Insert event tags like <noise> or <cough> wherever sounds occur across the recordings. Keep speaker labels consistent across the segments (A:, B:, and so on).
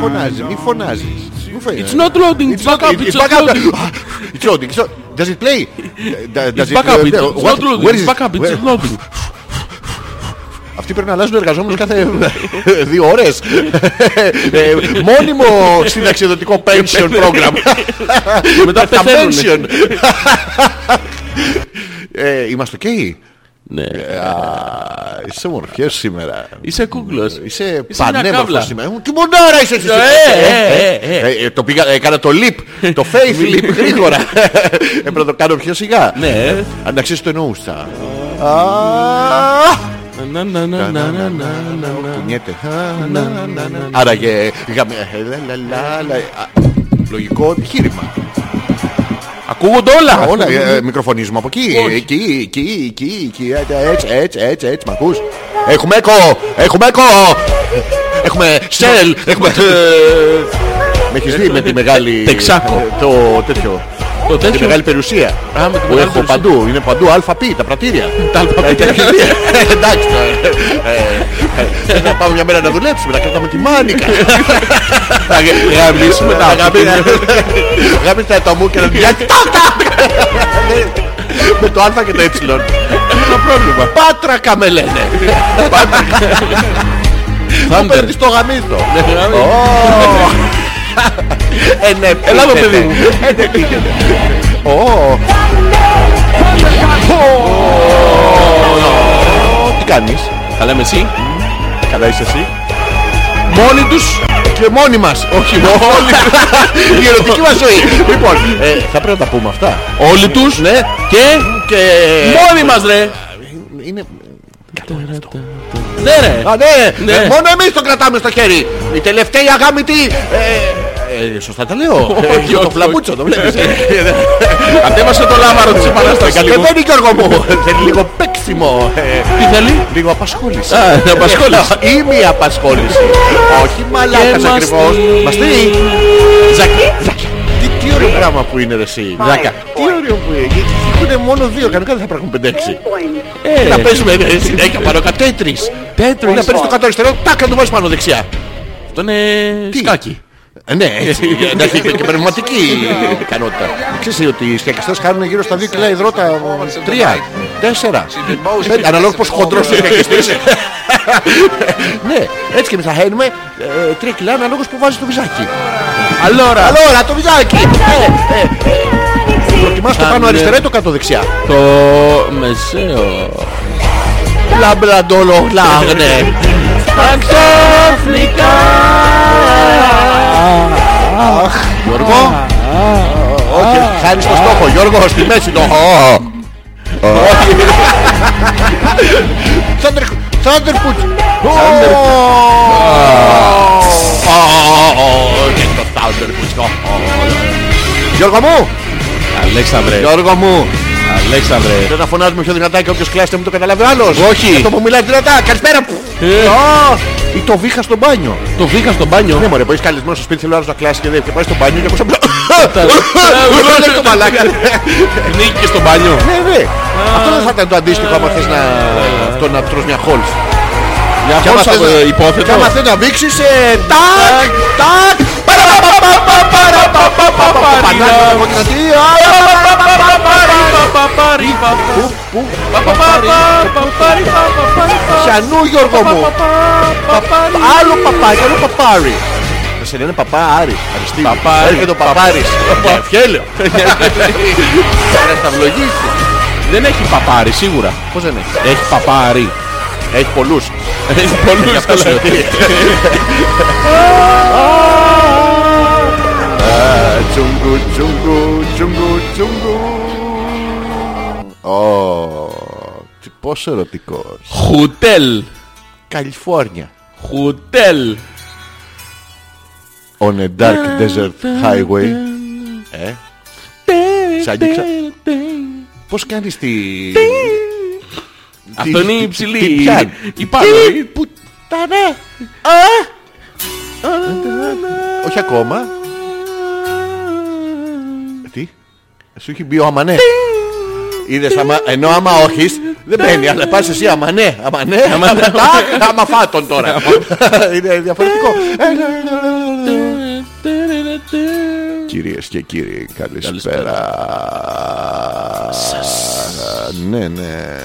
A: φωνάζει, μη φωνάζει.
B: It's not loading, it's back up, it's not loading.
A: Ah, It's loading. it's not- Does it play? Does
B: It's
A: it-
B: back up,
A: uh,
B: it's
A: what-
B: not loading,
A: where
B: it's
A: is-
B: back up,
A: where-
B: it's not loading.
A: Αυτοί πρέπει να αλλάζουν εργαζόμενους κάθε δύο ώρες. Ε, Μόνιμο
B: <laughs>
A: συνταξιδοτικό pension program.
B: Μετά
A: Τα
B: πεθαίνουν.
A: pension. Ε, Είμαστε οκ.
B: Ναι.
A: Α, Είσαι ομορφιές σήμερα.
B: Είσαι κούκλος.
A: Είσαι
B: μια κάβλα.
A: πανέμορφος σήμερα. Ε, Τι μονάρα είσαι εσύ.
B: Ε, ε, ε, ε.
A: Ε, ε, Το πήγα, έκανα το leap, το faith leap γρήγορα. Ε, Πρέπει να το κάνω πιο σιγά.
B: Ναι.
A: Αν να ξέρεις το εννοούσα. Α,
B: Να, να, να, να, να, να, να, να.
A: Κουνιέται. Α, να, να, να, να. Άραγε. γαμε- ε, λα, λα, λα, λα. Α, Λογικό επιχείρημα.
B: Ακούγονται όλα.
A: Α, Όλα ε, ε, μικροφωνίζουμε από εκεί.
B: Όχι.
A: Εκεί, εκεί, εκεί, εκεί. ε, ε, Έτσι, έτσι, έτσι, έτσι. Μ' ακούς. Έχουμε έκο. Έχουμε έκο. Έχουμε σελ. Έχουμε. ε, Με έχεις δει με τη μεγάλη.
B: Τεξάκο.
A: ε, Το τέτοιο.
B: Το
A: Τη
B: τέτοιο.
A: μεγάλη περιουσία.
B: Α, με τη
A: Που
B: μεγάλη
A: έχω
B: περιουσία.
A: παντού. Είναι παντού ΑΠ τα πρατήρια.
B: Τα άλφα
A: Ε,
B: πι.
A: και έχεις δει. Ε, Εντάξει. ε, ε, Να πάμε μια μέρα να δουλέψουμε, να κρατάμε τη μάνικα.
B: Θα γαμίσουμε τα
A: Γάμισε το μου και να πιάσει Με το α και το ε. Το πρόβλημα. Πάτρακα με λένε. Θα
B: Thunder.
A: παίρνεις το γαμίζω.
B: Ναι,
A: Ενεπίθετε.
B: Έλα εδώ, παιδί μου.
A: Ενεπίθετε. Ω. Ω. Τι κάνεις.
B: Θα λέμε εσύ.
A: Καλά είσαι εσύ.
B: Μόνοι τους.
A: Και μόνοι μας. Όχι μόνοι. <laughs> Η ερωτική μας ζωή. Λοιπόν, ε, θα πρέπει να τα πούμε αυτά.
B: Όλοι τους. Ναι. Και
A: Και...
B: μόνοι μας ρε.
A: Είναι...
B: Ναι ρε.
A: Α, ναι,
B: Ναι.
A: Ε, μόνο εμείς το κρατάμε στο χέρι. Η τελευταία αγάπητη. Ε, ε, σωστά τα λέω.
B: όχι,
A: Ε, το
B: όχι.
A: φλαμπούτσο, το βλέπεις. Ε,
B: Κατέβασε το λάβαρο της επανάστασης. λοιπόν.
A: Κατεβαίνει Γιώργο μου. Θέλει λίγο παίξιμο. Ε,
B: Τι θέλει.
A: Λίγο απασχόληση.
B: Α, να απασχόλησε.
A: Ή μία απασχόληση. Όχι μαλάκας
B: Και
A: ακριβώς.
B: μαστί.
A: Μαστί.
B: Ζακί.
A: Τι, τι ωραίο πράγμα που είναι ρε εσύ.
B: Ζάκα.
A: Τι ωραίο που είναι. Γιατί Είναι μόνο δύο. Κανονικά δεν θα υπάρχουν πέντε-έξι.
B: Ε,
A: Να παίζουμε ε, συνέχεια πάνω κάτω. Τέτρις.
B: Τέτρις.
A: Να παίρνεις το κάτω αριστερό. Τάκ να το βάλεις πάνω δεξιά.
B: Αυτό είναι
A: Τι?
B: σκάκι.
A: Ε, Ναι, έτσι, για να έχει και πνευματική ικανότητα. Ξέρεις ότι οι σκιακιστές χάνουν γύρω στα 2 κιλά υδρότα, 3, 4, 5, αναλόγως πως χοντρός είναι ο σκιακιστής. Ναι, έτσι και εμείς θα χαίνουμε 3 κιλά αναλόγως που βάζει το βυζάκι.
B: Αλόρα.
A: Τώρα το βυζάκι! Ε, ε, ε. Προτιμάς το πάνω αριστερά ή το κάτω δεξιά.
B: Το μεσαίο.
A: Λαμπραντόλο γλάγνε.
B: Τα ξαφνικά.
A: Γιώργο. Όχι, χάνεις το στόχο. Γιώργο, στη μέση το... Ω. Όχι. Thunder... Thunderfoot. Ω. Ω, Και το Thunderfoot. Ω. Γιώργο μου!
B: Αλέξανδρε.
A: Γιώργο μου!
B: Αλέξανδρε.
A: Δεν θα φωνάζουμε πιο δυνατά και όποιος κλάστε μου το καταλάβει ο άλλος.
B: Όχι.
A: Αυτό που μιλάει δυνατά. Καλησπέρα.
B: Ε.
A: Ω. Ή το βήχα στο μπάνιο.
B: Το βρήκα στο μπάνιο.
A: Ναι μωρέ, μπορείς καλεσμένο στο σπίτι, θέλω άλλος να κλάσει και δεν και πάει στο μπάνιο και ακούσα...
B: Βγάλε
A: το μαλάκα.
B: Νίκη στο μπάνιο.
A: Ναι, ναι. Αυτό δεν θα ήταν το αντίστοιχο άμα θες να, αυτό, να τρως μια χόλς.
B: Μια
A: Και άμα
B: χώρα
A: θες να- Και
B: υπόθετο.
A: άμα θες να βήξεις, ε, τάκ, τάκ, πατάκι το κοκκινατή, <laughs> α, πού, πού, πιανού Γιώργο μου. Άλλο παπάκι, άλλο παπάρι. Θα σε λένε παπάρι, αριστείλη.
B: Παπάρι.
A: Έρχεται ο παπάρις. Ε, Ευχέλαιο. Παρασταυλογήθηκε.
B: Δεν έχει παπάρι σίγουρα.
A: Πώς δεν έχει.
B: Έχει παπάρι.
A: Έχει πολλούς.
B: Έχει πολλούς.
A: αυτό σου
B: αλλά-
A: λέω. Ε, Τσούγκου, τσούγκου, τσούγκου, τσούγκου. Ω, τι- πόσο ερωτικός.
B: Χουτέλ.
A: Καλιφόρνια.
B: Χουτέλ.
A: On a dark desert highway. Ε, σ' άγγιξα. Πώς κάνεις τη...
B: Αυτό
A: τι-
B: είναι η
A: τι-
B: υψηλή.
A: τι πιάνει.
B: Η πάνω.
A: Που τα ναι. Όχι ακόμα. Τι. Σου έχει μπει ο αμανέ. Είδες άμα, ενώ άμα όχι, Δεν μπαίνει, αλλά πας εσύ άμα ναι, άμα ναι, άμα ναι, άμα φάτον τώρα. Είναι διαφορετικό. Ε, Κυρίες και κύριοι, καλησπέρα. Ναι, ναι.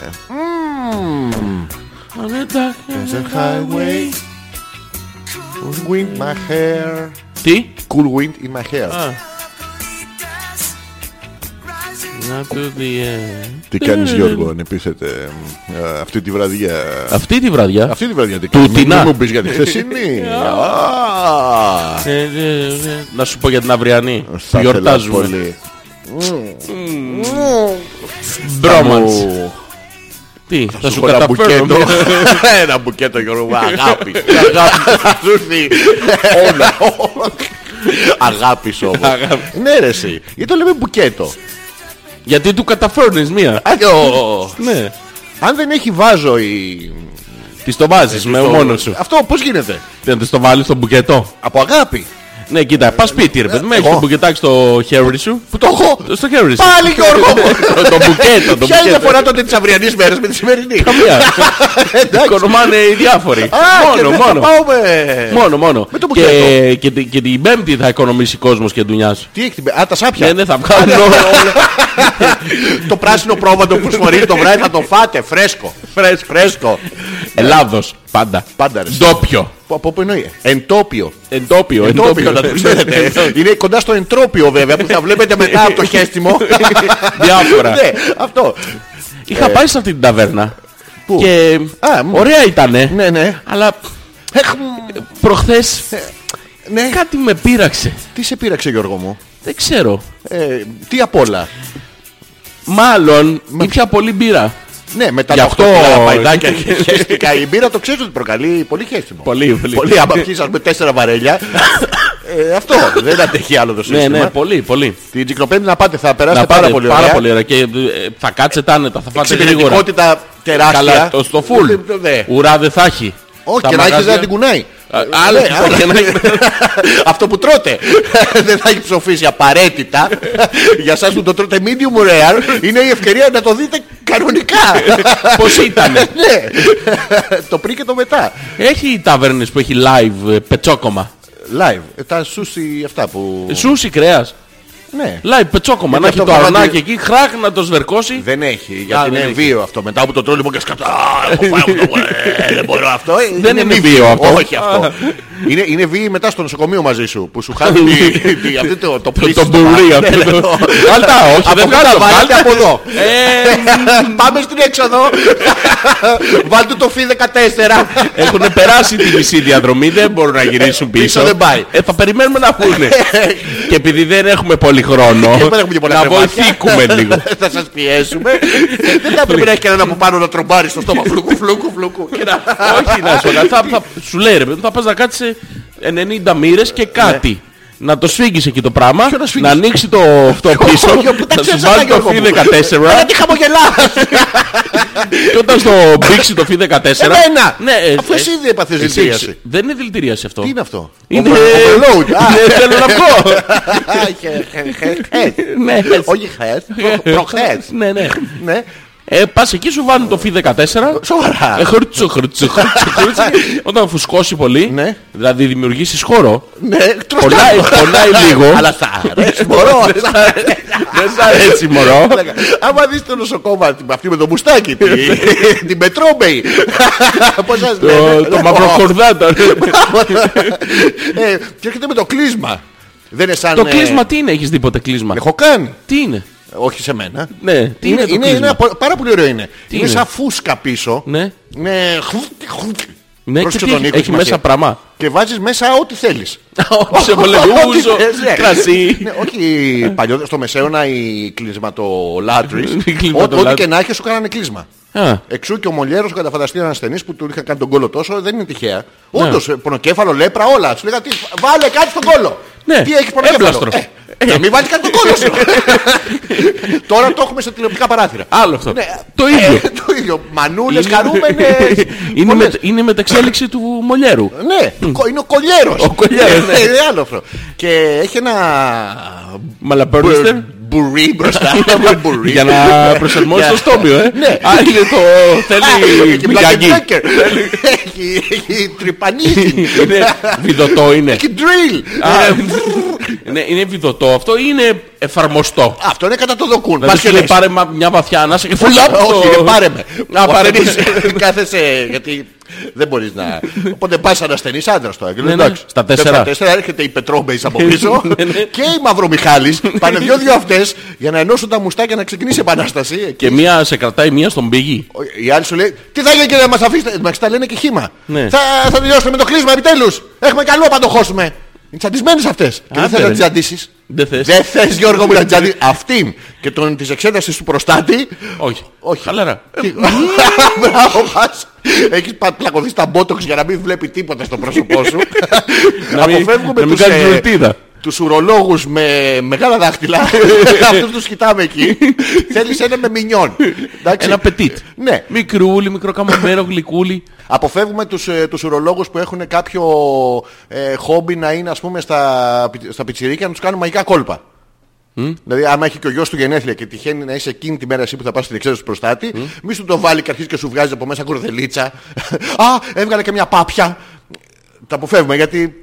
A: The highway Cool wind in my hair
B: Τι?
A: Cool wind in my hair
B: Α. Να του διέ.
A: Τι κάνεις Γιώργο ανεπίθετε ε, αυτή τη βραδιά
B: Αυτή τη βραδιά.
A: Αυτή τη βραδιά τι κάνεις Μην
B: Τουτινά.
A: μου πεις για τη χθεσινή Α,
B: ε, ε, ε, Να σου πω για την αυριανή.
A: Θα ήθελα
B: Γιορτάζουμε.
A: πολύ
B: Μπρόμαντς.
A: Mm. Μου-
B: Τι, θα σου
A: πω ένα
B: καταφέρω.
A: μπουκέτο.
B: μια-
A: <laughs> Ένα μπουκέτο Γιώργο μου, <laughs> αγάπη Θα σου έρθει <laughs> όλα Αγάπης όμως
B: Αγάπη.
A: Ναι ρε εσύ Γιατί το λέμε μπουκέτο
B: Γιατί του καταφέρνεις μία.
A: Α, ο-
B: Ναι.
A: Αν δεν έχει βάζο η...
B: Τη το βάζεις με μόνος σου.
A: Αυτό πώς γίνεται
B: Τι να της το βάλεις στο μπουκετό.
A: Από αγάπη
B: Ναι, κοίτα, πας σπίτι ρε παιδί μου. Έχεις
A: Εγώ.
B: το μπουκετάκι στο χέρι σου. Ε,
A: Που το έχω
B: Στο χέρι σου.
A: <laughs>
B: Ε,
A: Πάλι Γιώργο μου
B: Το το μπουκέτο, το
A: <laughs> Ποια είναι η
B: μπουκέτο.
A: διαφορά τότε της αυριανής μέρας με τη σημερινή
B: <laughs> Καμία.
A: Εντάξει.
B: Οικονομάνε οι διάφοροι.
A: Α, και
B: Μόνο,
A: δεν θα
B: μόνο.
A: πάω με-
B: Μόνο, μόνο.
A: Με το
B: και,
A: μπουκέτο.
B: και, την- και την Πέμπτη θα οικονομήσει κόσμος και δουλειά σου.
A: Τι έχει την... Α, τα σάπια
B: Ναι, ναι, θα βγάλουν όλα.
A: <laughs> Το πράσινο πρόβατο που σφορεί το βράδυ θα το φάτε φρέσκο. Φρέσκο. φρέσκο.
B: Ελλάδος, πάντα.
A: Πάντα, ρε.
B: Ντόπιο.
A: Που- Από πού εννοεί. Εντόπιο.
B: Εντόπιο,
A: Εντόπιο ναι,
B: εντόπιο. ναι,
A: να το ξέρετε. Είναι κοντά στο εντρόπιο βέβαια που θα βλέπετε μετά από το χέστημο.
B: <laughs> Διάφορα.
A: <laughs> Ναι, αυτό.
B: Είχα πάει σε αυτή την ταβέρνα.
A: Ε. Πού?
B: Και
A: Α, μ.
B: ωραία ήτανε.
A: Ναι, ναι.
B: Αλλά
A: Εχ,
B: προχθές
A: Ναι.
B: κάτι με πείραξε.
A: Τι σε πείραξε Γιώργο μου.
B: Δεν ξέρω.
A: Ε, Τι απ' όλα.
B: Μάλλον ήπια πολύ μπύρα.
A: Ναι, μετά
B: Γι'
A: τα
B: αυτό-
A: 8 κιλά παϊδάκια και χέστηκα. Η μπύρα το ξέρεις ότι προκαλεί πολύ χέστημο.
B: Πολύ, πολύ.
A: Πολύ άμα πιείς με τέσσερα βαρέλια. Ε, Αυτό δεν αντέχει άλλο το
B: Ναι, ναι,
A: σύστημα.
B: πολύ, πολύ.
A: Την κυκλοπέμπτη να πάτε, θα περάσετε
B: Να
A: πάρα
B: πάτε
A: πολύ ωραία.
B: Και ε, θα κάτσετε άνετα, θα φάτε γρήγορα.
A: Εξυπηρετικότητα τεράστια.
B: Καλά, το στο φουλ.
A: Ε, ναι.
B: Ουρά δεν θα έχει. Τα
A: Όχι, και να έχεις
B: μαγαζιά-
A: δεν την κουνάει.
B: Α,
A: Ε,
B: άλλο
A: ναι,
B: το
A: άλλο.
B: κενάκι.
A: Αυτό που τρώτε δεν θα έχει ψοφίσει απαραίτητα. Για εσάς που το τρώτε medium rare είναι η ευκαιρία να το δείτε κανονικά.
B: <laughs> Πώς ήτανε.
A: Ναι. Το πριν και το μετά.
B: Έχει οι ταβέρνες που έχει live ε, πετσόκομα.
A: Live. Ε, Τα σούσι αυτά που...
B: Ε, Σούσι κρέας.
A: Ναι.
B: Live πετσόκομα.
A: Γιατί
B: Να έχει
A: αυτό
B: το
A: γαμάτι-
B: αρνάκι εκεί, χράχ να το σβερκώσει.
A: Δεν έχει, γιατί
B: δεν
A: είναι
B: έχει.
A: βίο αυτό. Μετά που το τρώει λοιπόν και σκάφτα. «Α, έχω φάει αυτό, ε, Δεν μπορώ αυτό. Ε,
B: Δεν είναι
A: μη
B: βίο αυτό.
A: Όχι αυτό. είναι, είναι βίη μετά στο νοσοκομείο μαζί σου που σου <laughs> χάνει τη- τη- αυτή το, το
B: Το-
A: πλήση.
B: Το μπουρί
A: Ναι,
B: <laughs> αυτό. το- Βάλτα, όχι, δεν βγάλω.
A: Βάλτε
B: Βάλτα.
A: από εδώ.
B: Ε,
A: Πάμε στην έξοδο. Βάλτε το φι 14.
B: Έχουν περάσει τη μισή διαδρομή, δεν μπορούν να γυρίσουν πίσω.
A: δεν πάει.
B: Ε, θα περιμένουμε να
A: <laughs>
B: βγουνε. και επειδή δεν έχουμε πολύ χρόνο,
A: Και δεν έχουμε και πολλά
B: να
A: κρεβάτια.
B: βοηθήκουμε λίγο.
A: Θα σας πιέσουμε. Δεν θα πρέπει να έχει κανένα από πάνω να τρομπάρει στο στόμα. Φλουκού, φλουκού, φλουκού. Και να-
B: Όχι να σου λέω, θα, θα, σου λέει ρε παιδί, μου, θα πας να κάτσεις 90 μοίρες και κάτι. Να το σφίγγεις εκεί το πράγμα,
A: Ναι. Ποιο να σφίγγεις?
B: σφίγγεις. να ανοίξει το αυτό πίσω,
A: Γιώργο, τα
B: να σου
A: ξέρεις αυτά,
B: βάλει το
A: Γιώργο μου.
B: F14
A: Αλλά τι χαμογελάς.
B: και όταν στο μπήξει το F14
A: Εμένα!
B: Ναι, ε,
A: Αφού
B: ε,
A: εσύ δεν έπαθες
B: εσύ έχεις-
A: δηλητήριαση.
B: Δεν είναι δηλητηρίαση αυτό.
A: Τι είναι αυτό.
B: Είναι...
A: Overload. Α.
B: Ναι, Θέλω να
A: <laughs>
B: βγω.
A: Χε-
B: Ναι.
A: Όχι χες, προ- προχές.
B: Ναι, ναι.
A: Ναι.
B: Ε, πας εκεί σου βάνουν το F14
A: Σοβαρά.
B: Ε, χρούτσο, χρούτσο, χρούτσο, χρούτσο.
A: <laughs>
B: Όταν φουσκώσει πολύ,
A: Ναι.
B: δηλαδή δημιουργήσεις χώρο,
A: Ναι, τρως <laughs>
B: πονάει,
A: κάπου.
B: πονάει λίγο. Ναι.
A: Αλλά θα αρέσει, μπορώ.
B: <laughs> Δεν σ' αρέσει- Δεν σ' αρέσει,
A: <laughs>
B: μωρό.
A: Ναι, Άμα δεις το νοσοκόμα, την- αυτή με το μουστάκι,
B: <laughs>
A: τη- την Πετρόμπεϊ. Πώς σας λένε.
B: Το- Το μαυροκορδάτο.
A: Ναι. <laughs> Ε, Και έρχεται με το κλείσμα. Δεν είναι σαν...
B: Το
A: ε,
B: κλείσμα τι είναι, έχεις δίποτε κλείσμα.
A: Έχω κάνει.
B: Τι είναι.
A: Όχι σε μένα.
B: Ναι, τι είναι, το κλείσμα.
A: ένα πο- πάρα πολύ ωραίο είναι. είναι,
B: είναι?
A: σαν φούσκα πίσω.
B: Ναι.
A: Ναι, χουτ, χουτ.
B: Ναι, και
A: Πρόσεξε
B: τι
A: τον
B: έχει,
A: ήχο,
B: έχει
A: σημασία.
B: μέσα πραμά.
A: Και βάζεις μέσα ό,τι
B: <laughs>
A: θέλεις.
B: Ψεβολεγούζο,
A: Ό,τι θες, ναι.
B: κρασί.
A: Ναι, όχι παλιότερα στο μεσαίωνα οι κλεισματολάτρεις.
B: Οι
A: ό- ό,τι
B: κλεισματολάτρες.
A: και να έχει σου κάνανε κλείσμα.
B: Α,
A: Εξού και ο Μολιέρος ο καταφανταστής ένας ασθενής που του είχαν κάνει τον κόλο τόσο, δεν είναι τυχαία.
B: Ναι.
A: Όντως, Όντω, πονοκέφαλο, λέπρα, όλα. Σου λέγα τι, βάλε κάτι στον κόλο.
B: Ναι,
A: Τι έχεις πονοκέφαλο.
B: έμπλαστρο.
A: Ε, να μην βάλεις κάτι στον κόλο σου.
B: <laughs>
A: Τώρα το έχουμε σε τηλεοπτικά παράθυρα.
B: Άλλο αυτό.
A: Ναι,
B: Το
A: ε,
B: ίδιο.
A: το ίδιο. Μανούλες,
B: Είναι-
A: χαρούμενες.
B: <laughs> Είναι, με, είναι μεταξέλιξη του Μολιέρου.
A: Ναι, κο- είναι ο κολλιέρος
B: Ο κολλιέρος, ναι.
A: Ε, είναι άλλο αυτό. Και έχει ένα
B: Μαλαμπέρνιστερ.
A: μπουρ- μπουρί μπροστά. Μπουρί.
B: Για να προσαρμόσει το στόμιο, ε.
A: Ναι.
B: Α, είναι το. Θέλει
A: Έχει
B: μηγαγή.
A: black and decker. Έχει- Έχει τρυπανίδι.
B: Είναι Βιδωτό είναι.
A: Έχει drill.
B: Ναι. Α,
A: Ε,
B: ναι, είναι βιδωτό αυτό ή είναι εφαρμοστό.
A: Αυτό είναι κατά το δοκούν.
B: Δηλαδή
A: Πας και
B: σου λέει
A: λες,
B: πάρε μα- μια βαθιά ανάσα και φουλά
A: Πουλά, όχι, ρε, πάρε με.
B: Α, πάρε με.
A: Ασθενείς, Κάθεσαι, γιατί δεν μπορείς να. Οπότε πας ανασθενής άντρας τώρα. και λες,
B: Ναι, ναι.
A: εντάξει.
B: Στα τέσσερα. Ναι,
A: Στα τέσσερα έρχεται η Πετρόμπεϊς από πίσω και η Μαυρομιχάλης. Πάνε δυο-δυο αυτές για να ενώσουν τα μουστάκια να ξεκινήσει η επανάσταση.
B: Και μία σε κρατάει μία στον πηγή.
A: Η άλλη σου λέει: Τι θα γίνει και να μας αφήσετε. Εντάξει, τα λένε και χήμα.
B: Ναι.
A: Θα, θα τελειώσουμε με το κλείσμα επιτέλους. Έχουμε καλό να το χώσουμε. Είναι τσαντισμένες αυτές. Και δεν
B: Άντε,
A: θε να
B: ρε.
A: τις τσαντήσει.
B: Δεν θες.
A: Δεν θες, Γιώργο μου, να τσαντήσει. Αυτήν και τον της εξέτασης του προστάτη.
B: Όχι.
A: Όχι. Ε,
B: Χαλαρά.
A: Τι-
B: <laughs>
A: Μπράβο μας. Έχεις πλακωθεί στα μπότοξ για να μην βλέπει τίποτα στο πρόσωπό σου.
B: Να μην-
A: Αποφεύγουμε
B: να μην
A: τους,
B: κάνεις
A: ε,
B: λουρτίδα.
A: τους ουρολόγους με μεγάλα
B: <laughs>
A: δάχτυλα. Αυτούς τους κοιτάμε εκεί. Θέλεις ένα με μινιόν. Εντάξει.
B: Ένα πετίτ.
A: Ναι.
B: Μικρούλι, μικρό καμαμένο, γλυκούλι.
A: Αποφεύγουμε τους, ε, τους ουρολόγους που έχουν κάποιο ε, χόμπι να είναι ας πούμε στα, πι- στα πιτσιρίκια να τους κάνουν μαγικά κόλπα. Δηλαδή, άμα έχει και ο γιος του γενέθλια και τυχαίνει να είσαι εκείνη τη μέρα εσύ που θα πας στην εξέταση του προστάτη, μη σου το βάλει και αρχίζει και σου βγάζει από μέσα κορδελίτσα. <laughs> Α, έβγαλε και μια πάπια. Τα αποφεύγουμε γιατί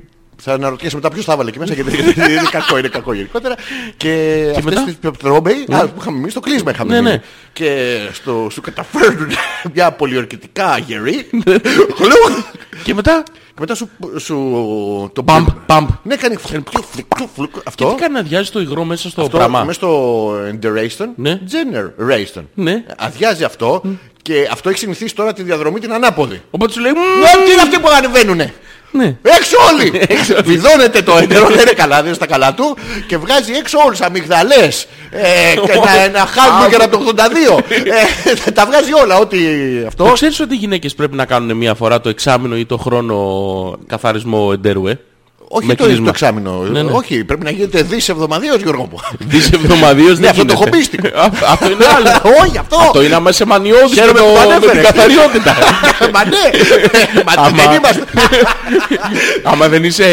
A: θα αναρωτιέσαι μετά ποιος τα βάλε εκεί μέσα. Γιατί είναι κακό, είναι κακό γενικότερα. Και, και αυτές
B: μετά?
A: τις πετρόμπεϊ, α, που είχαμε εμείς το κλείσμα είχαμε.
B: Ναι,
A: μείνει.
B: ναι.
A: Και στο, σου καταφέρνουν <laughs> μια πολιορκητικά γερή.
B: Ναι. Και μετά.
A: Και μετά σου, σου το
B: Παμπ, παμπ.
A: Ναι, κάνει
B: Και
A: αυτό.
B: τι κάνει να αδειάζει το υγρό μέσα στο
A: Αυτό ναι.
B: πράγμα.
A: Μέσα στο Generation.
B: Ναι.
A: Generation.
B: Ναι.
A: Αδειάζει αυτό και αυτό έχει συνηθίσει τώρα τη διαδρομή την ανάποδη.
B: Οπότε σου λέει. «Μμμ,
A: Ε, Τι είναι αυτοί που ανεβαίνουνε.
B: Ναι.
A: Έξω όλοι!
B: <laughs>
A: Βιδώνεται το έντερο, δεν είναι καλά, δεν είναι στα καλά του και βγάζει έξω όλους αμυγδαλές, ε, και ένα, ένα χάλμπογκερ από το
B: <laughs>
A: 82. Ε, τα βγάζει όλα, ό,τι αυτό.
B: Το ξέρεις ότι οι γυναίκες πρέπει να κάνουν μία φορά το εξάμεινο ή το χρόνο καθαρισμό εντέρου, ε.
A: Όχι
B: Με
A: το,
B: κλείσμα.
A: το εξάμεινο.
B: Ναι, ναι.
A: Όχι, πρέπει να γίνεται δις εβδομαδίως Γιώργο
B: <laughs>
A: μου.
B: Δις εβδομαδίως
A: Ναι,
B: δεν
A: αυτό το
B: γίνεται.
A: χομπίστικο.
B: Α, Αυτό είναι άλλο.
A: Όχι αυτό.
B: Το είναι άμα είσαι μανιώδης με,
A: Χαίρομαι
B: το,
A: που το
B: με την
A: ανέφερε.
B: καθαριότητα.
A: <laughs> Μα ναι, μα
B: Άμα- Ναι,
A: δεν είμαστε.
B: άμα δεν είσαι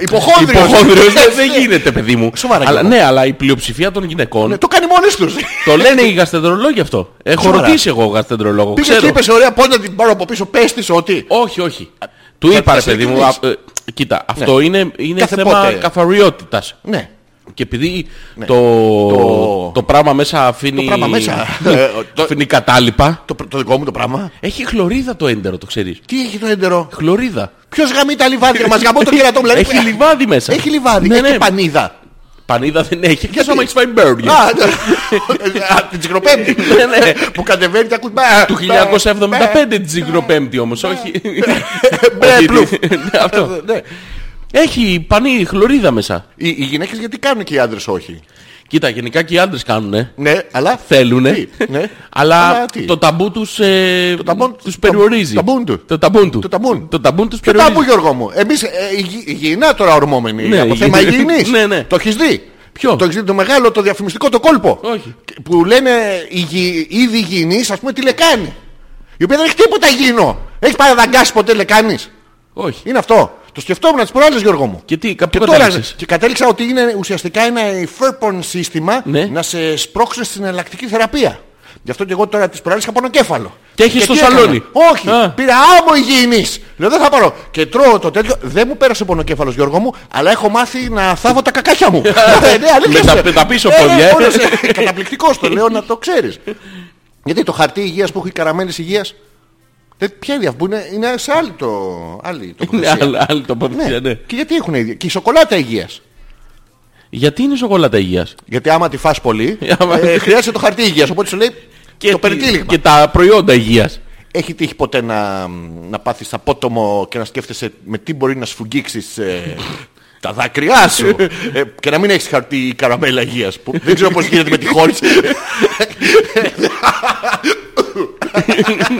A: Υποχόνδριος.
B: υποχόνδριος, δεν, δεν
A: Ναι.
B: γίνεται παιδί μου.
A: Σοβαρά,
B: αλλά,
A: Γιώργο.
B: ναι, αλλά η πλειοψηφία των γυναικών
A: Ναι, Το κάνει μόνες τους.
B: το λένε οι γαστεντρολόγοι αυτό. Έχω
A: Σοβαρά.
B: ρωτήσει εγώ γαστεντρολόγο.
A: Πήγες και
B: Ξέρω.
A: είπες ωραία πότε την πάρω από πίσω πες της ότι.
B: Όχι, όχι. Του είπα
A: θα
B: ρε
A: σε
B: παιδί μου. α,
A: εκνευρίσει.
B: ε, Κοίτα, αυτό είναι, είναι
A: Κάθε
B: θέμα
A: πότε.
B: καθαριότητας.
A: Ναι.
B: Και επειδή το, το... πράγμα μέσα αφήνει, Ναι,
A: Το πράγμα μέσα. Ε, το-
B: αφήνει κατάλοιπα,
A: Το, το δικό μου το πράγμα.
B: έχει χλωρίδα το έντερο, το ξέρεις.
A: Τι έχει το έντερο.
B: Χλωρίδα.
A: Ποιος γαμεί τα λιβάδια μας γαμώ το κερατό μου. δηλαδή.
B: Έχει λιβάδι μέσα.
A: Έχει λιβάδι.
B: Ναι,
A: έχει
B: ναι.
A: και πανίδα.
B: Πανίδα δεν έχει. Και άμα
A: Γιατί?
B: έχεις φάει μπέργκερ.
A: Α, ναι. Α, την τσικροπέμπτη.
B: Ναι, ναι.
A: Που κατεβαίνει και Ναι. ακούς. μπα,
B: Του
A: μπα,
B: 1975 την Τζιγροπέμπτη όμως, όχι.
A: μπα,
B: Όχι,
A: πλουφ.
B: ναι, Αυτό.
A: Ναι.
B: Έχει πανί χλωρίδα μέσα.
A: Οι, οι γυναίκες γιατί κάνουν και οι άντρες όχι.
B: Κοίτα, γενικά και οι άντρες κάνουνε.
A: Ναι, αλλά
B: Θέλουνε.
A: Τι, ναι.
B: Αλλά
A: Αλλά τι.
B: το ταμπού τους, ε,
A: ταμπόν-
B: τους περιορίζει.
A: το ταμπούν του.
B: Το ταμπούν του.
A: Το ταμπούν.
B: Το ταμπούν τους
A: Ποιο τάμπου
B: περιορίζει.
A: Γιώργο μου. Εμείς ε, υγι- υγιεινά τώρα ορμόμενοι.
B: Ναι,
A: από
B: υγι-
A: θέμα υγιεινής.
B: Ναι, ναι.
A: Το έχεις δει.
B: Ποιο?
A: Το έχεις δει το μεγάλο, το διαφημιστικό, το κόλπο.
B: Όχι.
A: Που λένε υγι... είδη υγιεινής, ας πούμε τη λεκάνη. Η οποία δεν έχει τίποτα υγιεινό. Έχεις πάει να δαγκάσεις ποτέ λεκάνης.
B: Όχι.
A: Είναι αυτό. Το σκεφτόμουν τις προάλλες Γιώργο μου.
B: Και τι, κάπου
A: Τώρα,
B: κατάληξες.
A: και κατέληξα ότι είναι ουσιαστικά ένα εφέρπον σύστημα
B: Ναι.
A: να σε σπρώξουν στην εναλλακτική θεραπεία. Γι' αυτό και εγώ τώρα τις προάλλες είχα πονοκέφαλο.
B: Και έχεις στο
A: τι έκανα.
B: σαλόνι.
A: Όχι,
B: Α.
A: πήρα άμμο υγιεινής. Λέω δεν θα πάρω. Και τρώω το τέτοιο. Δεν μου πέρασε ο πονοκέφαλος Γιώργο μου, αλλά έχω μάθει να θάβω τα κακάκια
B: <laughs>
A: μου. Ε, ναι, αλήθεια
B: Με τα-
A: σου.
B: με τα πίσω
A: Ε, ναι,
B: πόδια, ε.
A: όλος, ε, Καταπληκτικός το λέω να το ξέρεις.
B: <laughs>
A: Γιατί το χαρτί υγείας που έχω, οι καραμένες υγείας, τε- ποια είναι αυτή που είναι, είναι σε άλλη, το, άλλη
B: Ναι,
A: τοποθεσία.
B: άλλη- άλλη τοποθεσία, ναι.
A: Και γιατί έχουν ίδια. Και η σοκολάτα υγείας.
B: Γιατί είναι σοκολάτα υγείας.
A: Γιατί άμα τη φας πολύ,
B: Άμα-
A: ε, χρειάζεται το χαρτί υγείας. Οπότε σου λέει το
B: τι-
A: περιτύλιγμα.
B: Και τα προϊόντα υγείας.
A: Έχει τύχει ποτέ να, να πάθεις απότομο και να σκέφτεσαι με τι μπορεί να σφουγγίξεις ε, τα δάκρυά
B: <laughs>
A: σου ε, και να μην έχεις χαρτί ή καραμέλα υγείας που δεν ξέρω πώς γίνεται με τη χόρη.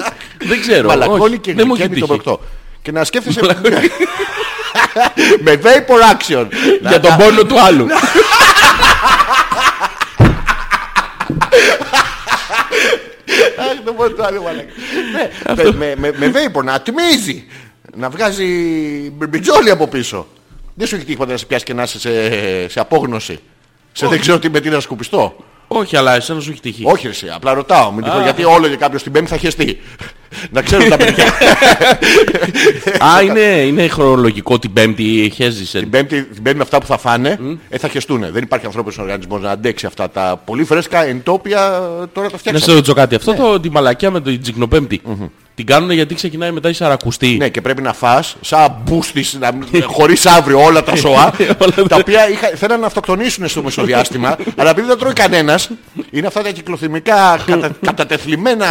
B: <laughs> Δεν ξέρω.
A: Μαλακώνει
B: όχι.
A: και
B: Δεν μου έχει
A: γλυκένει το
B: τύχει.
A: προκτό. Και να σκέφτεσαι... <laughs> με vapor
B: <laughs>
A: action. Να-
B: Για τον πόνο του άλλου.
A: Αχ, δεν μπορεί το άλλο μαλάκα. Ναι, με- με- Με βέιπο να ατμίζει. Να βγάζει μπιμπιτζόλι από πίσω. Δεν σου έχει τύχει ποτέ να σε πιάσει και να είσαι σε- σε απόγνωση. Σε δεν ξέρω τι με τι να σκουπιστώ.
B: Όχι, αλλά εσένα σου έχει τύχει.
A: Όχι, εσύ, απλά ρωτάω. Μην τυχόν, γιατί όλο και κάποιος την Πέμπτη θα χεστεί. να ξέρουν τα
B: <laughs>
A: παιδιά.
B: Α, είναι, είναι χρονολογικό την Πέμπτη, χέζεις.
A: την, πέμπτη, την Πέμπτη με αυτά που θα φάνε, ε, θα χεστούν. Δεν υπάρχει ανθρώπινος οργανισμός να αντέξει αυτά τα πολύ φρέσκα εντόπια. Τώρα τα
B: Να
A: φτιάξαμε.
B: σα ρωτήσω κάτι. Αυτό το, τη μαλακιά με την τζικνοπέμπτη. Την κάνουν γιατί ξεκινάει μετά η σαρακουστή.
A: Ναι, και πρέπει να φας σαν μπούστης, να, χωρίς αύριο όλα τα σοά,
B: <laughs> Όλα
A: τα οποία είχα, θέλαν να αυτοκτονήσουν στο
B: <laughs>
A: μεσοδιάστημα, αλλά επειδή δεν τρώει κανένας, είναι αυτά τα κυκλοθυμικά
B: <laughs>
A: κατα, κατατεθλιμμένα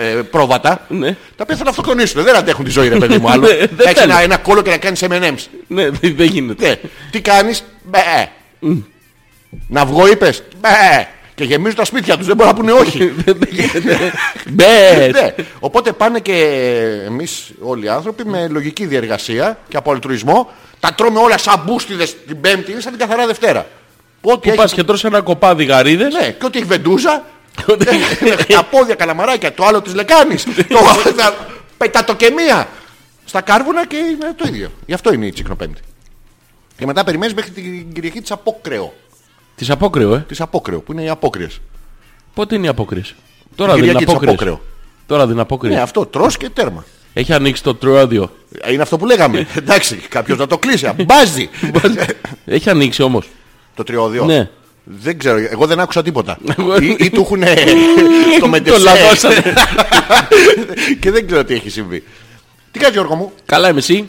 A: ε, πρόβατα,
B: Ναι.
A: τα οποία θα να αυτοκτονήσουν. Δεν αντέχουν τη ζωή, ρε παιδί μου, άλλο.
B: <laughs> Ναι, δεν
A: Έχεις
B: θέλω.
A: ένα, ένα κόλλο και να κάνεις M&M's.
B: Ναι, <laughs> δεν δεν
A: Ναι.
B: γίνεται.
A: Τι κάνεις, μπε. Να βγω είπες, μπε. Και γεμίζουν τα σπίτια τους, δεν μπορούν να πούνε όχι.
B: <laughs> Δεν δεν γίνεται. Μπε.
A: Ναι. Οπότε πάνε και εμείς όλοι οι άνθρωποι με λογική διεργασία και από αλτρουισμό. Τα τρώμε όλα σαν μπούστιδες την Πέμπτη ή σαν την καθαρά Δευτέρα. Ό,τι
B: Πα
A: έχει,
B: και τρώσει ένα κοπάδι γαρίδες.
A: ναι, και ό,τι έχει βεντούζα. ναι, τα πόδια καλαμαράκια, το άλλο της λεκάνης. Πετατοκεμία. Στα κάρβουνα και είναι το ίδιο. Γι' αυτό είναι η τσικνοπέμπτη. Και μετά περιμένεις μέχρι την Κυριακή της Απόκρεο.
B: Τη απόκριο, ε.
A: Τη Απόκρεο, που είναι οι απόκριες.
B: Πότε είναι η απόκριση. Τώρα δεν είναι
A: Κυριακή της
B: απόκριση.
A: Απόκρεο.
B: Τώρα δεν είναι απόκριση.
A: Ναι, αυτό τρώ και τέρμα.
B: Έχει ανοίξει το τρουάδιο.
A: Ε, Είναι αυτό που λέγαμε. Εντάξει, κάποιος να το κλείσει. Μπάζει.
B: Έχει ανοίξει όμως.
A: Το τριώδιο.
B: Ναι.
A: Δεν ξέρω, εγώ δεν άκουσα τίποτα.
B: Εγώ-
A: ή, ή του έχουν το
B: Το
A: μετεσέ
B: λαδώσανε.
A: <laughs> και δεν ξέρω τι έχει συμβεί. Τι κάνεις Γιώργο μου.
B: Καλά είμαι εσύ.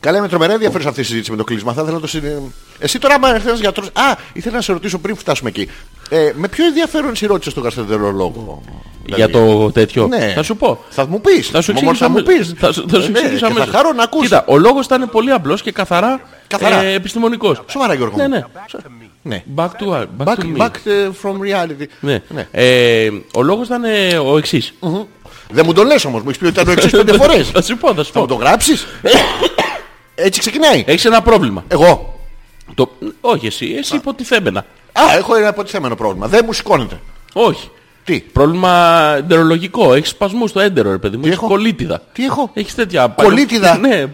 A: Καλά, είναι τρομερά ενδιαφέρουσα αυτή η συζήτηση με το κλείσμα. Θα ήθελα να το συνε... Εσύ τώρα, άμα έρθει ένας γιατρός. Α, ήθελα να σε ρωτήσω πριν φτάσουμε εκεί. Ε, με ποιο ενδιαφέρον σε ρώτησε τον γαστρεντερολόγο.
B: Για το τέτοιο.
A: Ναι.
B: Θα σου πω.
A: Θα μου πεις.
B: Θα σου
A: εξηγήσω.
B: εξηγήσω.
A: Θα μου πει.
B: αμέ- Θα, σου- θα σου εξηγήσω
A: Θα
B: αμέσως.
A: χαρώ να ακούσω.
B: Κοίτα, ο λόγος ήταν πολύ απλός και καθαρά,
A: Καθαρά.
B: Ε, επιστημονικός.
A: Σοβαρά, Γιώργο.
B: Ναι,
A: μου.
B: ναι.
A: ναι.
B: Back to, back
A: Back,
B: to me.
A: back uh, from reality.
B: Ναι.
A: Ναι.
B: Ε, ο λόγος ήταν ε, ο εξής.
A: Δεν μου το λες όμως, μου έχεις πει ότι ήταν το εξής
B: <laughs> Ναι.
A: πέντε φορές.
B: θα σου πω, θα σου
A: Θα μου το
B: πω.
A: γράψεις. Έτσι ξεκινάει.
B: Έχεις ένα πρόβλημα.
A: Εγώ.
B: Το... Όχι εσύ, εσύ υποτιθέμενα.
A: Α, έχω ένα αποτιθέμενο πρόβλημα. Δεν μου σηκώνεται.
B: Όχι.
A: Τι.
B: Πρόβλημα εντερολογικό. Έχεις σπασμούς στο έντερο, ρε παιδί μου. Έχεις
A: έχω?
B: κολίτιδα.
A: Τι έχω?
B: Έχεις τέτοια.
A: Κολίτιδα?
B: Ναι.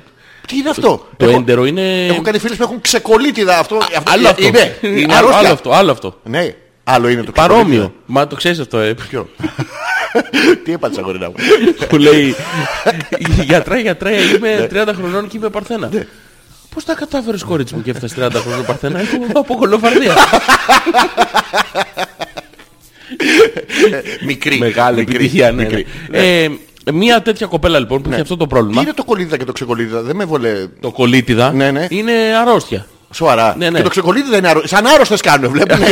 A: Τι είναι αυτό.
B: Το
A: έχω,
B: έντερο είναι.
A: έχω κάνει φίλες που έχουν ξεκολλήτιδα αυτό. αυτό
B: Ε,
A: ε,
B: Άλλο αυτό.
A: Είναι,
B: <laughs> Ναι,
A: είναι
B: άλλο,
A: αρρώστια.
B: άλλο αυτό. Άλλο αυτό.
A: Ναι. Άλλο είναι το
B: Παρόμοιο. Μα το ξέρεις αυτό, ε.
A: Ποιο. <laughs> Τι έπατσα γορίνα μου.
B: που λέει Γιατρά, γιατρά,
A: Ναι.
B: είμαι 30 χρονών και είμαι Παρθένα. Πώς τα κατάφερες, κορίτσι μου, και έφτασες 30 χρονών Παρθένα, έχω από κολοφαρδία.
A: Μικρή.
B: Μεγάλη
A: μικρή,
B: επιτυχία, ναι.
A: μικρή. Ναι.
B: ναι. Ε, Μία τέτοια κοπέλα λοιπόν που έχει αυτό το
A: Τι
B: πρόβλημα,
A: είναι το κολλήτιδα και το ξεκολλήτιδα. Δεν με βολε.
B: το κολίτιδα,
A: Ναι, ναι.
B: είναι αρρώστια.
A: Σοβαρά.
B: Ναι, ναι.
A: Και το ξεκολλήτιδα είναι άρρωστο. Σαν άρρωστες κάνουν. Βλέπουν.
B: Ε,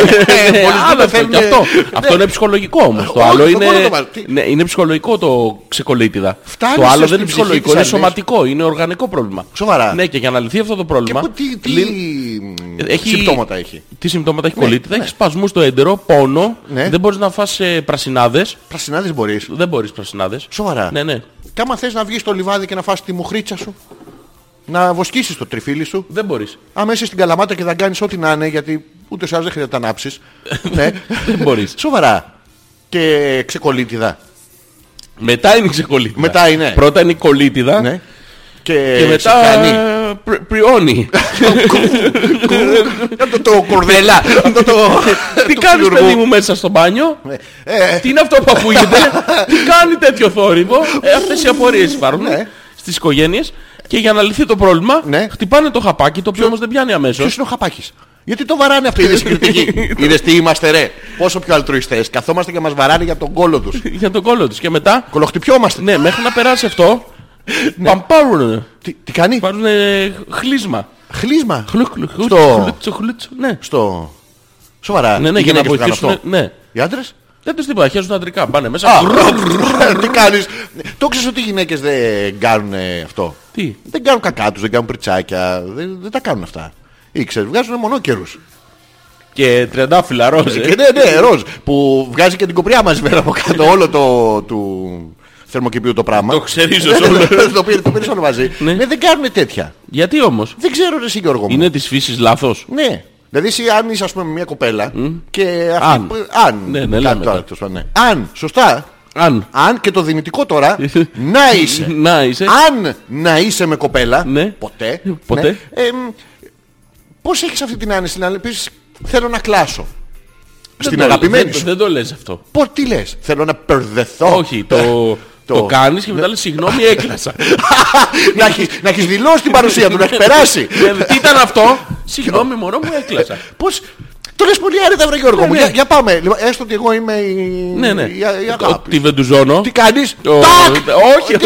B: άλλο αυτό, και αυτό. αυτό
A: Ναι.
B: είναι ψυχολογικό όμως. Το
A: Όχι,
B: άλλο
A: το
B: είναι,
A: μόνο το βάζω. Τι-
B: ναι, είναι ψυχολογικό το ξεκολίτιδα.
A: Φτάνεις
B: το άλλο
A: στην
B: δεν είναι
A: ψυχή
B: ψυχολογικό,
A: της
B: είναι
A: άλλης.
B: σωματικό, είναι οργανικό πρόβλημα.
A: Σοβαρά.
B: Ναι, και για να λυθεί αυτό το
A: Και
B: πρόβλημα.
A: που, Ε, τι, τι
B: λύνει-
A: έχει... συμπτώματα έχει.
B: Ε, Τι συμπτώματα έχει κολλήτιδα, έχει σπασμού στο έντερο, πόνο,
A: Ναι.
B: δεν μπορείς να φας ε, πρασινάδες,
A: Πρασινάδες μπορείς.
B: δεν μπορείς πρασινάδες.
A: Σοβαρά.
B: Ναι, ναι.
A: Κάμα θες να βγεις στο λιβάδι και να φας τη μουχρίτσα σου. Να βοσκήσεις το τριφύλι σου.
B: Δεν μπορείς. <laughs>
A: Άμα είσαι στην καλαμάτα και θα κάνεις ό,τι να είναι γιατί ούτε σε άλλος δεν χρειάζεται να <laughs> ανάψεις. ναι.
B: Δεν μπορείς.
A: Σοβαρά. Και ξεκολλήτιδα.
B: Μετά είναι η ξεκολλήτιδα.
A: Μετά είναι.
B: Πρώτα είναι η κολλήτιδα
A: Ναι. Ε, Και,
B: και μετά
A: ξεφτάνει.
B: πρι- πριώνει.
A: <laughs> Αυτό το κορδέλα. Αυτό το...
B: Τι
A: του
B: κάνεις
A: χειρουργού.
B: παιδί μου μέσα στο μπάνιο.
A: Ε,
B: Τι είναι αυτό που ακούγεται. Τι κάνει τέτοιο θόρυβο. Ε, αυτές οι απορίες υπάρχουν
A: Ναι.
B: στις οικογένειες. Και για να λυθεί το πρόβλημα,
A: Ναι.
B: χτυπάνε το χαπάκι, το οποίο όμως δεν πιάνει αμέσως.
A: Ποιος είναι ο Χαπάκης. Γιατί το βαράνε αυτοί οι <laughs> δυσκριτικοί. Είδες τι είμαστε ρε. Πόσο πιο αλτρουιστές. Καθόμαστε και μας βαράνε για τον κόλο τους.
B: Για τον κόλλο της. Και μετά,
A: Κολοχτυπιόμαστε.
B: ναι, μέχρι να περάσει αυτό, παμπάρουν.
A: Τι, τι κάνει.
B: Πάρουν χλίσμα.
A: Ναι. Χλίσμα.
B: Χλουκ, χλουκ, χλουκ,
A: Στο-
B: χλουτσο, χλουτσο, Ναι.
A: Στο... Σοβαρά.
B: Ναι, ναι,
A: Οι
B: για να
A: γυναίκες το κάνουν
B: βοηθήσουν.
A: αυτό.
B: Ναι.
A: Οι άντρες.
B: Δεν τους τίποτα, χαίρουν αντρικά. Πάνε μέσα.
A: Α,
B: Ρο-
A: τι κάνεις. Το ξέρεις ότι οι γυναίκες δεν κάνουν ε, αυτό.
B: Τι.
A: Δεν κάνουν κακά τους, δεν κάνουν πριτσάκια. Δεν, δεν τα κάνουν αυτά. Ήξερες, βγάζουν
B: Ε.
A: μονόκερους.
B: Και τριαντάφυλλα ροζ. ε.
A: Και ναι, ναι, ροζ. Που βγάζει και την κοπριά μας πέρα από κάτω όλο το... του θερμοκηπίου το πράγμα.
B: Το ξερίζος
A: Ναι, ναι,
B: όλο.
A: ναι, Το πήρε- το πήρες όλο μαζί.
B: Ναι.
A: Ναι, δεν κάνουν τέτοια.
B: Γιατί όμως.
A: Δεν ξέρω ρε εσύ Γιώργο μου.
B: Είναι της φύσης λάθος.
A: Ναι. Δηλαδή εσύ αν είσαι ας πούμε με μια κοπέλα και αυτή
B: Αν.
A: που- αν.
B: Ναι, ναι,
A: Κάτι
B: λέμε
A: το άλλο,
B: τώρα.
A: τέλος πάντων, ναι. Αν, σωστά.
B: Αν.
A: Αν και το δυνητικό
B: <laughs>
A: τώρα να είσαι.
B: Να είσαι.
A: Αν να είσαι με κοπέλα.
B: Ναι.
A: Ποτέ.
B: Ποτέ.
A: Ναι, εμ, πώς έχεις αυτή την άνεση να πεις Θέλω να κλάσω.
B: Δεν
A: Στην
B: το-
A: αγαπημένη
B: δεν-
A: σου.
B: Δεν το λες αυτό.
A: Πώς τι λες, Θέλω να περδεθώ.
B: Όχι,
A: <laughs>
B: το,
A: Ναι. το- Ναι.
B: το κάνεις και μετά λες συγγνώμη, έκλασα.
A: να έχεις να έχεις δηλώσει την παρουσία του, να έχεις
B: <laughs>
A: περάσει.
B: Ε, Τι ήταν
A: <laughs>
B: αυτό, συγγνώμη, μωρό μου, έκλασα.
A: Πώς. Το λες πολύ άρετα, βρε Γιώργο μου.
B: ναι.
A: Για, για πάμε. Λοιπόν, έστω ότι εγώ είμαι η.
B: Ναι, ναι.
A: η- η αγάπη.
B: Το- Τη βεντουζώνω.
A: Τι κάνεις
B: Το-
A: Τάκ!
B: Όχι.
A: Τι-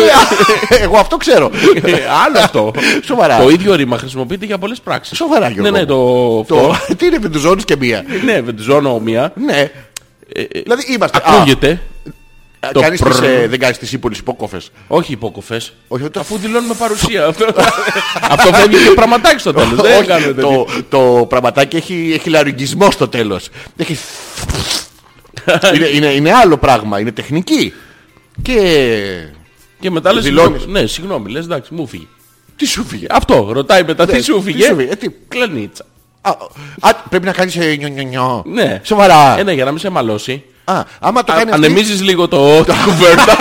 A: <laughs> Εγώ αυτό ξέρω.
B: <laughs> Ε, Άλλο αυτό.
A: Σοβαρά.
B: Το ίδιο ρήμα χρησιμοποιείται για πολλές πράξεις.
A: Σοβαρά, Γιώργο.
B: Ναι, ναι, το.
A: Το-
B: αυτό.
A: <laughs> Τι είναι με του ζώνη και μία.
B: Ναι, βεντουζώνω μία.
A: Ναι. Δηλαδή είμαστε. Α,
B: Ε, Ακούγεται. το
A: κάνεις τις,
B: πρρρ.
A: ε, δεν κάνεις τις ύπολες υπόκοφες.
B: Όχι υπόκοφες.
A: Όχι, αυτό-
B: Αφού δηλώνουμε
A: <laughs>
B: παρουσία. Αυτό- Αυτό φεύγει και πραγματάκι στο τέλος. Ε, Δεν
A: Όχι,
B: κάνουμε τέτοιο.
A: το, το πραγματάκι έχει, έχει λαρυγγισμό στο τέλος. Έχει... είναι, είναι, είναι άλλο πράγμα, είναι τεχνική. Και...
B: Και μετά λες.
A: δηλώνεις.
B: Ναι, συγγνώμη, λες εντάξει, μου φύγε.
A: Τι σου φύγε.
B: Αυτό ρωτάει μετά, τι σου
A: Ναι, τι σου φύγε,
B: φύγε.
A: ε, τι-
B: Κλανίτσα.
A: Α, α, πρέπει να κάνεις ε, νιο νιο νιο.
B: Ναι.
A: Σοβαρά.
B: Ε, ναι, για να μην σε μαλώσει.
A: Α, άμα το
B: Α-
A: κάνεις
B: Ανεμίζεις λίγο το την κουβέρτα.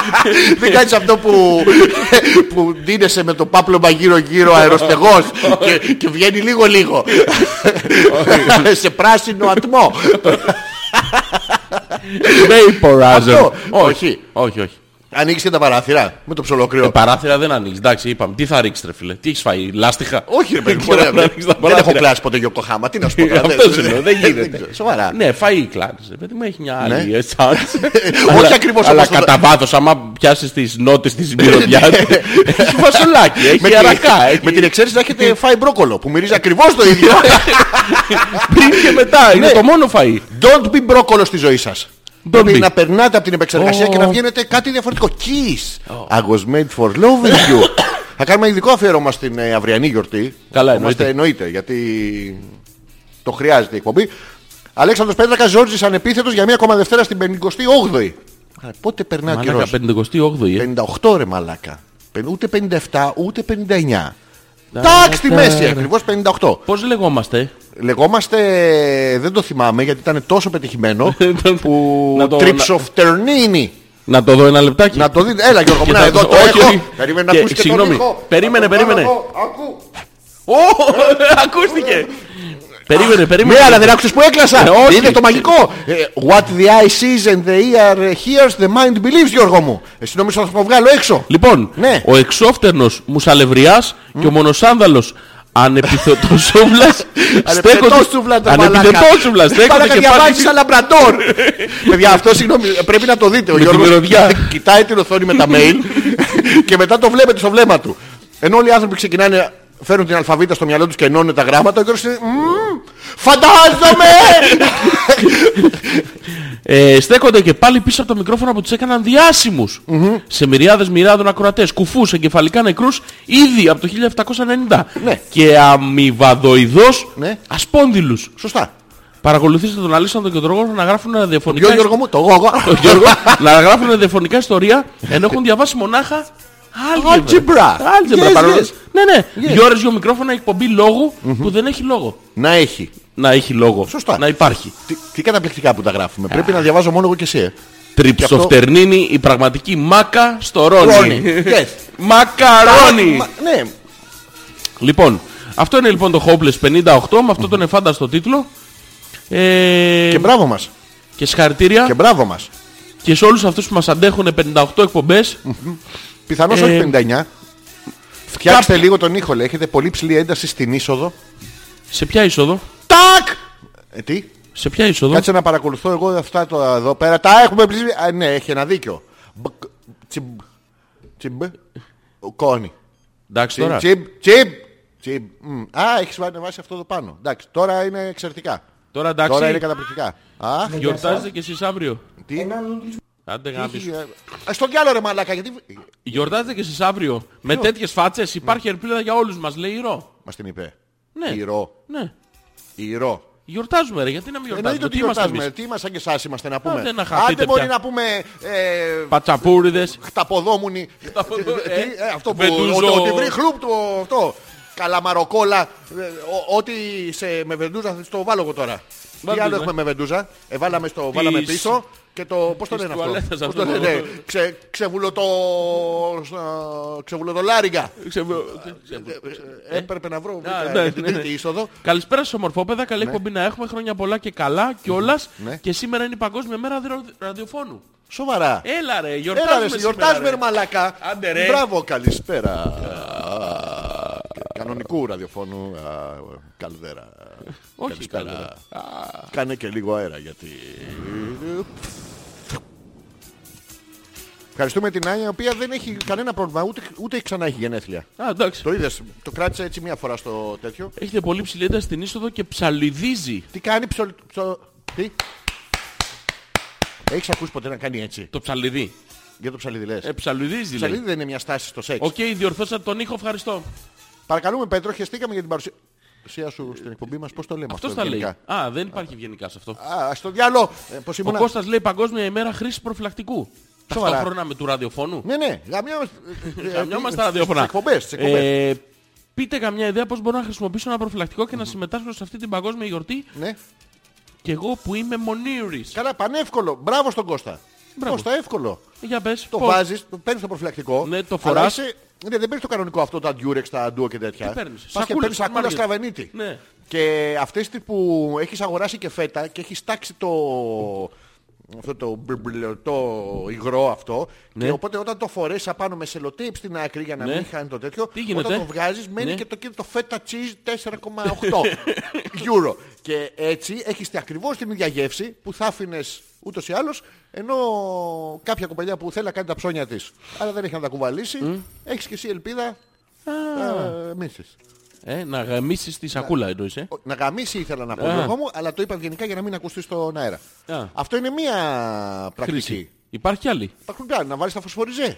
A: <laughs> Δεν κάνεις αυτό που, που ντύνεσαι με το πάπλωμα γύρω γύρω αεροστεγός και, και βγαίνει λίγο λίγο. σε πράσινο ατμό.
B: Vaporizer.
A: Αυτό.
B: Όχι, όχι, όχι.
A: Ανοίξεις και τα παράθυρα με το ψολοκρύο.
B: Ε, παράθυρα δεν ανοίγεις. Εντάξει, είπαμε. Τι θα ρίξεις ρε φίλε. Τι έχεις φάει, λάστιχα.
A: Όχι ρε
B: <laughs>
A: παιδί,
B: Ξέρω
A: μπορεί να-
B: να ανοίξεις τα
A: δεν
B: παράθυρα.
A: έχω κλάσει ποτέ Γιωκοχάμα. Τι να σου πω τώρα,
B: Αυτό σου λέω, δεν
A: ξέρω,
B: γίνεται.
A: Σοβαρά.
B: Ναι, φάει η κλάνης. Ρε παιδί μου έχει μια άλλη
A: Ναι.
B: chance.
A: <laughs> Όχι ακριβώς
B: Αλλά
A: όπως το- Ναι,
B: κατά βάθος, άμα πιάσεις τις νότες της
A: <laughs>
B: μυρωδιάς, έχει βασολάκι,
A: Με
B: έχει
A: την-
B: αρακά. έχει-
A: Με την εξαίρεση να έχετε φάει μπρόκολο που μυρίζει ακριβώς το ίδιο.
B: <laughs> Πριν και μετά, είναι
A: Ναι.
B: το μόνο φαΐ.
A: Don't be μπρόκολο στη ζωή σας.
B: be.
A: Πρέπει να περνάτε από την επεξεργασία
B: Oh.
A: και να βγαίνετε κάτι διαφορετικό. Kiss. I was made for loving
B: <coughs>
A: you. Θα κάνουμε ειδικό αφιέρωμα στην ε, αυριανή γιορτή.
B: Καλά,
A: Είμαστε εννοείται γιατί το χρειάζεται η εκπομπή. Αλέξανδρος Πέτρακα, Ζόρτζης ανεπίθετος για μία ακόμα Δευτέρα στην 58η. Άρα, Πότε περνά ο
B: Μαλάκα,
A: καιρός.
B: 58η. ε.
A: 58 ρε μαλάκα. Πεν- Ούτε 57 ούτε 59. Τάξ στη μέση ακριβώς 58.
B: Πώς λεγόμαστε.
A: Λεγόμαστε, δεν το θυμάμαι γιατί ήταν τόσο
B: <laughs>
A: πετυχημένο που
B: Να το-
A: Trips of Ternini.
B: Να το δω ένα λεπτάκι.
A: Να το δείτε. Έλα Γιώργο,
B: Και
A: μου, να
B: θα
A: εδώ
B: το-
A: το
B: όχι,
A: έχω.
B: όχι.
A: Περίμενε
B: Και,
A: να ακούσει και τον
B: συγγνώμη,
A: ήχο.
B: περίμενε,
A: Θα το
B: περίμενε.
A: βάλω εγώ. Ακού.
B: Ω, <laughs> Ακούστηκε. Περίμενε, περίμενε.
A: Ναι, αλλά δεν άκουσες που έκλασα.
B: Ε, όχι.
A: Είναι το μαγικό. Ε, What the eye sees and the ear hears, the mind believes, Γιώργο μου. Εσύ νομίζω θα το βγάλω έξω.
B: Λοιπόν,
A: Ναι.
B: ο εξόφτερνος μουσαλευριάς και ο μονοσάνδαλος
A: <laughs>
B: ανεπιθετοσούβλας
A: Ανεπιθετός σούβλα, τα μαλάκα.
B: Ανεπιθετοσούβλας στέκονται
A: Μαλάκα,
B: και πάλι
A: διαβάζεις σαν λαμπραντόρ. Παιδιά, αυτό συγγνώμη, πρέπει να το δείτε. Ο
B: Με τη
A: Γιώργος
B: μυρωδιά.
A: κοιτάει την οθόνη με τα
B: <laughs>
A: mail και μετά το βλέπετε στο βλέμμα του. Ενώ όλοι οι άνθρωποι ξεκινάνε, φέρουν την αλφαβήτα στο μυαλό τους και ενώνουν τα γράμματα, ο Γιώργος είναι «Μμμ, Φαντάζομαι!
B: Ε, στέκονται και πάλι πίσω από το μικρόφωνο που τους έκαναν διάσημους σε μυριάδες μοιράδων ακροατές, κουφούς, εγκεφαλικά νεκρούς ήδη από το 1790
A: Ναι.
B: και αμοιβαδοειδώς
A: Ναι.
B: ασπόνδυλους.
A: Σωστά.
B: Παρακολουθήστε τον Αλίσσανδο και τον Ρόγο να γράφουν διαφωνικά
A: Ποιο Γιώργο μου, το εγώ, εγώ.
B: Το Γιώργο, να γράφουν διαφωνικά ιστορία ενώ έχουν διαβάσει μονάχα
A: Algebra.
B: άλγεβρα. Άλγεβρα.
A: Yes,
B: παρόλο-
A: yes.
B: Ναι, ναι. Δύο ώρες, δύο μικρόφωνα, εκπομπή λόγου που δεν έχει λόγο.
A: <laughs> Να έχει.
B: Να έχει λόγο.
A: Σωστά.
B: Να υπάρχει.
A: Τι, τι καταπληκτικά που τα γράφουμε. Πρέπει να διαβάζω μόνο εγώ και εσύ. ε. αυτό-
B: Τριψοφτερνίνη, η πραγματική μάκα στο ρόνι.
A: Ρόνι. Yes.
B: Μακαρόνι.
A: Μα- Ναι,
B: Λοιπόν, αυτό είναι λοιπόν το Hopeless 58 με αυτόν τον εφάνταστο τίτλο. Ε,
A: και μπράβο μας.
B: και συγχαρητήρια
A: Και
B: και,
A: μπράβο μας.
B: σε όλους αυτούς που μας αντέχουν 58 εκπομπές
A: Πιθανώς
B: Ε,
A: όχι 59. Φτιάξτε λίγο τον ήχο, λέει. Έχετε πολύ ψηλή ένταση στην είσοδο.
B: σε ποια είσοδο
A: Τάκ! Ε, τι?
B: σε ποια είσοδο
A: Κάτσε να παρακολουθώ εγώ αυτά το εδώ πέρα. Τα έχουμε πλησιάσει. Α, ναι, έχει ένα δίκιο. Μπκ, Τσιμπ. Τσιμπ. Ο Κόνη.
B: εντάξει
A: Τσιμπ.
B: τώρα
A: Τσιμπ. Τσιμπ. τσιμπ. Μμ. Α, έχεις ανεβάσει αυτό εδώ πάνω. Εντάξει, τώρα είναι εξαιρετικά.
B: τώρα εντάξει
A: Τώρα είναι καταπληκτικά. Α,
B: Γιορτάζετε κι εσείς αύριο.
A: τι.
B: Άντε
A: Έχει,
B: γάμπη.
A: ε, Στο διάλογο ρε μαλάκα, γιατί...
B: Γιορτάζετε κι εσείς αύριο. Με τέτοιες φάτσες υπάρχει ελπίδα για όλους μας, λέει η Ρο.
A: Μας την είπε.
B: Ναι.
A: Ηρώ.
B: Ναι.
A: Ηρώ.
B: Γιορτάζουμε ρε, γιατί να μην
A: Εννοείται
B: γιορτάζουμε.
A: ότι
B: Τι Ε, είμαστε
A: γιορτάζουμε.
B: εμείς.
A: Τι ήμασταν και εσάς είμαστε να πούμε.
B: Άντε να χαθείτε
A: Άντε μπορεί
B: πια.
A: να πούμε ε,
B: Πατσαπούριδες.
A: χταποδόμουνη.
B: Χταποδό-
A: Τι,
B: ε,
A: ε, Αυτό που
B: βεντούζο.
A: ότι- ότι βρει χλουπ το αυτό. Καλαμαροκόλα. ε, ο- Ό,τι σε με βεντούζα θα στο βάλω εγώ τώρα. Τι
B: Βάλτε,
A: άλλο
B: ναι.
A: έχουμε με βεντούζα. Ε, βάλαμε στο βάλαμε
B: Τις-
A: πίσω. και το. Πώς το λένε
B: τουαλέτας
A: αυτό. Πώς
B: αυτό
A: το λένε.
B: το-
A: ναι. Ξε, ξεβουλωτο- σνα- ξεβουλωτολάριγκα. Ε, Έπρεπε να βρω βρήκα,
B: ναι,
A: για την
B: ναι, ναι.
A: τρίτη είσοδο.
B: Καλησπέρα σας ομορφόπεδα, καλή εκπομπή να έχουμε χρόνια πολλά και καλά κιόλας
A: Ναι.
B: και σήμερα είναι η Παγκόσμια Μέρα Ραδιο- Ραδιοφώνου.
A: Σοβαρά.
B: Έλα ρε,
A: Έλα ρε,
B: γιορτάζουμε
A: γιορτάζουμε ρε
B: σήμερα.
A: μαλακά.
B: Άντε, ρε.
A: Μπράβο, καλησπέρα. Κανονικού ραδιοφώνου α, καλδέρα.
B: Όχι,
A: Καλησπέρα.
B: καλδέρα.
A: Κάνε και λίγο αέρα γιατί... Ευχαριστούμε την Άνια η οποία δεν έχει κανένα πρόβλημα, ούτε, ούτε ξανά έχει γενέθλια.
B: ρε. Α, εντάξει.
A: Το είδες, το κράτησε έτσι μία φορά στο τέτοιο.
B: Έχετε πολύ ψηλή ένταση στην είσοδο και ψαλιδίζει.
A: Τι κάνει ψολ... ψο- Τι? Έχεις ακούσει ποτέ να κάνει έτσι.
B: Το ψαλιδί.
A: Για το ψαλίδι λες.
B: Ε, ψαλιδίζει λέει.
A: ψαλίδι δεν είναι μια στάση στο σεξ.
B: Οκ, διορθώσατε τον ήχο, ευχαριστώ.
A: Παρακαλούμε Πέτρο, χαιρετήκαμε για την παρουσία σου στην εκπομπή μας. Πώς το λέμε αυτός,
B: Αυτό τα λέει.
A: γενικά?
B: Α, δεν υπάρχει ευγενικά σε αυτό.
A: Α, στο διάλογο. Ε, πώς
B: Ο
A: ήμουνα.
B: Κώστας λέει Παγκόσμια ημέρα χρήση προφυλακτικού.
A: Σοβαρά.
B: Ταυτόχρονα με του ραδιοφώνου.
A: Ναι, ναι. Γαμιά...
B: Γαμιόμαστε τα ραδιόφωνα.
A: ε, Στις εκπομπές, στις εκπομπές.
B: Ε, πείτε καμιά ιδέα πώς μπορώ να χρησιμοποιήσω ένα προφυλακτικό και να συμμετάσχω σε αυτή την παγκόσμια γιορτή
A: Ναι.
B: και εγώ που είμαι μονίρης.
A: Καλά, πανεύκολο. Μπράβο στον Κώστα.
B: Μπράβο.
A: Κώστα, εύκολο.
B: Για πες.
A: Το
B: πώς.
A: βάζεις, το παίρνεις το προφυλακτικό.
B: Ναι, το
A: αλλά
B: φοράς.
A: είσαι- Ναι, δεν παίρνεις το κανονικό αυτό, τα ντιούρεξ, τα ντουο και τέτοια.
B: Τι παίρνεις,
A: Πας και
B: σακούλες,
A: παίρνεις σακούλα
B: μάρκετ.
A: στραβενίτη.
B: Ναι.
A: Και αυτές τι που έχεις αγοράσει και φέτα και έχεις τάξει το... Αυτό το μπλεωτό υγρό αυτό. Και οπότε όταν το φορέσεις απάνω με σελοτέιπ στην άκρη για να
B: Ναι.
A: μην χάνει το τέτοιο,
B: Τι γίνεται?
A: όταν το βγάζεις μένει
B: Ναι.
A: και το, το φέτα cheese 4,8
B: <laughs>
A: euro. Και έτσι έχεις ακριβώς την ίδια γεύση που θα άφηνες ούτως ή άλλως ενώ κάποια κοπελιά που θέλει να κάνει τα ψώνια της αλλά δεν έχει να τα κουβαλήσει, έχεις και εσύ ελπίδα να μείνεις.
B: Ε, να γαμίσεις τη σακούλα εννοείς, ε.
A: Ο- Να γαμίσει ήθελα να πω
B: Α.
A: εγώ μου, αλλά το είπα ευγενικά για να μην ακουστείς στον αέρα.
B: Α.
A: Αυτό είναι μία πρακτική.
B: Χρήση. Υπάρχει κι άλλη.
A: Υπάρχουν και άλλα, να βάλεις τα φωσφοριζέ.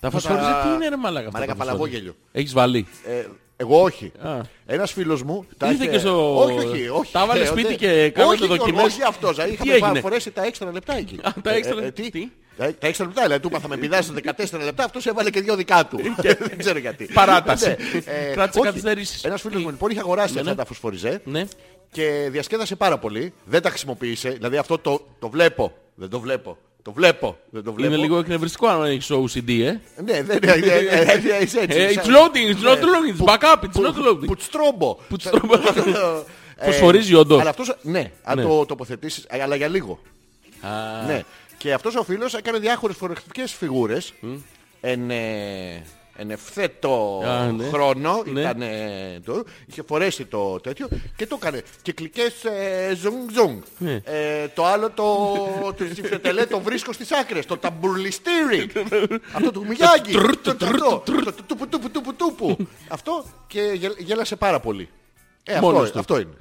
B: Τα φωσφοριζέ τι είναι ρε μαλάκα αυτά
A: Μαλάκα,
B: τα φωσφοριζέ.
A: παλαβόγελιο.
B: Έχεις βάλει.
A: Ε, εγώ όχι.
B: Α.
A: Ένας φίλος μου.
B: Ήρθε
A: είχε-
B: και στο-
A: Όχι, όχι, όχι.
B: Τα έβαλε
A: Ε,
B: σπίτι
A: δεν-
B: και κάνατε
A: όχι,
B: δοκιμές.
A: Όχι, όχι αυτό.
B: Τι
A: Είχαμε
B: έγινε?
A: πα- φορέσει τα έξτρα λεπτά εκεί.
B: Α, τα έξτρα-
A: Ε, ε, τι?
B: τι?
A: Τα τα έξτρα λεπτά, δηλαδή του είπα θα με πηδάσεις 14 λεπτά, αυτός έβαλε και δύο δικά του. <laughs> Δεν ξέρω γιατί.
B: Ε, Παράταση.
A: Ναι. Ε,
B: <laughs> Κράτησε
A: όχι.
B: καθυστερήσεις.
A: Ένας φίλος μου λοιπόν είχε αγοράσει αυτά τα φωσφοριζέ
B: Ναι.
A: και διασκέδασε πάρα πολύ. Δεν τα χρησιμοποίησε. Δηλαδή αυτό το, το βλέπω. Δεν το βλέπω. Το βλέπω. Δεν το βλέπω.
B: Είναι λίγο εκνευριστικό αν έχεις OCD, ε.
A: Ναι, δεν είναι. είναι- είναι- είναι- είσαι έτσι.
B: <laughs> Ε,
A: σαν-
B: It's loading, it's not
A: Ναι.
B: loading, it's back up, it's not loading.
A: Πουτστρόμπο.
B: Πουτστρόμπο. <laughs>
A: Ε,
B: Φωσφορίζει όντως.
A: Αλλά αυτός, ναι, αν
B: Ναι.
A: το τοποθετήσεις, ε, αλλά για λίγο. Ναι. Και αυτός ο φίλος έκανε διάφορες φορευτικές φιγούρες. Εν, ε, εν ευθέτω
B: Α, ναι.
A: χρόνο
B: Ναι.
A: ήταν ε, το, είχε φορέσει το τέτοιο και το έκανε κυκλικές ε, ζουγ ζουγ
B: Ναι.
A: ε, το άλλο το,
B: <laughs>
A: το τσιφτετελέ το βρίσκω στις άκρες το ταμπουρλιστήρι αυτό του Μιγιάγκη
B: Το τρρ, το
A: το
B: τρρ, το
A: αυτό, το τούπου τούπου τούπου
B: <laughs>
A: τούπου αυτό και γελ- γέλασε πάρα πολύ ε, αυτό,
B: Μόνος
A: είναι,
B: του.
A: αυτό είναι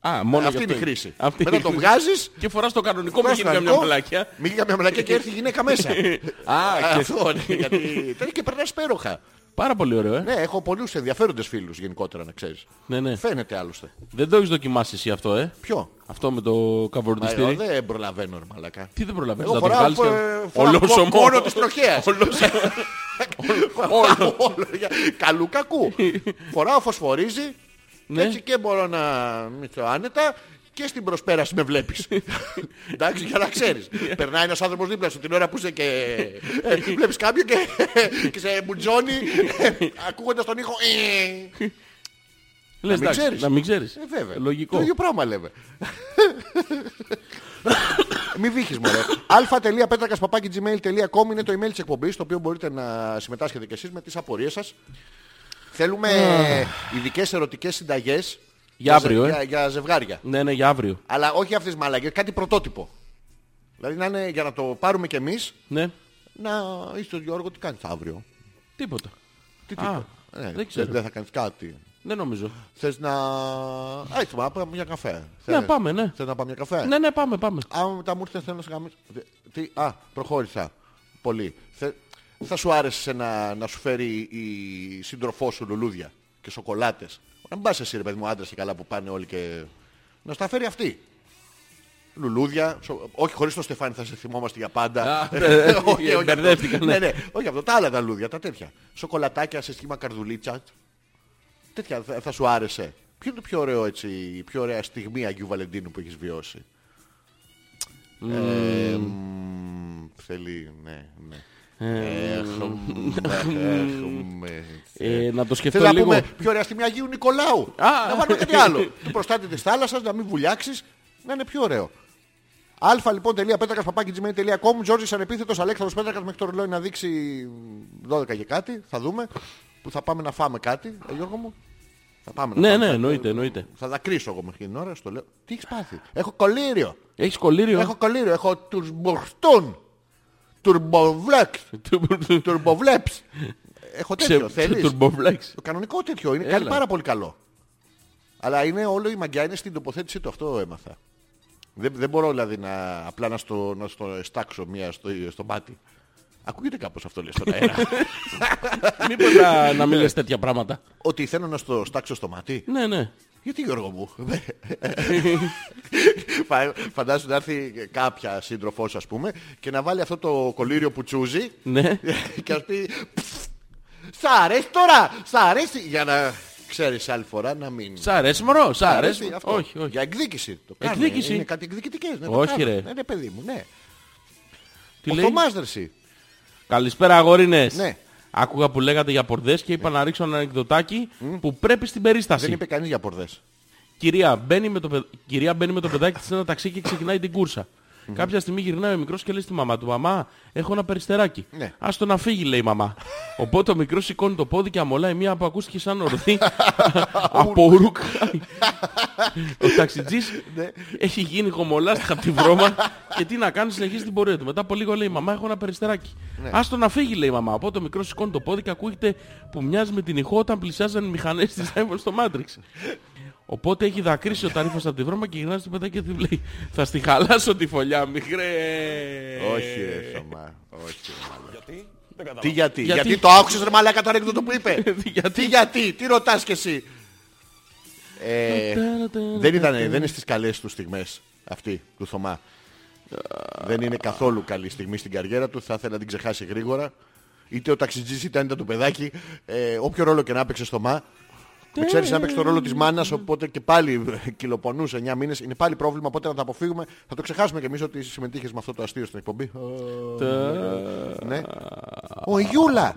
B: Α, μόνο
A: Ε, αυτή
B: γι'
A: είναι
B: αυτό
A: η χρήση
B: Αυτή
A: μετά
B: είναι
A: το
B: η χρήση.
A: βγάζεις
B: Και φοράς το κανονικό που
A: Πας
B: γίνει καμιά
A: κανονικό,
B: μπλάκια.
A: μην γίνει καμιά μαλακιά
B: <laughs>
A: και έρθει η γυναίκα μέσα. Ε,
B: Α, και-
A: αυτό ναι, γιατί τέλει και περνάς υπέροχα.
B: Πάρα πολύ ωραίο, ε.
A: Ναι, έχω πολλούς ενδιαφέροντες φίλους γενικότερα να ξέρεις.
B: Ναι, ναι.
A: Φαίνεται άλλωστε.
B: Δεν το έχεις δοκιμάσει εσύ αυτό, ε.
A: Ποιο.
B: Αυτό με το
A: Μα, Εγώ
B: καβουρντιστήρι.
A: δεν προλαβαίνω ρε μαλακά.
B: Τι δεν προλαβαίνεις
A: Εγώ
B: να το
A: φοράω,
B: βγάλεις.
A: ε,
B: και-
A: φοράω
B: Ολόσωμο.
A: μόνο της τροχέας.
B: Ολόσωμο.
A: Φοράω όλο, για- Καλού κακού. Φοράω φωσφορίζει.
B: Ναι.
A: Έτσι και μπορώ να μυθώ άνετα και στην προσπέραση με
B: <laughs>
A: βλέπεις. Εντάξει, για να ξέρεις. Περνάει ένας άνθρωπος δίπλα σου την ώρα που είσαι και ε, βλέπεις κάποιον και, και σε μπουτζώνει ε, ακούγοντας τον ήχο. ε,
B: Λες,
A: μην
B: εντάξει,
A: ξέρεις.
B: Να μην ξέρεις.
A: Ε, βέβαια. Το
B: Λογικό.
A: ίδιο πράγμα λέμε. Μη βύχεις μωρέ. α.πέτρακας.gmail.com είναι το email της εκπομπής το οποίο μπορείτε να συμμετάσχετε κι εσείς με τις απορίες σας. Θέλουμε ειδικές ερωτικές συνταγές
B: Για αύριο, ε.
A: για, για ζευγάρια.
B: Ναι, ναι, για αύριο.
A: Αλλά όχι αυτές τις μαλακές, κάτι πρωτότυπο. Δηλαδή να είναι για να το πάρουμε κι εμείς
B: Ναι.
A: να είσαι ο Γιώργο τι κάνεις αύριο.
B: Τίποτα.
A: Τι
B: Α,
A: τίποτα. Ε,
B: δεν
A: δεν,
B: ξέρω.
A: δεν θα κάνεις κάτι.
B: Δεν νομίζω.
A: Θες να... Έτσι, να πάμε για καφέ.
B: Ναι,
A: Θες-
B: πάμε, ναι.
A: Θες να πάμε για καφέ.
B: Ναι, ναι, πάμε, πάμε.
A: Άμα μετά μου ήρθε θέλω να σε γαμίσω. Δε- Τι, α, προχώρησα. Πολύ. Θε- θα σου άρεσε να, να σου φέρει η σύντροφό σου λουλούδια και σοκολάτες. Να μην πας εσύ ρε παιδί μου άντρας και καλά που πάνε όλοι και... Να σου τα φέρει αυτή. Λουλούδια, σο- όχι χωρίς το Στεφάνι θα σε θυμόμαστε για πάντα. <laughs>
B: Α, ναι,
A: Όχι, όχι αυτό.
B: μπερδεύτηκα, ναι.
A: Ναι, ναι, όχι αυτό, τα άλλα τα λουλούδια, τα τέτοια. Σοκολατάκια σε σχήμα καρδουλίτσα. Τέτοια θα, θα σου άρεσε. Ποιο είναι το πιο ωραίο έτσι, η πιο ωραία στιγμή Αγίου Βαλεντίνου που έχεις βιώσει. Ε, μ, Θέλει, ναι, ναι. Ε,
B: <laughs>
A: χμ, ε, χμ, ε,
B: Ε, να το σκεφτώ
A: Θέλω να
B: λίγο.
A: πούμε πιο ωραία στιγμή Αγίου Νικολάου.
B: Α.
A: να βάλουμε κάτι άλλο. <laughs> Του προστάτη της θάλασσας, να μην βουλιάξεις, να είναι πιο ωραίο. Α λοιπόν τελεία πέτρακας παπάκι.gmail.com Τζόρζη ανεπίθετος Αλέξανδρος Πέτρακας μέχρι το ρολόι να δείξει 12 και κάτι. Θα δούμε. Που θα πάμε να φάμε κάτι, ε, Γιώργο μου. Θα πάμε να
B: Ναι,
A: φάμε
B: ναι,
A: κάτι.
B: εννοείται, εννοείται.
A: Θα δακρύσω εγώ μέχρι την ώρα, στο λέω. Τι έχεις πάθει. Έχω κολύριο.
B: Έχεις κολλήριο.
A: Έχω κολύριο. Έχω τουρμπορστούν. Τουρμποβλέξ. Τουρμποβλέψ. Έχω τέτοιο. Θέλεις.
B: Τουρμποφλέξ.
A: Το κανονικό τέτοιο είναι.
B: Έλα.
A: Κάνει πάρα πολύ καλό. Αλλά είναι όλο η μαγκιά είναι στην τοποθέτησή του. Αυτό έμαθα. Δεν, δεν μπορώ δηλαδή να, απλά να στο, να στο εστάξω μία στο, στο μάτι. Ακούγεται κάπως αυτό λες στον
B: <laughs>
A: αέρα.
B: Μήπως να, να μην λες τέτοια πράγματα.
A: Ότι θέλω να στο στάξω στο μάτι.
B: Ναι, ναι.
A: Γιατί Γιώργο
B: <laughs>
A: μου. Φα- Φαντάσου να έρθει κάποια σύντροφός ας πούμε και να βάλει αυτό το κολύριο που τσούζει
B: Ναι.
A: <laughs> και ας πει «Πφ, Σ' αρέσει τώρα, σ' αρέσει για να ξέρεις άλλη φορά να μην...
B: Σ' αρέσει μωρό, σ' αρέσει.
A: αρέσει αυτό.
B: Όχι, όχι.
A: Για εκδίκηση. Το κάνουν.
B: Εκδίκηση.
A: Είναι κάτι εκδικητικές. Ναι, το
B: Όχι,
A: κάνουν.
B: ρε.
A: Ναι, ναι, παιδί μου, ναι.
B: Τι
A: Ο
B: λέει.
A: Θωμάς, ρε, εσύ.
B: Καλησπέρα αγορινές.
A: Ναι.
B: Άκουγα που λέγατε για πορδές και είπα να ρίξω ένα ανεκδοτάκι που πρέπει στην περίσταση.
A: Δεν είπε κανείς για πορδές.
B: Κυρία, μπαίνει με το, παι- Κυρία μπαίνει με το παιδάκι της σε ένα ταξί και ξεκινάει την κουρσα Κάποια στιγμή γυρνάει ο μικρός και λέει στη μαμά του «Μαμά, έχω ένα περιστεράκι».
A: Ναι.
B: Ας το να φύγει, λέει η μαμά. Οπότε ο μικρός σηκώνει το πόδι και αμολάει μία που ακούστηκε σαν ορθή
A: <laughs>
B: από ουρουκ. ο ταξιτζής
A: Ναι.
B: έχει γίνει χομολάστιχα από τη βρώμα και τι να κάνει, συνεχίζει την πορεία του. Μετά από λίγο λέει «Μαμά, έχω ένα περιστεράκι».
A: Ναι.
B: Άστο να φύγει, λέει η μαμά. Οπότε ο μικρός σηκώνει το πόδι και ακούγεται που μοιάζει με την ηχό όταν πλησιάζαν οι μηχανές της Apple στο Matrix. Οπότε έχει δακρύσει ο ταρήφας από τη βρώμα και γυρνάει στο παιδάκι και του λέει «Θα στη χαλάσω τη φωλιά, μικρέ».
A: Όχι, ρε, Θωμά. Όχι, ρε, μαλάκα.
C: Ε, Γιατί δεν καταλαβαίνω.
A: Τι γιατί,
B: Γιατί-
A: γιατί το άκουσες ρε μαλάκα το ανέκδοτο που είπε.
B: <laughs> Γιατί?
A: Τι γιατί, τι ρωτάς κι εσύ. Ε, δεν ήταν, δεν είναι στις καλές του στιγμές αυτή του Θωμά. δεν είναι καθόλου καλή στιγμή στην καριέρα του, θα ήθελα να την ξεχάσει γρήγορα. Είτε ο ταξιτζής είτε αν ήταν το παιδάκι, ε, όποιο ρόλο και να έπαιξε Θωμά, με ξέρεις να παίξει το ρόλο της μάνας, οπότε και πάλι κυλοπονούσε 9 μήνες. Είναι πάλι πρόβλημα, οπότε να τα αποφύγουμε. Θα το ξεχάσουμε κι εμείς ότι συμμετείχες με αυτό το αστείο στην εκπομπή. ναι. Ο Γιούλα!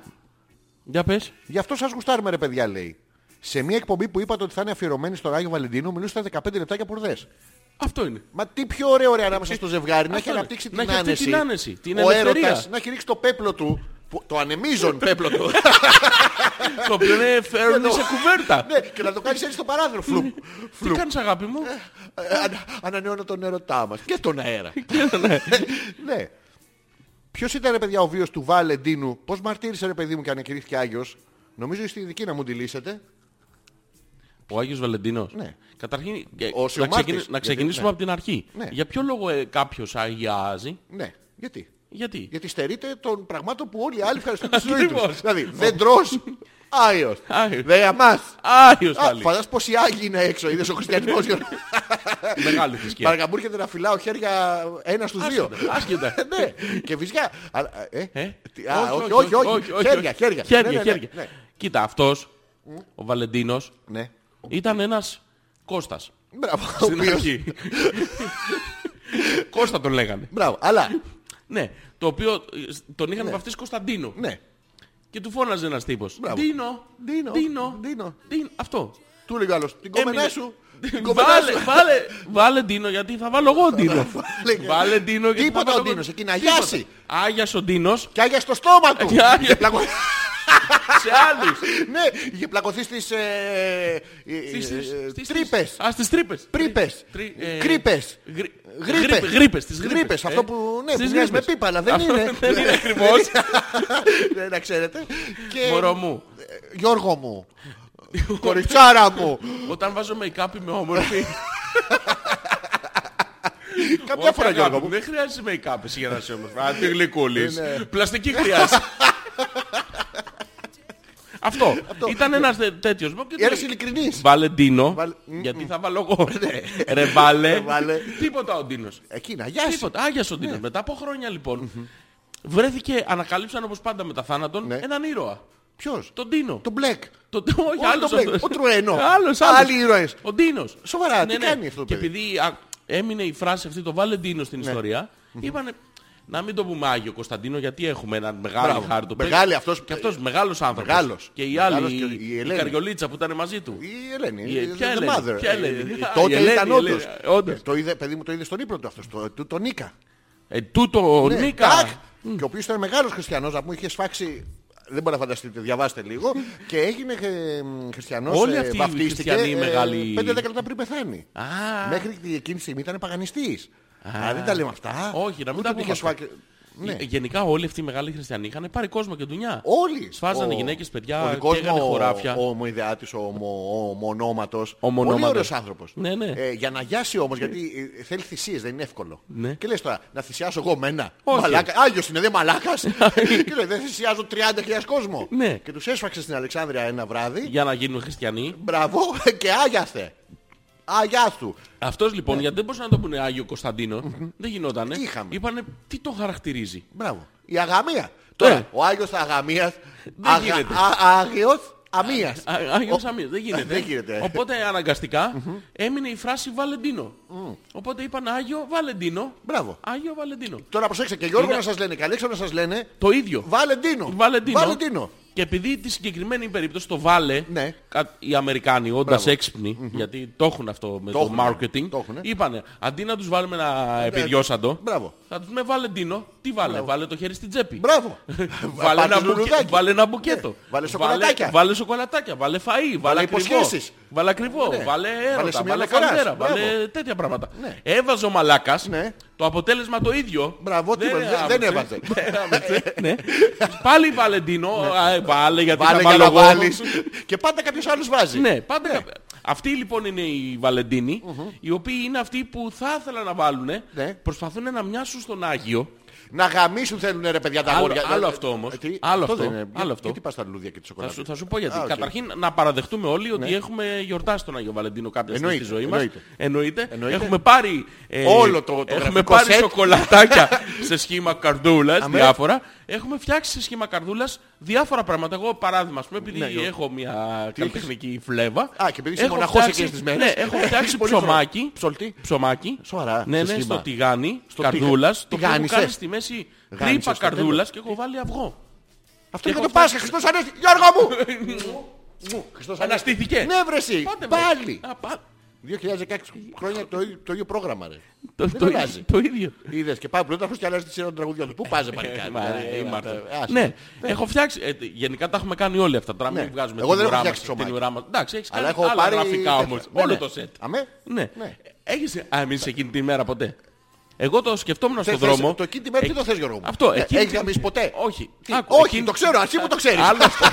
B: Για πες.
A: Γι' αυτό σας γουστάρουμε ρε παιδιά λέει. Σε μια εκπομπή που είπατε ότι θα είναι αφιερωμένη στον Άγιο Βαλεντίνο, μιλούσατε 15 λεπτά για πουρδές.
B: Αυτό είναι.
A: Μα τι πιο ωραίο ρε ανάμεσα στο ζευγάρι να έχει
B: Ε, Αυτό είναι.
A: αναπτύξει
B: Να
A: την
B: έχει αυτή
A: άνεση.
B: την άνεση, την
A: ο
B: ελευθερία.
A: έρωτας να έχει ρίξει το πέπλο του. που- το
B: <laughs>
A: ανεμίζον πέπλο του.
B: Το οποίο είναι φέρνεις σε κουβέρτα.
A: <laughs> ναι, και να το κάνεις έτσι στο παράθυρο. Φλουπ.
B: Τι
A: φλουπ.
B: κάνεις αγάπη μου.
A: Ε, ανα- ανανεώνω τον ερωτά μας και τον αέρα. ναι. Ποιος ήταν ρε παιδιά ο βίος του Βαλεντίνου, πώς μαρτύρησε ρε παιδί μου και ανακηρύχθηκε Άγιος. Νομίζω είστε ειδικοί να μου τη λύσετε.
B: Ο Άγιος Βαλεντίνος.
A: Ναι.
B: Καταρχήν, ε,
A: Ο
B: να,
A: Σιωμάτης,
B: ξεκινη- να
A: γιατί-
B: ξεκινήσουμε
A: ναι.
B: από την αρχή.
A: Ναι.
B: Για ποιο λόγο ε, κάποιος αγιάζει.
A: Ναι, γιατί.
B: Γιατί.
A: Γιατί στερείται των πραγμάτων που όλοι οι άλλοι ευχαριστούν τη ζωή τους.
B: Ακριβώς.
A: δηλαδή, δεν
B: <laughs>
A: τρως, Άγιος.
B: Άγιος.
A: Δεν αμάς.
B: Άγιος
A: Α,
B: πάλι.
A: Φαντάζομαι πόσοι Άγιοι είναι έξω, είδες ο χριστιανισμός.
B: Μεγάλη θρησκεία.
A: Παρακαλώ, μου έρχεται να φυλάω χέρια ένα στους δύο.
B: Άσχετα, άσχετα.
A: <laughs> Ναι, και βυζιά. Αλλά, ε,
B: Ε?
A: τι- α, όχι, όχι, όχι. Χέρια, χέρια. Ναι, ναι,
B: Χέρια,
A: ναι,
B: χέρια.
A: ναι.
B: Κοίτα, αυτός, ο Βαλεντίνος,
A: Ναι.
B: ήταν ένας Κώστας.
A: Μπράβο. ο
B: Στην
A: οποίος- <laughs>
B: αρχή. Κώστα τον λέγανε.
A: Μπράβο. Αλλά,
B: Ναι, το οποίο ε, σ- τον είχαν βαφτίσει Κωνσταντίνο.
A: ναι.
B: Και του φώναζε ένας τύπος.
A: Μπράβο.
B: Ντίνο,
A: Ντίνο,
B: Ντίνο,
A: Ντίνο.
B: Ντίν- Αυτό.
A: Του λέει ο άλλος, την κομμενά
B: Έμεινε.
A: σου. Την κομμενά
B: Βάλε,
A: σου.
B: βάλε, βάλε Ντίνο γιατί θα βάλω εγώ Ντίνο. Βάλε Ντίνο γιατί
A: Τίποτα
B: θα βάλω
A: ο
B: εγώ-
A: Ντίνος, εκεί να
B: Τίποτα.
A: γιάσει.
B: Άγιας ο Ντίνος
A: Και άγια στο στόμα του.
B: Και άγια.
A: Και πλακω- <laughs>
B: σε άλλους.
A: Ναι, είχε πλακωθεί στις ε, ε,
B: Στις- στις-
A: ε,
B: στις-
A: τρύπες.
B: Α, στις τρύπες.
A: Πρίπες.
B: Τρι- ε,
A: Κρύπες.
B: γρι-
A: Γρίπες.
B: γρίπες, Γρίπες. τις
A: Γρίπες,
B: ε.
A: αυτό που, ναι,
B: Στις
A: που μοιάζει με
B: γρίπες.
A: πίπα, αλλά δεν
B: Αυτό
A: είναι. Δηλαδή,
B: Δεν είναι ακριβώς.
A: <laughs> Ναι, Να
B: <laughs>
A: ξέρετε. Και-
B: Μωρό μου.
A: Ε, Γιώργο μου. Κοριτσάρα μου.
B: Όταν βάζω make-up είμαι
A: <laughs>
B: όμορφη.
A: Καμιά
B: Όχι,
A: φορά
B: αγάπη
A: Γιώργο
B: μου,
A: μου.
B: Δεν χρειάζεσαι make-up εσύ για να είσαι όμορφη. Α, τι γλυκούλης.
A: Ε, ναι.
B: Πλαστική
A: <laughs>
B: χρειάζεται. Αυτό. Ήταν ένας τε- τέτοιος. Μου και του
A: Ένας
B: λέει,
A: ειλικρινής.
B: Βαλεντίνο.
A: Βαλ-
B: Γιατί θα βάλω εγώ. Ρε βάλε.
A: <laughs> βάλε. Ναι.
B: Τίποτα ο Ντίνος.
A: Εκεί να γιάσει.
B: Τίποτα. Άγιας ο Ντίνος. Μετά από χρόνια λοιπόν. Βρέθηκε, ανακαλύψαν όπως πάντα μετά θάνατον,
A: Ναι.
B: έναν ήρωα.
A: Ποιος.
B: Τον Ντίνο.
A: Το μπλεκ.
B: Το, το, όχι,
A: Ο-
B: άλλος
A: το Black,
B: αυτός.
A: ο Τρουένο.
B: Άλλος, άλλος.
A: Άλλοι ήρωες.
B: Ο Ντίνος. Ναι,
A: Σοβαρά, τι κάνει αυτό το
B: Και
A: παιδί? Ναι.
B: επειδή α, Έμεινε η φράση αυτή, το Βαλεντίνο στην ιστορία. Είπανε, να μην το πούμε Άγιο Κωνσταντίνο, γιατί έχουμε έναν μεγάλο
A: Μπράβο.
B: χάρτο.
A: Μεγάλη αυτός-
B: Και αυτός μεγάλος άνθρωπος.
A: Μεγάλος.
B: Και η
A: Μεγάλος
B: άλλη,
A: και η
B: η,
A: Ελένη.
B: Καριολίτσα που ήταν μαζί του.
A: Η Ελένη.
B: Η-
A: η-
B: ποια
A: the
B: Ελένη,
A: mother.
B: ποια Ελένη.
A: Ε,
B: Η
A: Τότε
B: Ελένη,
A: ήταν
B: η Ελένη, Ε,
A: όντως.
B: όντως.
A: Το είδε, παιδί μου, το είδε στον ύπνο του αυτός. Το, του τον Νίκα.
B: Ε, τούτο
A: Ναι,
B: Νίκα. Ε,
A: τάκ. Και ο οποίος ήταν μεγάλος χριστιανός, να πούμε, είχε σφάξει... Δεν μπορώ να φανταστείτε, διαβάστε
B: <laughs>
A: λίγο. και έγινε ε, μ, χριστιανός,
B: Όλοι
A: ε,
B: αυτοί οι
A: βαφτίστηκε
B: χριστιανοί μεγάλοι-
A: 5-10 λεπτά πριν πεθάνει.
B: Α.
A: Μέχρι την εκείνη τη στιγμή ήταν παγανιστής. Αλλά δεν τα λέμε αυτά.
B: Όχι, να μην
A: Ούτε ότι
B: τα πούμε
A: είχε
B: αυτά.
A: σφάξει- Ναι.
B: Ε, Γενικά όλοι αυτοί οι μεγάλοι χριστιανοί είχαν πάρει κόσμο και δουλειά.
A: Όλοι.
B: Σφάζανε
A: Ο-
B: γυναίκες, παιδιά,
A: ο δικός
B: καίγανε
A: μου ο-
B: χωράφια.
A: Ο ομοειδεάτης, ο ομο- ο ομονόματος. Πολύ
B: μονόματος.
A: ωραίος άνθρωπος.
B: Ναι, ναι.
A: Ε, για να γιάσει όμως, γιατί ε, θέλει θυσίες, δεν είναι εύκολο.
B: Ναι.
A: Και λες τώρα, να θυσιάσω εγώ μένα.
B: Όχι.
A: Μαλάκα. Άγιος είναι, δεν
B: <laughs>
A: μαλάκας. και λέει, δεν θυσιάζω 30.000 κόσμο.
B: Ναι.
A: Και τους έσφαξε στην Αλεξάνδρεια ένα βράδυ.
B: Για να γίνουν χριστιανοί.
A: Μπράβο <laughs> και άγιαθε. Αγιάθου.
B: Αυτός λοιπόν, γιατί δεν μπορούσαν να το πούνε Άγιο Κωνσταντίνο, δεν γινότανε.
A: Τι Ναι. είχαμε.
B: Είπανε τι τον χαρακτηρίζει.
A: Μπράβο. Η αγαμία. Τώρα, ο Άγιος Αγαμίας.
B: Ναι. Δεν
A: αγα-
B: γίνεται.
A: α- Άγιος Αμίας.
B: Α- Άγιος Αμίας, δεν γίνεται.
A: Δεν γίνεται.
B: Οπότε αναγκαστικά έμεινε η φράση Βαλεντίνο. Οπότε είπαν Άγιο Βαλεντίνο.
A: Μπράβο.
B: Άγιο Βαλεντίνο.
A: Τώρα προσέξτε και Γιώργο
B: Είναι-
A: να σας λένε και Αλέξανδρος να σας λένε
B: Το ίδιο.
A: Βαλεντίνο.
B: Βαλεντίνο.
A: Βαλεντίνο.
B: Και επειδή τη συγκεκριμένη περίπτωση το βάλε
A: Ναι.
B: κα- οι Αμερικάνοι, όντας έξυπνοι, γιατί το έχουν αυτό με το,
A: έχουν,
B: marketing,
A: το έχουν.
B: είπανε αντί να τους βάλουμε ένα επιδιώσαντο,
A: Ε, Μπράβο.
B: θα τους με Βαλεντίνο, τι βάλε, βάλε το χέρι στην τσέπη.
A: Μπράβο.
B: <laughs> Βάλε ένα,
A: Πάρτε
B: μπουκε-
A: λουλουδάκι.
B: βάλε ένα μπουκέτο.
A: Ναι. Βάλε σοκολατάκια.
B: Βάλε, βάλε σοκολατάκια, βάλε φαΐ, βάλε, ακριβό.
A: υποσχέσεις.
B: Βάλε ακριβό,
A: Ναι.
B: βάλε
A: Βάλε
B: έρωτα,
A: σημεία
B: βάλε
A: αναφοράς.
B: καλδέρα, βάλε
A: Μπράβο.
B: τέτοια πράγματα.
A: Ναι.
B: Έβαζε ο μαλάκας,
A: Ναι.
B: το αποτέλεσμα το ίδιο.
A: Μπράβο, τίποτα. Δεν-
B: άμεσε.
A: δεν έβαζε. <laughs> Ναι.
B: Δεν άμεσε, ναι. Πάλι Βαλεντίνο, α, ε, βάλε γιατί θα
A: Βάλε για
B: βάλω
A: να
B: εγώ.
A: βάλεις. Και πάντα κάποιος άλλος βάζει.
B: Ναι, πάντα κάποια- Αυτοί λοιπόν είναι οι Βαλεντίνοι, οι οποίοι είναι αυτοί που θα ήθελαν να βάλουν,
A: Ναι.
B: προσπαθούν να μοιάσουν στον Άγιο.
A: Να γαμίσουν θέλουν ρε παιδιά τα
B: Άλλο-
A: αγόρια.
B: άλλο
A: Ε,
B: αυτό όμως.
A: τι-
B: Άλλο αυτό.
A: δεν είναι. Για-
B: Άλλο αυτό.
A: Γιατί πας τα λουλούδια και τη
B: Θα
A: σοκολάτα.
B: σου, θα σου πω γιατί.
A: Α, οκ. Ναι.
B: Καταρχήν να παραδεχτούμε όλοι ότι έχουμε γιορτάσει τον Άγιο Βαλεντίνο κάποια στιγμή στη
A: Εννοείται,
B: ζωή μας.
A: εννοείται.
B: Εννοείται.
A: Εννοείται.
B: Έχουμε πάρει, ε,
A: Όλο το- το
B: έχουμε
A: γραφικό
B: πάρει
A: σετ.
B: σοκολατάκια <laughs> σε σχήμα καρδούλας,
A: Αμέ.
B: διάφορα. Έχουμε φτιάξει σε σχήμα καρδούλας διάφορα πράγματα. Εγώ παράδειγμα, ας πούμε, επειδή
A: Ναι,
B: έχω μια καλλιτεχνική φλέβα.
A: Α, και επειδή είσαι
B: έχω
A: μοναχός
B: φτιάξει-
A: εκείνες τις μέρες. Ε,
B: Ναι, έχω φτιάξει
A: Πολύ ωραία.
B: ψωμάκι.
A: Ψολτή.
B: Ψωμάκι.
A: Σοβαρά,
B: Ναι,
A: σε
B: ναι,
A: σχήμα.
B: στο τηγάνι
A: Στο
B: καρδούλας.
A: τηγα-
B: Το οποίο μου
A: τηγάνισες.
B: κάνει στη μέση
A: Γάνισες
B: τρύπα
A: στο τέλος.
B: καρδούλας και έχω βάλει αυγό.
A: Αυτό είναι
B: Έχω
A: για το Πάσχα. Χριστός Ανέστη. Γιώργο μου.
B: <laughs>
A: Μου, Χριστός Ανέστη.
B: Αναστήθηκε.
A: Ναι βρε εσύ.
B: Πάτε, βρε.
A: Πάλι.
B: Α, πά-
A: 2016 χρόνια το ίδιο- το ίδιο πρόγραμμα ρε.
B: Το,
A: Δεν
B: το,
A: αλλάζει.
B: το ίδιο.
A: Είδες και πάει πλούταρχος και αλλάζει τη σειρά των τραγουδιών του. Πού πας ρε παλικάρι.
B: Μα,
A: Ε,
B: ε,
A: ε,
B: είμαστε.
A: ε, άσε.
B: Ναι, έχω φτιάξει. ε, τε- γενικά τα έχουμε κάνει όλοι αυτά. Τώρα μην
A: Ναι.
B: βγάζουμε
A: Εγώ
B: την
A: δεν έχω
B: ουρά μας,
A: φτιάξει
B: την
A: ψωμάκι.
B: ουρά μας. Εντάξει, έχεις
A: Αλλά
B: κάνει
A: έχω
B: άλλα
A: πάρει
B: γραφικά
A: τέτοια.
B: όμως.
A: Ναι,
B: όλο
A: ναι.
B: το σετ.
A: Αμέ.
B: Ναι.
A: Ναι.
B: Έχεις άμυνση εκείνη τη μέρα ποτέ. Εγώ το σκεφτόμουν στον
A: θες-
B: δρόμο.
A: το εκείνη τη μέρα τι το θες, Γιώργο μου?
B: Αυτό.
A: Ε,
B: εκείνη
A: έχεις
B: τη-
A: γαμίσει ποτέ?
B: Όχι.
A: Τι,
B: Άκου,
A: όχι,
B: εκείνη-
A: το ξέρω, εσύ μου το ξέρεις. <laughs>
B: Άλλο αυτό.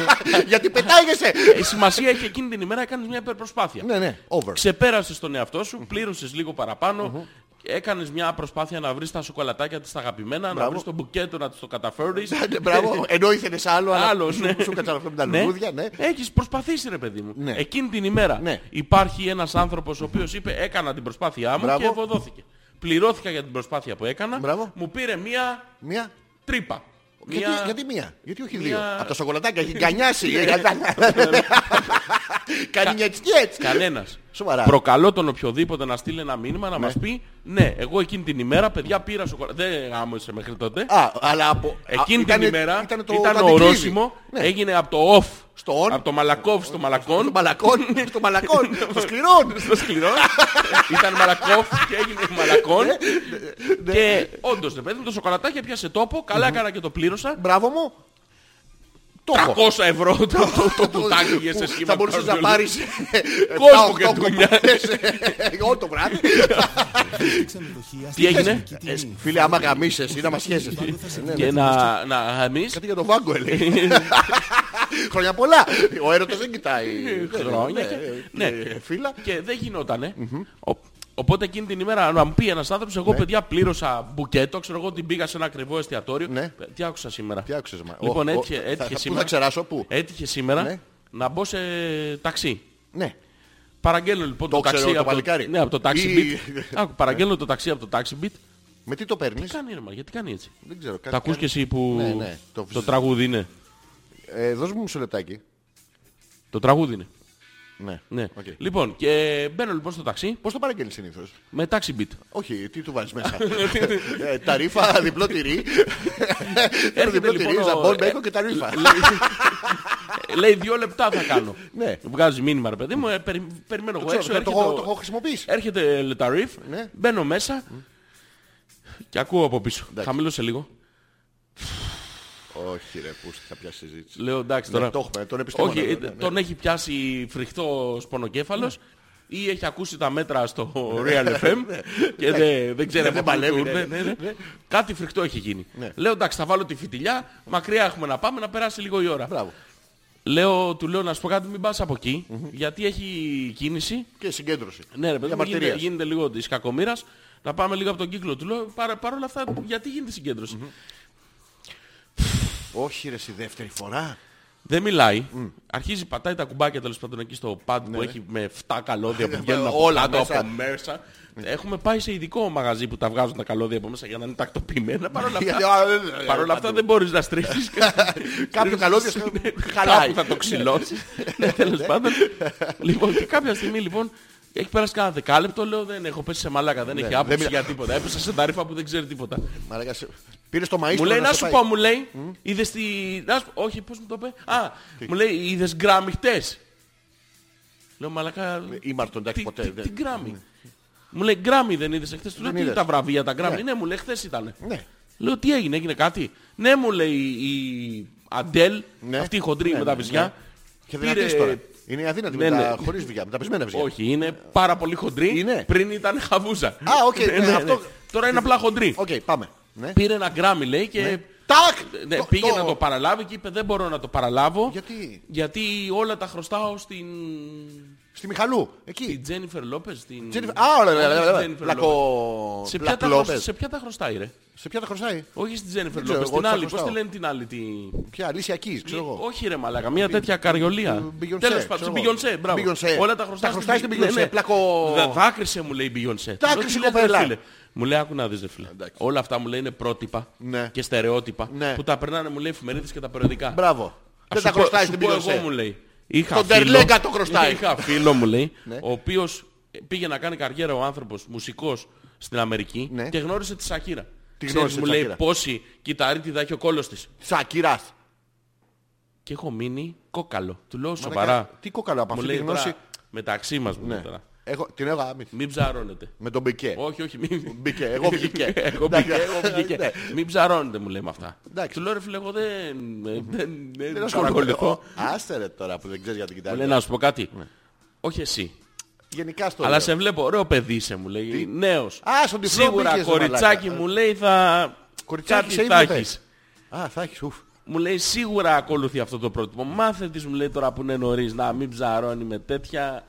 A: Γιατί πετάγεσαι.
B: Ε, Σημασία έχει εκείνη την ημέρα έκανες μια υπερπροσπάθεια.
A: ναι, ναι, over.
B: Ξεπέρασες τον εαυτό σου, πλήρωσες λίγο παραπάνω, έκανες μια προσπάθεια να βρεις τα σοκολατάκια της τα αγαπημένα, να
A: Μπράβο.
B: βρεις το μπουκέτο να της το καταφέρεις.
A: Ναι,
B: <laughs>
A: Μπράβο, ενώ ήθελες άλλο, αλλά
B: Άλλος,
A: σου,
B: ναι.
A: σου κάτσε αυτό με τα λουλούδια, ναι.
B: Έχεις προσπαθήσει ρε παιδί μου.
A: Ναι.
B: Εκείνη την ημέρα
A: Ναι.
B: υπάρχει ένας άνθρωπος ο οποίος είπε έκανα την προσπάθειά μου
A: Μπράβο.
B: και ευωδόθηκε. Πληρώθηκα για την προσπάθεια που έκανα.
A: Μπράβο.
B: Μου πήρε μία
A: Μία.
B: τρύπα.
A: Γιατί, γιατί μία, γιατί όχι δύο.
B: Μια-
A: Από τα σοκολατάκια έχει γκανιάσει.
B: Ναι.
A: Κάνει μια έτσι.
B: Κανένας.
A: Σοβαρά.
B: Προκαλώ τον οποιοδήποτε να στείλει ένα μήνυμα να μας πει ναι, εγώ εκείνη την ημέρα παιδιά πήρα σοκολάτα. Δεν γάμισε μέχρι τότε.
A: Α, αλλά από...
B: Εκείνη
A: α, ήτανε-
B: την ημέρα
A: ήτανε
B: ήταν,
A: το- το
B: το
A: αντικρύβι.
B: ορόσημο,
A: Ναι.
B: έγινε από το off,
A: Στο on.
B: από το μαλακόφ στο μαλακόν,
A: Στο μαλακόν, στο μαλακόν, στο σκληρόν.
B: <laughs> στο σκληρό, ήταν μαλακόφ και έγινε μαλακόν
A: Ναι,
B: και όντως ρε παιδί μου το σοκολατάκι πιάσε τόπο, καλά έκανα και το πλήρωσα,
A: Μπράβο μου. Το έχω.
B: 300 ευρώ το- το-
A: <laughs>
B: το κουτάκι για σε
A: Που
B: σχήμα
A: Θα μπορούσες να
B: καρδιολόγου.
A: πάρεις
B: Κόσμο και
A: 7-8
B: δουλειά.
A: κοπέλες, ε, Όλο το βράδυ.
B: Τι έγινε
A: Ε, Φίλε, άμα γαμίσες εσύ να μας σχέσεις. Ναι, ναι.
B: και να, να εμείς
A: Κάτι για τον Βάγκο έλεγε. Χρόνια πολλά. Ο έρωτας δεν κοιτάει.
B: Ε, χρόνια
A: Ναι,
B: και-
A: ναι,
B: ναι.
A: ε, Φίλα.
B: και δεν γινότανε. Ο- Οπότε εκείνη την ημέρα να μου πει ένας άνθρωπος, εγώ
A: Ναι.
B: παιδιά πλήρωσα μπουκέτο, ξέρω εγώ την πήγα σε ένα ακριβό εστιατόριο. Ε,
A: Ναι.
B: Τι άκουσα σήμερα.
A: Τι άκουσες μα.
B: Λοιπόν,
A: Ο- ο-
B: έτυχε,
A: θα-
B: έτυχε
A: θα- Πού
B: σήμερα. Ε.
A: θα ξεράσω, πού.
B: Έτυχε σήμερα
A: Ναι.
B: να μπω σε ταξί.
A: Ναι.
B: Παραγγέλνω λοιπόν το,
A: Το ξέρω
B: ταξί
A: το
B: από
A: παλικάρι.
B: ναι, από το ταξί
A: Ή- <laughs>
B: beat. Άκου, παραγγέλνω το ταξί από το taxi beat.
A: Με τι το παίρνεις.
B: Κάνει ρε, μα, γιατί κάνει έτσι.
A: Δεν ξέρω. κάτι
B: Τα ακούς και
A: κάνει.
B: εσύ που
A: Ναι, ναι,
B: το...
A: το-
B: τραγούδι είναι.
A: Ε, Δώσ' μου μισό λεπτάκι.
B: Το τραγούδι είναι.
A: Ναι.
B: Ναι.
A: Οκ.
B: Λοιπόν, και μπαίνω λοιπόν στο ταξί
A: Πώς το παραγγέλνεις συνήθως.
B: με taxi beat.
A: Όχι, τι του βάζεις μέσα.
B: <laughs> Ναι,
A: Ε, τα ρήφα, διπλό τυρί. Ένα διπλό
B: λοιπόν
A: τυρί,
B: ο-
A: ζαμπόν, μπέικον και τα ρήφα.
B: Λέει δύο λεπτά θα κάνω.
A: <laughs> Ναι.
B: Βγάζει μήνυμα, ρε παιδί μου, ε, περι- περιμένω εγώ
A: Ξέρω,
B: έξω.
A: Το
B: έρχεται
A: έχω-
B: ο-
A: το έχω χρησιμοποιήσει.
B: Έρχεται Λεταρίφ,
A: Ναι.
B: μπαίνω μέσα και ακούω από πίσω. Χαμήλωσε λίγο.
A: Όχι ρε, πούστη, θα πιάσει συζήτηση.
B: Λέω εντάξει
A: Ναι,
B: τώρα.
A: το έχουμε, τον επιστήμονα.
B: Όχι, ε,
A: Ναι, ναι.
B: τον έχει πιάσει φρικτό σπονοκέφαλος
A: Ναι.
B: ή έχει ακούσει τα μέτρα στο Real FM και δεν, δεν ξέρει
A: Ναι,
B: από
A: δεν
B: πού
A: παλεύει,
B: του
A: ναι,
B: ήρθε. Κάτι φρικτό έχει γίνει.
A: Ναι.
B: Λέω εντάξει θα βάλω τη φιτιλιά, μακριά έχουμε να πάμε να περάσει λίγο η ώρα.
A: Μπράβο.
B: Λέω, του λέω να σου πω κάτι μην πας από εκεί, γιατί έχει κίνηση.
A: Και συγκέντρωση.
B: Ναι, ρε παιδί μου, γίνεται,
A: Διαμαρτυρίας.
B: γίνεται λίγο της κακομήρα. Να πάμε λίγο από τον κύκλο του. Λέω, παρά, παρόλα αυτά, γιατί γίνεται συγκέντρωση.
A: Όχι ρε, στη δεύτερη φορά.
B: Δεν μιλάει. Αρχίζει, πατάει τα κουμπάκια τέλος πάντων εκεί στο pad που έχει με 7
A: <laughs>
B: καλώδια που βγαίνουν από
A: Ναι, Όλα
B: κάτω,
A: μέσα.
B: από μέσα. Έχουμε πάει σε ειδικό μαγαζί που τα βγάζουν τα καλώδια από μέσα για να είναι τακτοποιημένα. Παρ' όλα
A: Γιατί,
B: αυτά,
A: α, δεν- δεν-
B: παρ' όλα αυτά δεν μπορείς να στρίχει.
A: Ε, <laughs> Κάποιο καλώδιο σου χαλάει.
B: Κάπου θα το ξυλώσεις. ναι, τέλος πάντων. λοιπόν, και κάποια στιγμή λοιπόν έχει περάσει κανένα δεκάλεπτο. Λέω δεν έχω πέσει σε μαλάκα, δεν έχει άποψη
A: Ναι, μιλά-
B: για τίποτα. Έπεσα σε ταρήφα που δεν ξέρει τίποτα.
A: Μαλάκα, σε- πήρες το μαΐστρο
B: Μου λέει να
A: σε
B: σου
A: πάει.
B: πω, μου λέει, είδες τη. να σου- Όχι, πώς μου το είπε. Α, μου λέει, είδες γκράμμι χτες. Λέω μαλακά.
A: Ήμαρτον, Ε, εντάξει,
B: Τι,
A: ποτέ,
B: τι,
A: δεν- Ναι.
B: τι γκράμμι. Μου λέει γκράμμι δεν είδες χθε. Του λέω τι
A: είδες.
B: τα βραβεία, τα γκράμμι.
A: Ναι.
B: Ναι, μου λέει χθες ήταν.
A: Ναι.
B: Λέω τι έγινε, έγινε κάτι. Ναι, μου λέει η Αντέλ,
A: Ναι.
B: αυτή η χοντρή
A: Ναι,
B: με
A: ναι,
B: τα βυζιά.
A: Και
B: πήρε-
A: δυνατής τώρα. Είναι αδύνατη
B: Ναι,
A: με τα
B: ναι.
A: χωρίς βυζιά, με τα πεσμένα βυζιά.
B: Όχι, είναι πάρα πολύ χοντρή.
A: Είναι.
B: Πριν ήταν χαβούζα.
A: Α, οκ,
B: Ναι,
A: ναι,
B: ναι, ναι.
A: αυτό-
B: Τώρα είναι απλά χοντρή.
A: Οκ, πάμε. Ναι.
B: Πήρε ένα γκράμμι λέει και
A: Τάκ!
B: Ναι, πήγε να το παραλάβει και είπε δεν μπορώ να το παραλάβω.
A: Γιατί?
B: Γιατί όλα τα χρωστάω στην.
A: Στη Μιχαλού,
B: Την
A: εκεί.
B: Τζένιφερ Λόπες. Την...
A: Τζένιφερ- Α, ωραία,
B: Όχι
A: ωραία,
B: στην
A: ωραία.
B: Τζένιφερ Λόπες.
A: Λακο...
B: Σε ποια, τα
A: Λακλόπες.
B: χρωσ- σε ποια τα χρωστάει, ρε.
A: Σε ποια τα χρωστάει.
B: Όχι στην Τζένιφερ
A: ξέρω,
B: Λόπες.
A: εγώ
B: Την
A: τα
B: άλλη, πώς τη
A: χρωστάω.
B: λένε την άλλη. Την...
A: Ποια, Αλήσια Keys, ξέρω εγώ.
B: Όχι ρε μαλάκα, μια τέτοια καριολία.
A: Beyoncé,
B: Τέλος
A: ξέρω
B: πάντων, στην
A: εγώ.
B: Beyoncé, μπράβο.
A: Beyoncé.
B: Όλα τα
A: Τα
B: χρωστά
A: χρωστάει στην Beyoncé, Ναι, πλακό.
B: Δα- Δάκρυσε μου λέει η Beyoncé.
A: Δάκρυσε,
B: Λέω, τι λες, ρε
A: κοπέλα.
B: φίλε. Μου λέει άκου να δεις ρε φίλε. Όλα αυτά μου λέει είναι πρότυπα
A: Ναι.
B: και στερεότυπα
A: Ναι.
B: που τα περνάνε μου λέει εφημερίδες και τα περιοδικά.
A: Μπράβο. Δεν
B: Ας
A: τα
B: σου πω-
A: χρωστάει
B: σου
A: στην
B: πω εγώ μου
A: Beyoncé.
B: λέει. Είχα
A: Τον
B: φίλο-
A: Τερλέγκα το χρωστάει.
B: Είχα φίλο μου λέει,
A: Ναι.
B: ο οποίος ε, πήγε να κάνει καριέρα ο άνθρωπος μουσικός στην Αμερική
A: Ναι.
B: και γνώρισε τη Σακύρα.
A: Τη
B: Ξέρεις,
A: γνώρισε
B: μου
A: τη
B: λέει
A: Σακύρα.
B: πόση κυταρίτιδα έχει ο κόλος της.
A: Σακυράς.
B: Και έχω μείνει κόκαλο. Του λέω
A: Μαλάκα,
B: σοβαρά.
A: Τι κόκαλο από
B: Μου
A: αυτή τη
B: λέει
A: γνώση.
B: τώρα, μεταξύ μας μου λέει
A: Ναι.
B: τώρα.
A: Έχω, την έχω άμυθη.
B: Μην ψαρώνετε.
A: Με τον Μπικέ.
B: Όχι, όχι, μην... <laughs>
A: Μπικέ, εγώ βγήκε.
B: Εγώ
A: Εντάξει,
B: μπήκε, εγώ μπήκε.
A: ναι.
B: Μην ψαρώνετε μου λέει με αυτά.
A: Εντάξει.
B: Του λέω ρε φίλε, εγώ δεν... δεν- Δεν
A: Δεν
B: δεν
A: ασχολούμαι.
B: παρακολουθώ.
A: Άστε ρε τώρα που δεν ξέρεις για την
B: Μου λέει
A: κοιτάξεις.
B: να σου πω κάτι. Όχι εσύ.
A: Γενικά στο
B: Αλλά
A: Ναι. λέω.
B: σε βλέπω, ωραίο παιδί είσαι, μου λέει. Νέος.
A: Α, στον τυφλό
B: Σίγουρα
A: μπήκες, ρε
B: κοριτσάκι
A: μαλάκα.
B: μου λέει θα.
A: Κοριτσάκι
B: κάτι
A: σε
B: θα
A: είδατε.
B: έχεις.
A: Α, θα έχεις, ουφ.
B: Μου λέει σίγουρα ακολουθεί αυτό το πρότυπο. Μάθε της μου λέει τώρα που είναι νωρίς να μην ψαρώνει με τέτοια.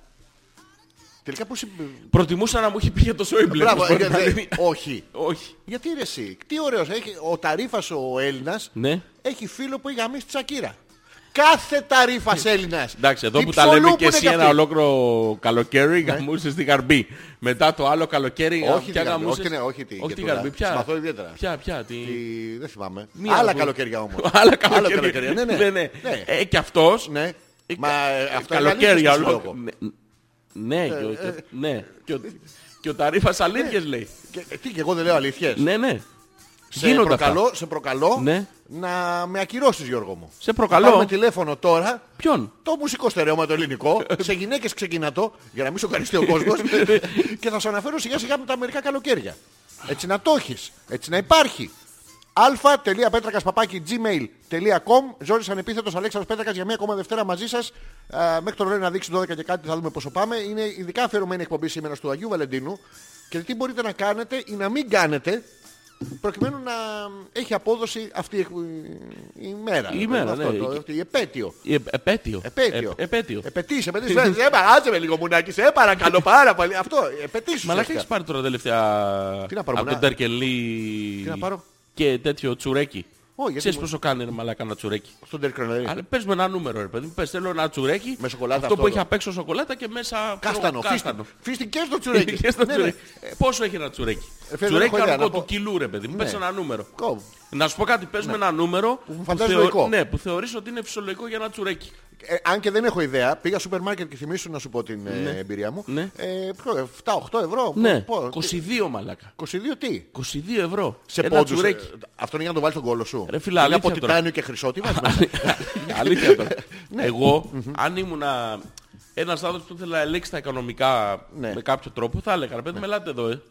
A: Τελικά πώς...
B: Προτιμούσα να μου έχει πει για το Σόιμπλε.
A: Μπράβο,
B: όπως
A: ε,
B: μπορεί να
A: δε-
B: είναι.
A: όχι.
B: Όχι.
A: Γιατί ρε εσύ, τι ωραίος, έχει, ο Ταρίφας ο Έλληνας
B: Ναι.
A: έχει φίλο που έχει γαμίσει τη Σακύρα. Κάθε Ταρίφας Έλληνας.
B: Ναι. Εντάξει, εδώ
A: Τι
B: που τα λέμε και
A: ψολούπουνε
B: εσύ
A: κι
B: ένα
A: αυτοί.
B: ολόκληρο καλοκαίρι γαμούσες τη γαρμπή. Μετά το άλλο καλοκαίρι
A: Ναι. Όχι
B: πια
A: τη γαρμπή,
B: γαμούσες-
A: όχι, ναι, όχι τη
B: Όχι τη
A: γετούλα.
B: γαρμπή, πια.
A: Συμπαθώ ιδιαίτερα.
B: Πια, πια. τη-
A: Τι- Δεν θυμάμαι.
B: Μία
A: Άλλα
B: που-
A: καλοκαίρια όμως.
B: <laughs> Άλλα καλοκαίρια.
A: καλοκαίρια, ναι, ναι. Ναι.
B: Ε, και αυτός.
A: Ναι.
B: Ε,
A: Μα
B: κα-
A: ε,
B: ε,
A: αυτό
B: καλοκαίρια
A: είναι
B: όλο-
A: λόγο.
B: Ναι, ναι,
A: Ε,
B: και ο- και- ναι. Και ο- Και ο Ταρίφας αλήθειες
A: Ναι.
B: λέει.
A: Και- ε, Τι και εγώ δεν λέω αλήθειες.
B: Ναι, ναι.
A: Σε
B: Γίνονται αυτά.
A: προκαλώ, σε προκαλώ
B: Ναι.
A: να με ακυρώσεις Γιώργο μου.
B: Σε προκαλώ.
A: Να πάρουμε τηλέφωνο τώρα
B: Ποιον.
A: το μουσικό στερεώμα το ελληνικό. σε γυναίκες ξεκινά το για να μην σοκαριστεί ο
B: <laughs>
A: κόσμος. και θα σου αναφέρω σιγά σιγά με τα μερικά καλοκαίρια. Έτσι να το έχεις. Έτσι να υπάρχει. α.πέτρακας.gmail.com Ζόρις ανεπίθετος Αλέξανδρος Πέτρακας για μία ακόμα Δευτέρα μαζί σας. Α, μέχρι το ρολόι να δείξει 12 και κάτι θα δούμε πόσο πάμε. Είναι ειδικά αφιερωμένη εκπομπή σήμερα του Αγίου Βαλεντίνου. Και τι μπορείτε να κάνετε ή να μην κάνετε προκειμένου να ε, έχει απόδοση αυτή η η μέρα.
B: Η μέρα,
A: Αυτό
B: ναι.
A: το- αυτή η επέτειο.
B: Ε, Επέτειο.
A: Επέτειο.
B: Ε, Επέτειο.
A: Επετής, επετής. Ε, ε, Άτσε με λίγο μουνάκι, σε παρακαλώ πάρα πολύ. Αυτό, επετής.
B: Μαλάκα έχεις
A: ουσιαστικά.
B: πάρει τώρα τελευταία
A: Τι να πάρω,
B: από
A: μουνά?
B: τον Ταρκελή
A: Τι να πάρω?
B: και τέτοιο τσουρέκι.
A: Ω, γιατί
B: Ξέρεις
A: μου-
B: πόσο κάνει ρε μαλάκα ένα τσουρέκι.
A: Στον τερκρονερή.
B: Αλλά πες με ένα νούμερο ρε παιδί μου. Πες θέλω ένα τσουρέκι.
A: Με σοκολάτα
B: Αυτό που
A: αυτό,
B: έχει
A: ρε.
B: απ' έξω σοκολάτα και μέσα
A: Κάστανο,
B: κάστανο. <laughs>
A: φίστη- φίστη και στο τσουρέκι.
B: Και στο
A: Ναι, ναι.
B: τσουρέκι. Πόσο έχει ένα τσουρέκι.
A: δεν
B: τσουρέκι
A: έχω ιδέα,
B: κανονικό
A: να πω.
B: του κιλού ρε παιδί μου. Πες
A: Ναι.
B: ένα νούμερο.
A: Κόβω.
B: Να σου πω κάτι, παίζουμε ένα νούμερο
A: μου φαντάζει
B: θεω-
A: λογικό.
B: ναι, που θεωρείς ότι είναι φυσιολογικό για ένα τσουρέκι.
A: Ε, αν και δεν έχω ιδέα, πήγα σούπερ μάρκετ και θυμήσου να σου πω την ε, εμπειρία μου.
B: Ναι.
A: Ε, ποιο, 7-8 ευρώ.
B: Ναι,
A: Πω, πω,
B: 22 μαλάκα.
A: 22 τι.
B: 22 ευρώ.
A: Σε
B: Ένα
A: πόντους.
B: τσουρέκι.
A: ε, Αυτό είναι για να το βάλεις στον κόλο σου.
B: Ρε φίλε,
A: είναι από
B: αλήθεια τώρα.
A: τιτάνιο και χρυσό. Τι βάζεις μέσα.
B: Αλήθεια τώρα.
A: Ναι.
B: Εγώ, αν ήμουνα ένας άνθρωπος που ήθελε να ελέγξει τα οικονομικά
A: Ναι.
B: με κάποιο τρόπο, θα έλεγα: ρε Παιδί μου, ελάτε εδώ, ε.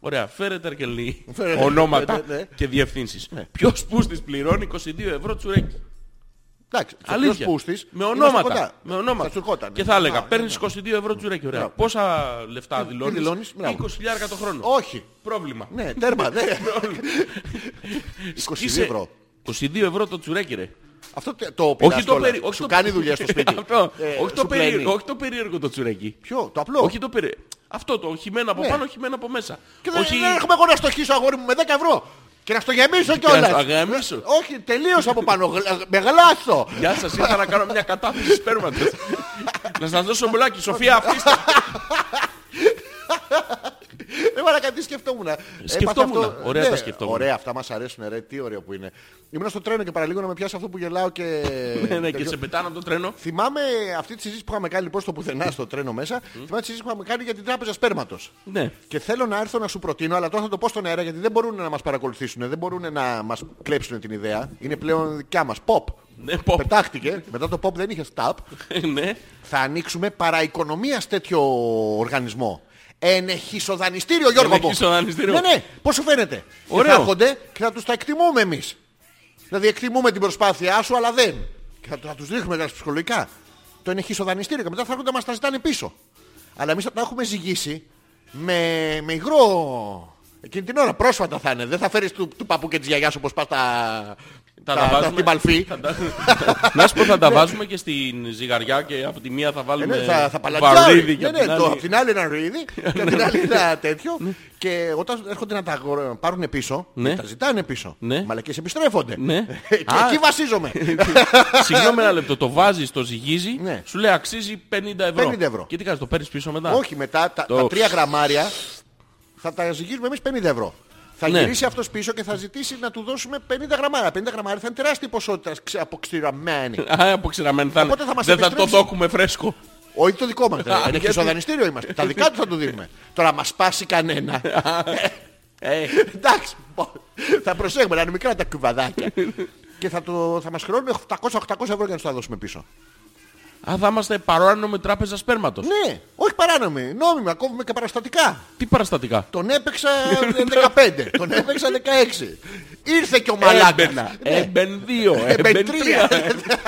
B: Ωραία, φέρετε αρκελή
A: Φέρετε.
B: ονόματα
A: Ναι, ναι.
B: και διευθύνσεις. Ποιο πούστη πληρώνει 22 ευρώ τσουρέκι.
A: Εντάξει, ο
B: Αλήθεια.
A: ποιος πούστης,
B: με
A: είμαστε
B: ονόματα.
A: κοντά. ναι.
B: Με ονόματα.
A: Θα τσουρκόταν.
B: Και θα έλεγα:
A: Να,
B: Παίρνει 22 ευρώ τσουρέκι. Ωραία. Πόσα λεφτά δηλώνεις.
A: δηλώνεις, μπράβο.
B: 20 χιλιάρικα το χρόνο.
A: ναι». Όχι.
B: Πρόβλημα.
A: Ναι,
B: <laughs>
A: τέρμα, ναι. 22
B: Σκίσε-
A: ευρώ.
B: 22 ευρώ το τσουρέκι, ρε.
A: Αυτό τε- το πειράζει
B: όχι το
A: όλα.
B: περί... όχι
A: Σου
B: το-
A: κάνει δουλειά
B: <laughs>
A: στο σπίτι.
B: Αυτό.
A: Ε,
B: όχι, το
A: σου πλένει.
B: περίεργο, όχι το περίεργο το τσουρέκι.
A: Ποιο, το απλό.
B: Όχι το περίεργο. Αυτό το χειμένο από
A: Ναι.
B: πάνω, χειμένο από μέσα.
A: Και δεν,
B: όχι...
A: δεν έρχομαι εγώ να στοχίσω αγόρι μου με 10 ευρώ. Και να στο γεμίσω
B: <laughs> Και να
A: κιόλας.
B: το αγαμίσω.
A: Όχι, τελείω από πάνω. γλα- Με γλάστο.
B: Γεια σας, ήρθα να κάνω μια κατάθεση σπέρματος.
A: <laughs>
B: να σας δώσω μπουλάκι. Σοφία, αφήστε.
A: Ε, Δεν μάρα κάτι σκεφτόμουν.
B: Σκεφτόμουν. Ωραία τα σκεφτόμουν.
A: Ναι, Ωραία, αυτά μας αρέσουν. Ρε, τι ωραίο που είναι. Ήμουν στο τρένο και παραλίγο να με πιάσει αυτό που γελάω και.
B: <laughs> Ναι, ναι, και
A: τέτοιο.
B: σε πετάνε από το τρένο.
A: Θυμάμαι αυτή τη συζήτηση που είχαμε κάνει λοιπόν στο πουθενά στο τρένο μέσα. Θυμάμαι τη συζήτηση που είχαμε κάνει για την τράπεζα σπέρματος.
B: Ναι.
A: Και θέλω να έρθω να σου προτείνω, αλλά τώρα θα το πω στον αέρα γιατί δεν μπορούν να μας παρακολουθήσουν, δεν μπορούν να μας κλέψουν την ιδέα. Είναι πλέον δικιά μας. Pop.
B: Ναι, pop.
A: Πετάχτηκε. Μετά το pop δεν είχε tap.
B: <laughs> ναι.
A: Θα ανοίξουμε παραοικονομίας τέτοιο οργανισμό. Ενεχισοδανιστήριο, Γιώργο μου.
B: Ενεχισοδανιστήριο.
A: Ναι, ναι. Πώς σου φαίνεται.
B: Ωραίο.
A: Και θα έρχονται και θα τους τα εκτιμούμε εμείς. Δηλαδή εκτιμούμε την προσπάθειά σου, αλλά δεν. Και θα, θα τους δείχνουμε κάτι ψυχολογικά. Το ενεχισοδανιστήριο και μετά θα έρχονται να μας τα ζητάνε πίσω. Αλλά εμείς θα τα έχουμε ζυγίσει με, με υγρό. Εκείνη την ώρα πρόσφατα θα είναι. Δεν θα φέρεις του, του παππού και της γιαγιάς όπως πας τα...
B: Τα αναβάζουμε.
A: την παλφή.
B: Θα τα- <laughs> Να σου πω, θα τα βάζουμε και στην ζυγαριά και από τη μία θα
A: Ε, ναι,
B: βάλουμε
A: θα, θα
B: βαρύδι
A: παλατιάρει. Ναι,
B: και από την
A: ναι, το, απ'
B: άλλη.
A: την άλλη ένα
B: <laughs>
A: ρίδι και απ' την άλλη ένα τέτοιο. και όταν έρχονται να τα αγορα- πάρουν πίσω,
B: Ναι.
A: τα ζητάνε πίσω.
B: Ναι.
A: Οι Μαλακίες επιστρέφονται.
B: Ναι.
A: <laughs> και
B: Α.
A: εκεί βασίζομαι.
B: <laughs> Συγγνώμη ένα λεπτό, το βάζεις, το ζυγίζει,
A: Ναι.
B: σου λέει αξίζει 50 ευρώ.
A: 50 ευρώ.
B: Και τι κάνεις, το παίρνεις πίσω μετά.
A: Όχι, μετά τα,
B: Το-
A: τα τρία γραμμάρια θα τα ζυγίζουμε εμείς 50 ευρώ. Θα
B: Ναι.
A: γυρίσει αυτός πίσω και θα ζητήσει να του δώσουμε 50 γραμμάρια. 50 γραμμάρια θα είναι τεράστια ποσότητα ξε- αποξηραμένη.
B: Α, αποξηραμένη θα είναι.
A: Οπότε θα μας
B: Δεν θα το
A: επιστρέψει.
B: δόκουμε φρέσκο.
A: Όχι το δικό
B: <laughs>
A: μας. ρε.
B: Α,
A: Είναι
B: γιατί-
A: χισοδανιστήριο είμαστε. Τα δικά του θα του δίνουμε. Τώρα μας σπάσει κανένα.
B: <laughs> Ε,
A: Εντάξει, μπο- θα προσέχουμε να είναι μικρά τα κουβαδάκια. και θα, το, θα μας χρεώνουν 800-800 ευρώ για να σου τα δώσουμε πίσω.
B: Α, θα είμαστε παράνομη τράπεζα σπέρματος.
A: Ναι, όχι παράνομη, νόμιμα, κόβουμε και παραστατικά.
B: Τι παραστατικά.
A: Τον
B: <laughs>
A: έπαιξα ε, 15, τον έπαιξα 16. Ήρθε και ο μαλάκας.
B: Έμπαινα.
A: Ναι,
B: Έμπεν δύο.
A: έμπαινε
B: Έμπεν
A: τρία.
B: Ε, τρία.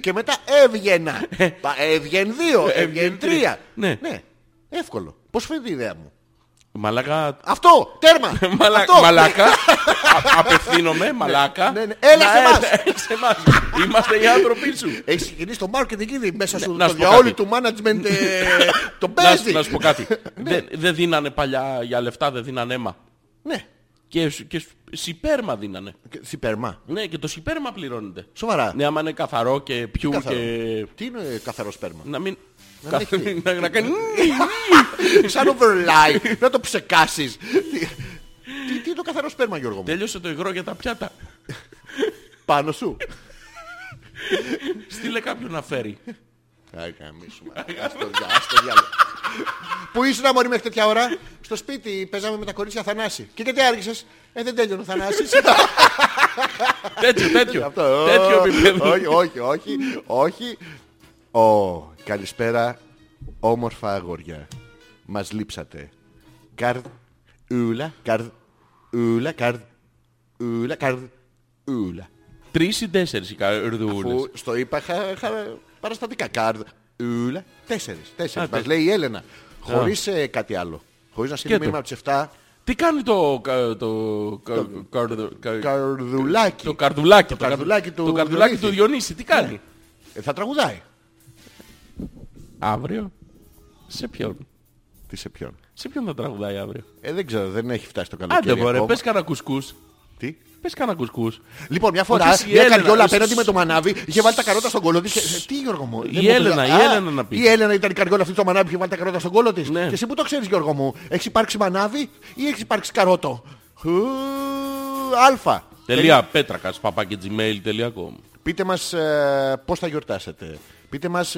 A: και μετά έβγαινα. Πα- Έβγαινε δύο, έβγαινε
B: έβγαινε
A: τρία.
B: Ε. τρία. Ναι.
A: εύκολο. Πώς φαίνεται η ιδέα μου.
B: Μαλάκα.
A: Αυτό, τέρμα.
B: Ε, Μαλα-
A: Αυτό.
B: Μαλάκα. Α- Απευθύνομαι, μαλάκα.
A: Ναι, ναι. Έλα
B: Να
A: σε εμάς.
B: έρθ- έλα σε εμάς. Είμαστε οι άνθρωποι σου.
A: Έχεις Ναι. ξεκινήσει το marketing ήδη μέσα σου.
B: Ναι, να
A: το
B: σου πω
A: διαόλι
B: κάτι.
A: του management
B: <laughs>
A: ε, το
B: Να σου-
A: παίζει.
B: Να σου πω κάτι. Δεν δεν δίνανε παλιά για λεφτά, δεν δίνανε αίμα.
A: Ναι,
B: Και, σ- και σ- σιπέρμα δίνανε.
A: Και- σιπέρμα.
B: Ναι, και το σιπέρμα πληρώνεται.
A: Σοβαρά.
B: Ναι, άμα είναι καθαρό και πιού
A: Καθαρό.
B: και...
A: Τι είναι ε, καθαρό σπέρμα.
B: Να μην...
A: Να μην
B: καθ-
A: έχει.
B: <laughs> να- να
A: <laughs>
B: κάνει...
A: Σαν
B: <laughs>
A: overlie. Να το ψεκάσεις. τι, τι- τι είναι το καθαρό σπέρμα, Γιώργο μου.
B: Τέλειωσε το υγρό για τα πιάτα.
A: Πάνω σου.
B: Στείλε κάποιον να φέρει.
A: Άι, γαμίσου, μαλάκα. Ας το διά- ας το διάλογο. Πού ήσουν αμόρι μέχρι τέτοια ώρα. Στο σπίτι παίζαμε με τα κορίτσια Θανάση. Και γιατί άργησες. Ε, δεν τέλειωνε ο
B: <laughs>
A: Θανάσης. <laughs>
B: τέτοιο, τέτοιο.
A: Αυτό.
B: τέτοιο
A: Ω,
B: επίπεδο.
A: Όχι, όχι, όχι, όχι. Ω, καλησπέρα, όμορφα αγόρια. Μας λείψατε. Καρδούλα, καρδούλα, καρδούλα, καρδούλα.
B: Τρεις ή τέσσερις οι καρδούλες.
A: Που στο είπα χα, χα- παραστατικά. Καρδούλα, τέσσερις, τέσσερις.
B: Α,
A: Μας
B: τέσσερις.
A: λέει η Έλενα. Χωρίς ε, κάτι άλλο. Χωρίς να στείλει
B: Σκέτο.
A: μήνυμα από τις 7.
B: Τι κάνει το... κα- Το... κα- καρδου- κα-
A: Καρδουλάκι.
B: Το καρδουλάκι. Το
A: καρδουλάκι του
B: Το καρδουλάκι
A: Διονύση.
B: του Διονύση. Τι κάνει.
A: Ε, Θα τραγουδάει.
B: Αύριο. Σε ποιον.
A: Τι σε ποιον.
B: Σε ποιον θα τραγουδάει αύριο.
A: Ε, δεν ξέρω, δεν έχει φτάσει το καλοκαίρι
B: Άντε μωρέ,
A: ακόμα.
B: πες κανένα κουσκούς.
A: Τι.
B: Πες κανένα κουσκούς.
A: Λοιπόν, μια
B: Όχι,
A: φορά
B: εσύ, η
A: μια
B: Έλενα.
A: καριόλα
B: Σ-
A: απέναντι με το μανάβι είχε βάλει τα καρότα στον κόλο της. Ε, Τι Γιώργο μου. δεν μου
B: Έλενα,
A: το-
B: η
A: Α,
B: Έλενα να πει.
A: Η Έλενα ήταν η καριόλα αυτή το μανάβι που είχε βάλει τα καρότα στον κόλο της.
B: Ναι.
A: Και εσύ που το ξέρεις Γιώργο μου. Έχεις υπάρξει μανάβι ή έχεις υπάρξει καρότο. Ου, Αλφα.
B: Τελεία πέτρακα παπάκι gmail.com.
A: Πείτε μας ε, πώς θα γιορτάσετε. Πείτε μας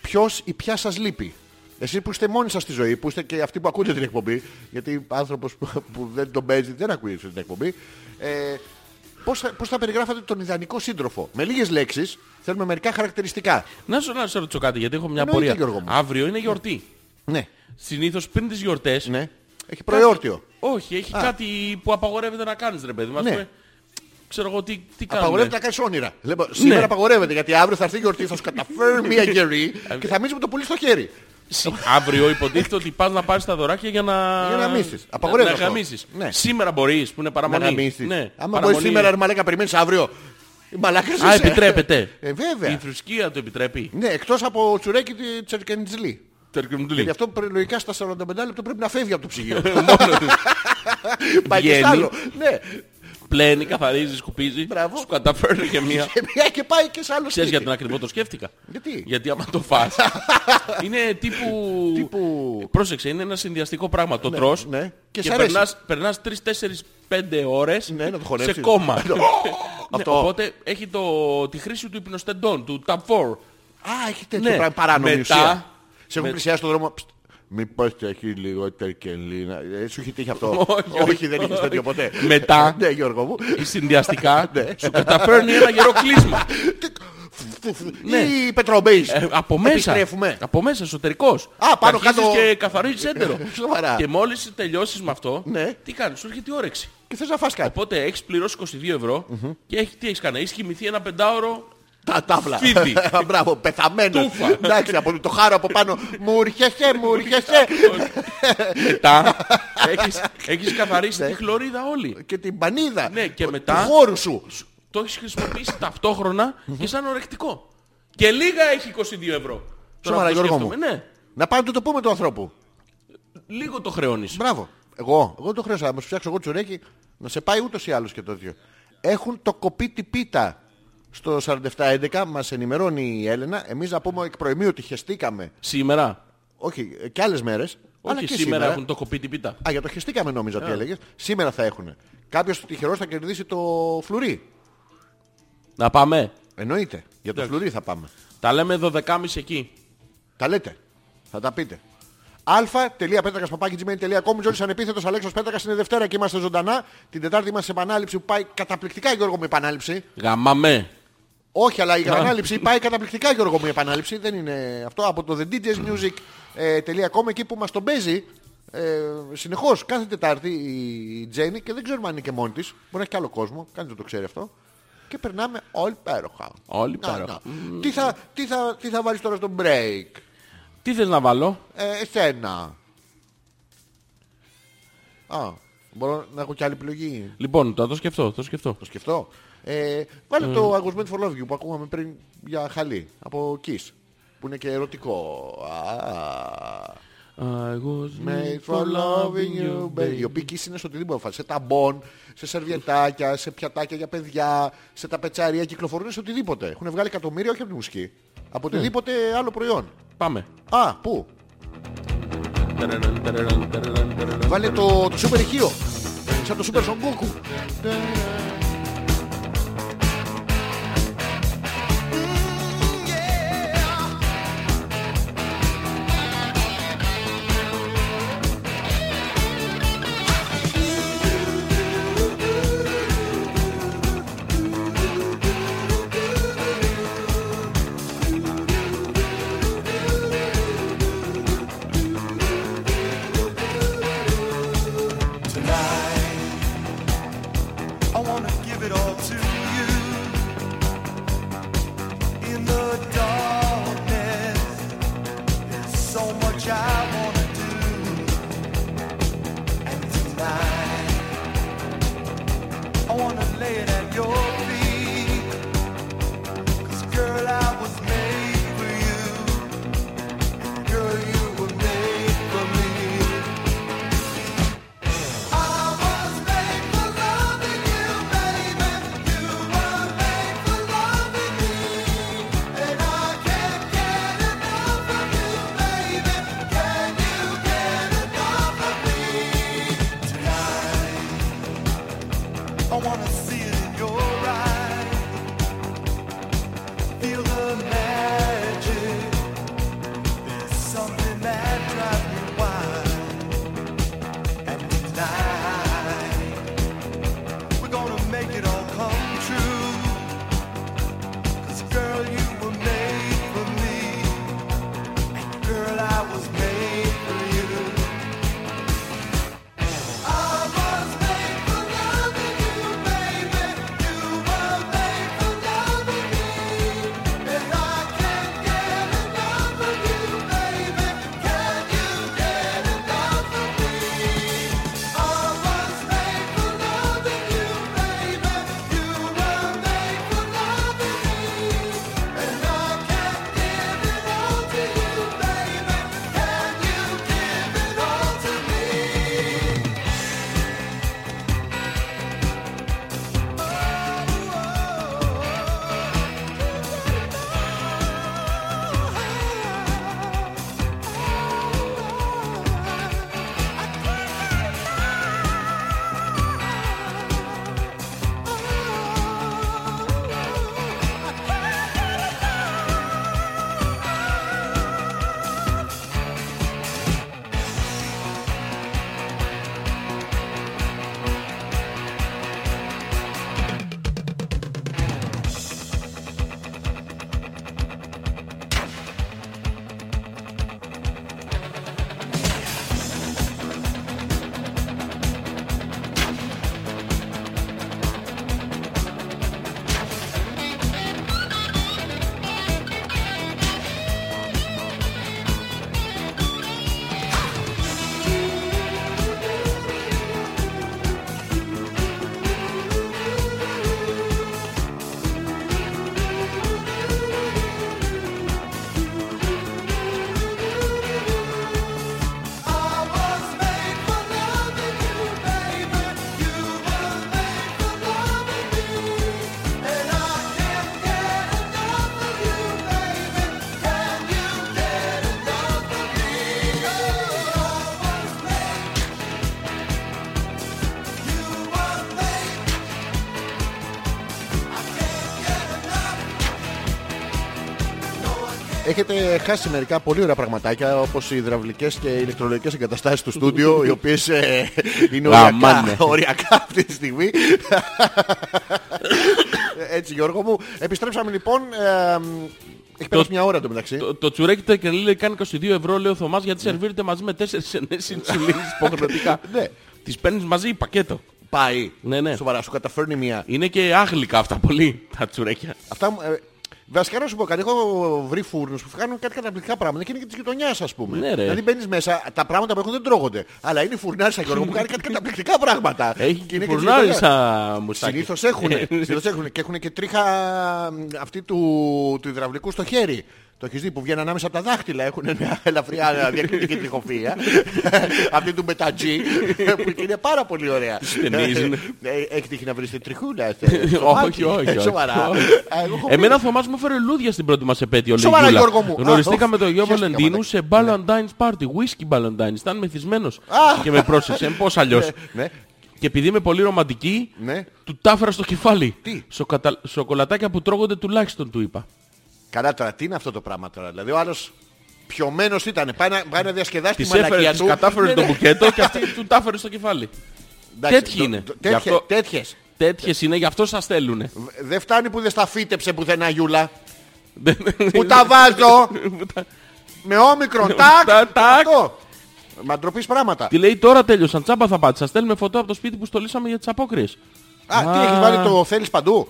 A: ποιος ή ποια σας λείπει. Εσείς που είστε μόνοι σας στη ζωή, που είστε και αυτοί που ακούτε την εκπομπή, γιατί άνθρωπος που, που δεν τον παίζει δεν ακούει την εκπομπή, ε, πώς, θα, πώς θα περιγράφατε τον ιδανικό σύντροφο. Με λίγες λέξεις θέλουμε μερικά χαρακτηριστικά.
B: Να σου, να σου ρωτήσω κάτι, γιατί έχω μια
A: Εννοείται,
B: απορία.
A: Γιώργο μου.
B: Αύριο είναι γιορτή.
A: Ναι,
B: Συνήθως πριν τις γιορτές.
A: ναι. Έχει προεόρτιο.
B: Όχι, έχει κάτι που απαγορεύεται να κάνεις, ρε παιδί. Μας
A: Ναι.
B: πούμε, Ξέρω εγώ τι, τι κάνουμε.
A: Απαγορεύεται να κάνεις όνειρα. Λέμε, σήμερα
B: Ναι.
A: απαγορεύεται γιατί αύριο θα έρθει η γιορτή, θα σου καταφέρει μια
B: <laughs>
A: γερή και θα μείνεις με το πουλί στο χέρι.
B: Συ- Ε, Αύριο υποτίθεται ότι πας να πάρεις τα δωράκια για να.
A: Για να γαμίσεις. Απαγορεύεται
B: Να
A: αυτό.
B: γαμίσεις.
A: Ναι.
B: Σήμερα μπορείς που είναι
A: Να
B: παραμονή.
A: γαμίσεις.
B: Ναι.
A: Άμα μπορείς σήμερα, ρε μαλάκα, περιμένεις αύριο. Η μαλάκα
B: Α,
A: είσαι.
B: επιτρέπεται.
A: Ε, βέβαια.
B: Η θρησκεία το επιτρέπει.
A: Ναι, εκτός από τσουρέκι τη Τσερκεντζλή. Γι'
B: Τερκριμντλή.
A: αυτό πρε- λογικά στα 45 λεπτά πρέπει να φεύγει από το ψυγείο.
B: Ε, Μόνο της.
A: <laughs> Πάει και
B: Βγαίνει.
A: σ' άλλο. Ναι,
B: Πλένει, καθαρίζει, σκουπίζει.
A: Μπράβο.
B: Σου καταφέρνει και μία.
A: και μια και πάει και σ' άλλο
B: Ξέρεις
A: σπίτι.
B: γιατί ακριβώ το σκέφτηκα.
A: Γιατί?
B: Γιατί άμα το
A: <laughs>
B: φας είναι τύπου...
A: Τύπου-
B: Πρόσεξε, είναι ένα συνδυαστικό πράγμα. Το τρως
A: ναι. Και
B: και,
A: σ' αρέσει.
B: περνάς, περνάς 3-4-5 ώρες
A: Ναι, <laughs> να το
B: σε
A: χωνέψεις.
B: κόμμα. Ναι,
A: Αυτό.
B: οπότε έχει το, τη χρήση του υπνοστεντών, του Tab 4.
A: Α, έχει τέτοιο
B: Ναι.
A: πράγμα παράνομη
B: Μετά-
A: ουσία. Σε έχουν
B: με-
A: πλησιάσει τον δρόμο. «Ψτ, Μη πας και έχει λίγο τερκελίνα. Ε, Σου έχει τύχει αυτό.
B: Όχι,
A: Όχι,
B: όχι.
A: δεν είχες τέτοιο ποτέ.
B: Μετά-
A: Ναι, Γιώργο μου.
B: Ή
A: <laughs>
B: συνδυαστικά
A: Ναι.
B: σου καταφέρνει ένα γερό κλείσμα. Ναι.
A: Ή πετρομπέης.
B: Ε, από μέσα. Ε,
A: Επιστρέφουμε.
B: Από μέσα, εσωτερικός.
A: Α, πάνω
B: Και αρχίζεις
A: κάτω.
B: Και καθαρίζεις έντερο.
A: <laughs> Σοβαρά.
B: και μόλις τελειώσεις με αυτό,
A: Ναι.
B: τι κάνεις, σου έρχεται η όρεξη.
A: Και θες να φας κάτι.
B: Οπότε έχεις πληρώσει 22 ευρώ και έχει, τι έχεις κάνει, έχεις κοιμηθεί ένα πεντάωρο
A: Τα τάβλα.
B: Φίδι.
A: <laughs> Μπράβο, πεθαμένος.
B: Τούφα.
A: Εντάξει, από το χάρο από πάνω. Μου ήρχεσαι, μου ήρχεσαι.
B: μετά. έχεις, έχεις καθαρίσει
A: Ναι.
B: τη χλωρίδα όλη.
A: Και την πανίδα.
B: Ναι, και
A: του-
B: μετά-
A: Του χώρου σου.
B: Το έχεις χρησιμοποιήσει ταυτόχρονα και σαν ορεκτικό. Και λίγα έχει 22 ευρώ. Τώρα
A: Σοβαρά,
B: που το
A: Γιώργο μου.
B: σκέφτομαι, Ναι,
A: Να πάμε να το πούμε του ανθρώπου.
B: λίγο το χρεώνεις.
A: Μπράβο. Εγώ, εγώ δεν το χρέωσα. Να σου φτιάξω εγώ τσουρέκι, να σε πάει ούτως ή άλλως και τέτοιο. Έχουν το κοπίτι πίτα στο 4711, μας ενημερώνει η Έλενα. Εμείς να πούμε εκ προημίου ότι χεστήκαμε.
B: Σήμερα.
A: Όχι, ε, και άλλες μέρες.
B: Όχι,
A: και
B: σήμερα, έχουν το κοπεί την πίτα.
A: Α, για το χεστήκαμε νόμιζα τι έλεγες. Σήμερα θα έχουν. Κάποιο τυχερός θα κερδίσει το φλουρί.
B: Να πάμε.
A: Εννοείται. Για το φλουρί θα πάμε.
B: Τα λέμε 12.30 εκεί.
A: Τα λέτε. Θα τα πείτε. α.πέτρακα.gmail.com Ζόρι ανεπίθετος Αλέξος Πέτρακας είναι Δευτέρα και είμαστε ζωντανά. Την Τετάρτη είμαστε σε επανάληψη που πάει καταπληκτικά Γιώργο μου η επανάληψη.
B: Γαμάμε.
A: Όχι, αλλά η επανάληψη πάει καταπληκτικά Γιώργο μου η επανάληψη. Δεν είναι αυτό. Από το thedjsmusic.com ε, εκεί που μας τον παίζει ε, συνεχώς κάθε Τετάρτη η η Τζέννη και δεν ξέρουμε αν είναι και μόνη της. Μπορεί να έχει και άλλο κόσμο. Κανείς δεν το ξέρει αυτό. Και περνάμε όλοι πέροχα.
B: Όλοι
A: Να,
B: πέροχα.
A: να. Τι θα, τι θα, τι θα βάλεις τώρα στο break.
B: Τι θες να βάλω.
A: Ε, εσένα. Α, μπορώ να έχω και άλλη επιλογή.
B: Λοιπόν, θα το σκεφτώ, θα το σκεφτώ.
A: Το σκεφτώ. Ε, βάλε το I was meant for love you που ακούγαμε πριν για χαλή. Από Kiss. Που είναι και ερωτικό. Α,
B: I was
A: made for loving you, baby. Οι οποίοι Kiss είναι σε οτιδήποτε φάση. Σε ταμπον, σε σερβιετάκια, σε πιατάκια για παιδιά, σε ταπετσαρία. Κυκλοφορούν σε οτιδήποτε. Έχουν βγάλει εκατομμύρια όχι από τη μουσική. Από οτιδήποτε άλλο προϊόν.
B: Πάμε.
A: Α, πού. Βάλε το, το σούπερ ηχείο. Σαν το σούπερ σογκούκου.
C: Tonight, I wanna
A: έχετε χάσει μερικά πολύ ωραία πραγματάκια όπως οι υδραυλικές και ηλεκτρολογικές εγκαταστάσεις του στούντιο
B: <laughs>
A: οι οποίες ε, είναι οριακά,
B: Γαμάνε.
A: οριακά αυτή τη στιγμή. Ε, Έτσι Γιώργο μου. Επιστρέψαμε λοιπόν... ε, έχει πέρασει μια ώρα το μεταξύ.
B: Το, το τσουρέκι του Εκενλή λέει κάνει 22 ευρώ, λέει ο Θωμάς, γιατί σερβίρεται μαζί με 4 <laughs> ενές ινσουλίνες υποχρεωτικά.
A: <laughs> Ναι.
B: Τις παίρνεις μαζί πακέτο.
A: Πάει.
B: Ναι, ναι.
A: Σοβαρά, σου καταφέρνει μια.
B: Είναι και άγλικα αυτά πολύ, τα τσουρέκια.
A: Αυτά, μου, ε, βασικά να σου πω κάτι, έχω βρει φούρνους που κάνουν κάτι καταπληκτικά πράγματα και είναι και της γειτονιάς ας πούμε.
B: Ναι, ρε.
A: Δηλαδή μπαίνεις μέσα, τα πράγματα που έχουν δεν τρώγονται. Αλλά είναι η φουρνάρισα Γιώργο
B: <laughs>
A: που κάνει κάτι καταπληκτικά πράγματα.
B: Έχει
A: Και είναι
B: και
A: της γειτονιάς.
B: φουρνάρισα μουσάκι.
A: Συνήθως έχουν,
B: Ε,
A: συνήθως έχουν και έχουν και τρίχα μ, αυτή του, του υδραυλικού στο χέρι. Το έχεις δει που βγαίνουν ανάμεσα από τα δάχτυλα, έχουν μια ελαφριά διακριτική
B: <laughs>
A: τριχοφία. αυτή του μετατζή, που είναι πάρα πολύ ωραία.
B: στενίζουν.
A: Ε, Έχει τύχει να βρεις την τριχούλα. θε- στο
B: <laughs> Όχι,
A: μάτι.
B: όχι, όχι.
A: Ε, Σοβαρά.
B: Όχι.
A: Α, εγώ έχω
B: Εμένα ο Θωμάς μου έφερε λούδια στην πρώτη μας επέτειο.
A: Σοβαρά,
B: Λεγιούλα.
A: Γιώργο μου. Α,
B: Γνωριστήκαμε τον Γιώργο
A: χαίρεστηκα,
B: Βαλεντίνου
A: μάτα.
B: σε Ballantines Party, whisky Ballantines. Ήταν μεθυσμένος και με πρόσεξε. Ε, Πώς αλλιώς.
A: Ναι.
B: Και επειδή είμαι πολύ ρομαντική,
A: Ναι.
B: του τάφερα στο κεφάλι.
A: Τι?
B: Σοκατα- Σοκολατάκια που τρώγονται τουλάχιστον, του είπα.
A: Καλά τώρα, τι είναι αυτό το πράγμα τώρα. Δηλαδή ο άλλος πιωμένος ήταν. Πάει να, πάει να διασκεδάσει της
B: Τη έφερε,
A: μαλακία
B: της
A: του. Ναι,
B: κατάφερε
A: ναι.
B: το μπουκέτο
A: <laughs>
B: και αυτή του τάφερε στο κεφάλι.
A: Εντάξει,
B: Τέτοιοι
A: το-
B: είναι.
A: το-
B: Γι' αυτό-
A: τέτοιες- Τέτοιες.
B: Τέτοιε είναι, γι' αυτό σας θέλουνε. <laughs>
A: Δεν φτάνει που δεν στα φύτεψε πουθενά Γιούλα. Που τα βάζω με όμικρον τάκ.
B: Τα- τάκ.
A: αυτό. Μα ντροπής πράγματα.
B: Τι λέει τώρα τέλειωσαν, τσάμπα θα πάτε. Σας στέλνουμε φωτό από το σπίτι που στολίσαμε για τις απόκριες.
A: <laughs> Α, τι έχεις βάλει το θέλεις παντού.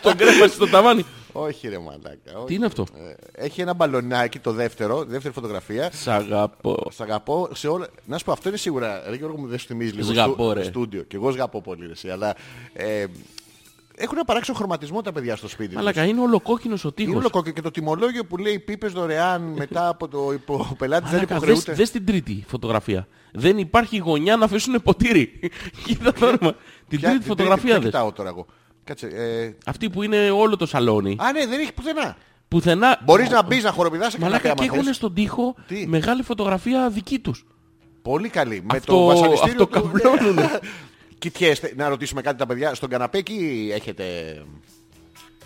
B: Τον κρέμασε στο ταβάνι.
A: Όχι ρε μαλάκα. όχι.
B: Τι είναι αυτό.
A: Ε, Έχει ένα μπαλονάκι το δεύτερο, δεύτερη φωτογραφία.
B: Σ' αγαπώ.
A: Σ' αγαπώ σε όλα. Να σου πω, αυτό είναι σίγουρα. Ρε Γιώργο μου, δεν σου θυμίζει λίγο.
B: Σγαπώ,
A: στο-
B: ρε.
A: Στούντιο. Και εγώ σγαπώ πολύ, ρε, εσύ, αλλά. Ε, έχουν ένα παράξενο χρωματισμό τα παιδιά στο σπίτι.
B: Αλλά
A: τους.
B: είναι ολοκόκκινος ο
A: Είναι
B: τείχο.
A: ολοκόκκινο και το τιμολόγιο που λέει πίπες δωρεάν μετά από το υπο... ο πελάτης δεν
B: Δε
A: υποχρεούται.
B: δες την τρίτη φωτογραφία. Δεν υπάρχει γωνιά να αφήσουν ποτήρι. <laughs> Κοίτα το όνομα. Την
A: Ποια-
B: τρίτη
A: την ποια
B: φωτογραφία δες.
A: κοιτάω τώρα εγώ. Κάτσε. Ε...
B: Αυτή που είναι όλο το σαλόνι.
A: Α, ναι, δεν έχει πουθενά.
B: Πουθενά.
A: Μπορείς να μπεις να χοροπηδάς και να
B: Μαλάκα
A: κάνεις
B: και έχουν στον τοίχο
A: Τι?
B: μεγάλη φωτογραφία δική τους.
A: Πολύ καλή. Με
B: Αυτό-
A: το βασανιστήριο.
B: αυτό
A: <laughs>
B: καπνώνουν.
A: Ναι. Κοιτιέστε, να ρωτήσουμε κάτι τα παιδιά. Στον καναπέ εκεί έχετε.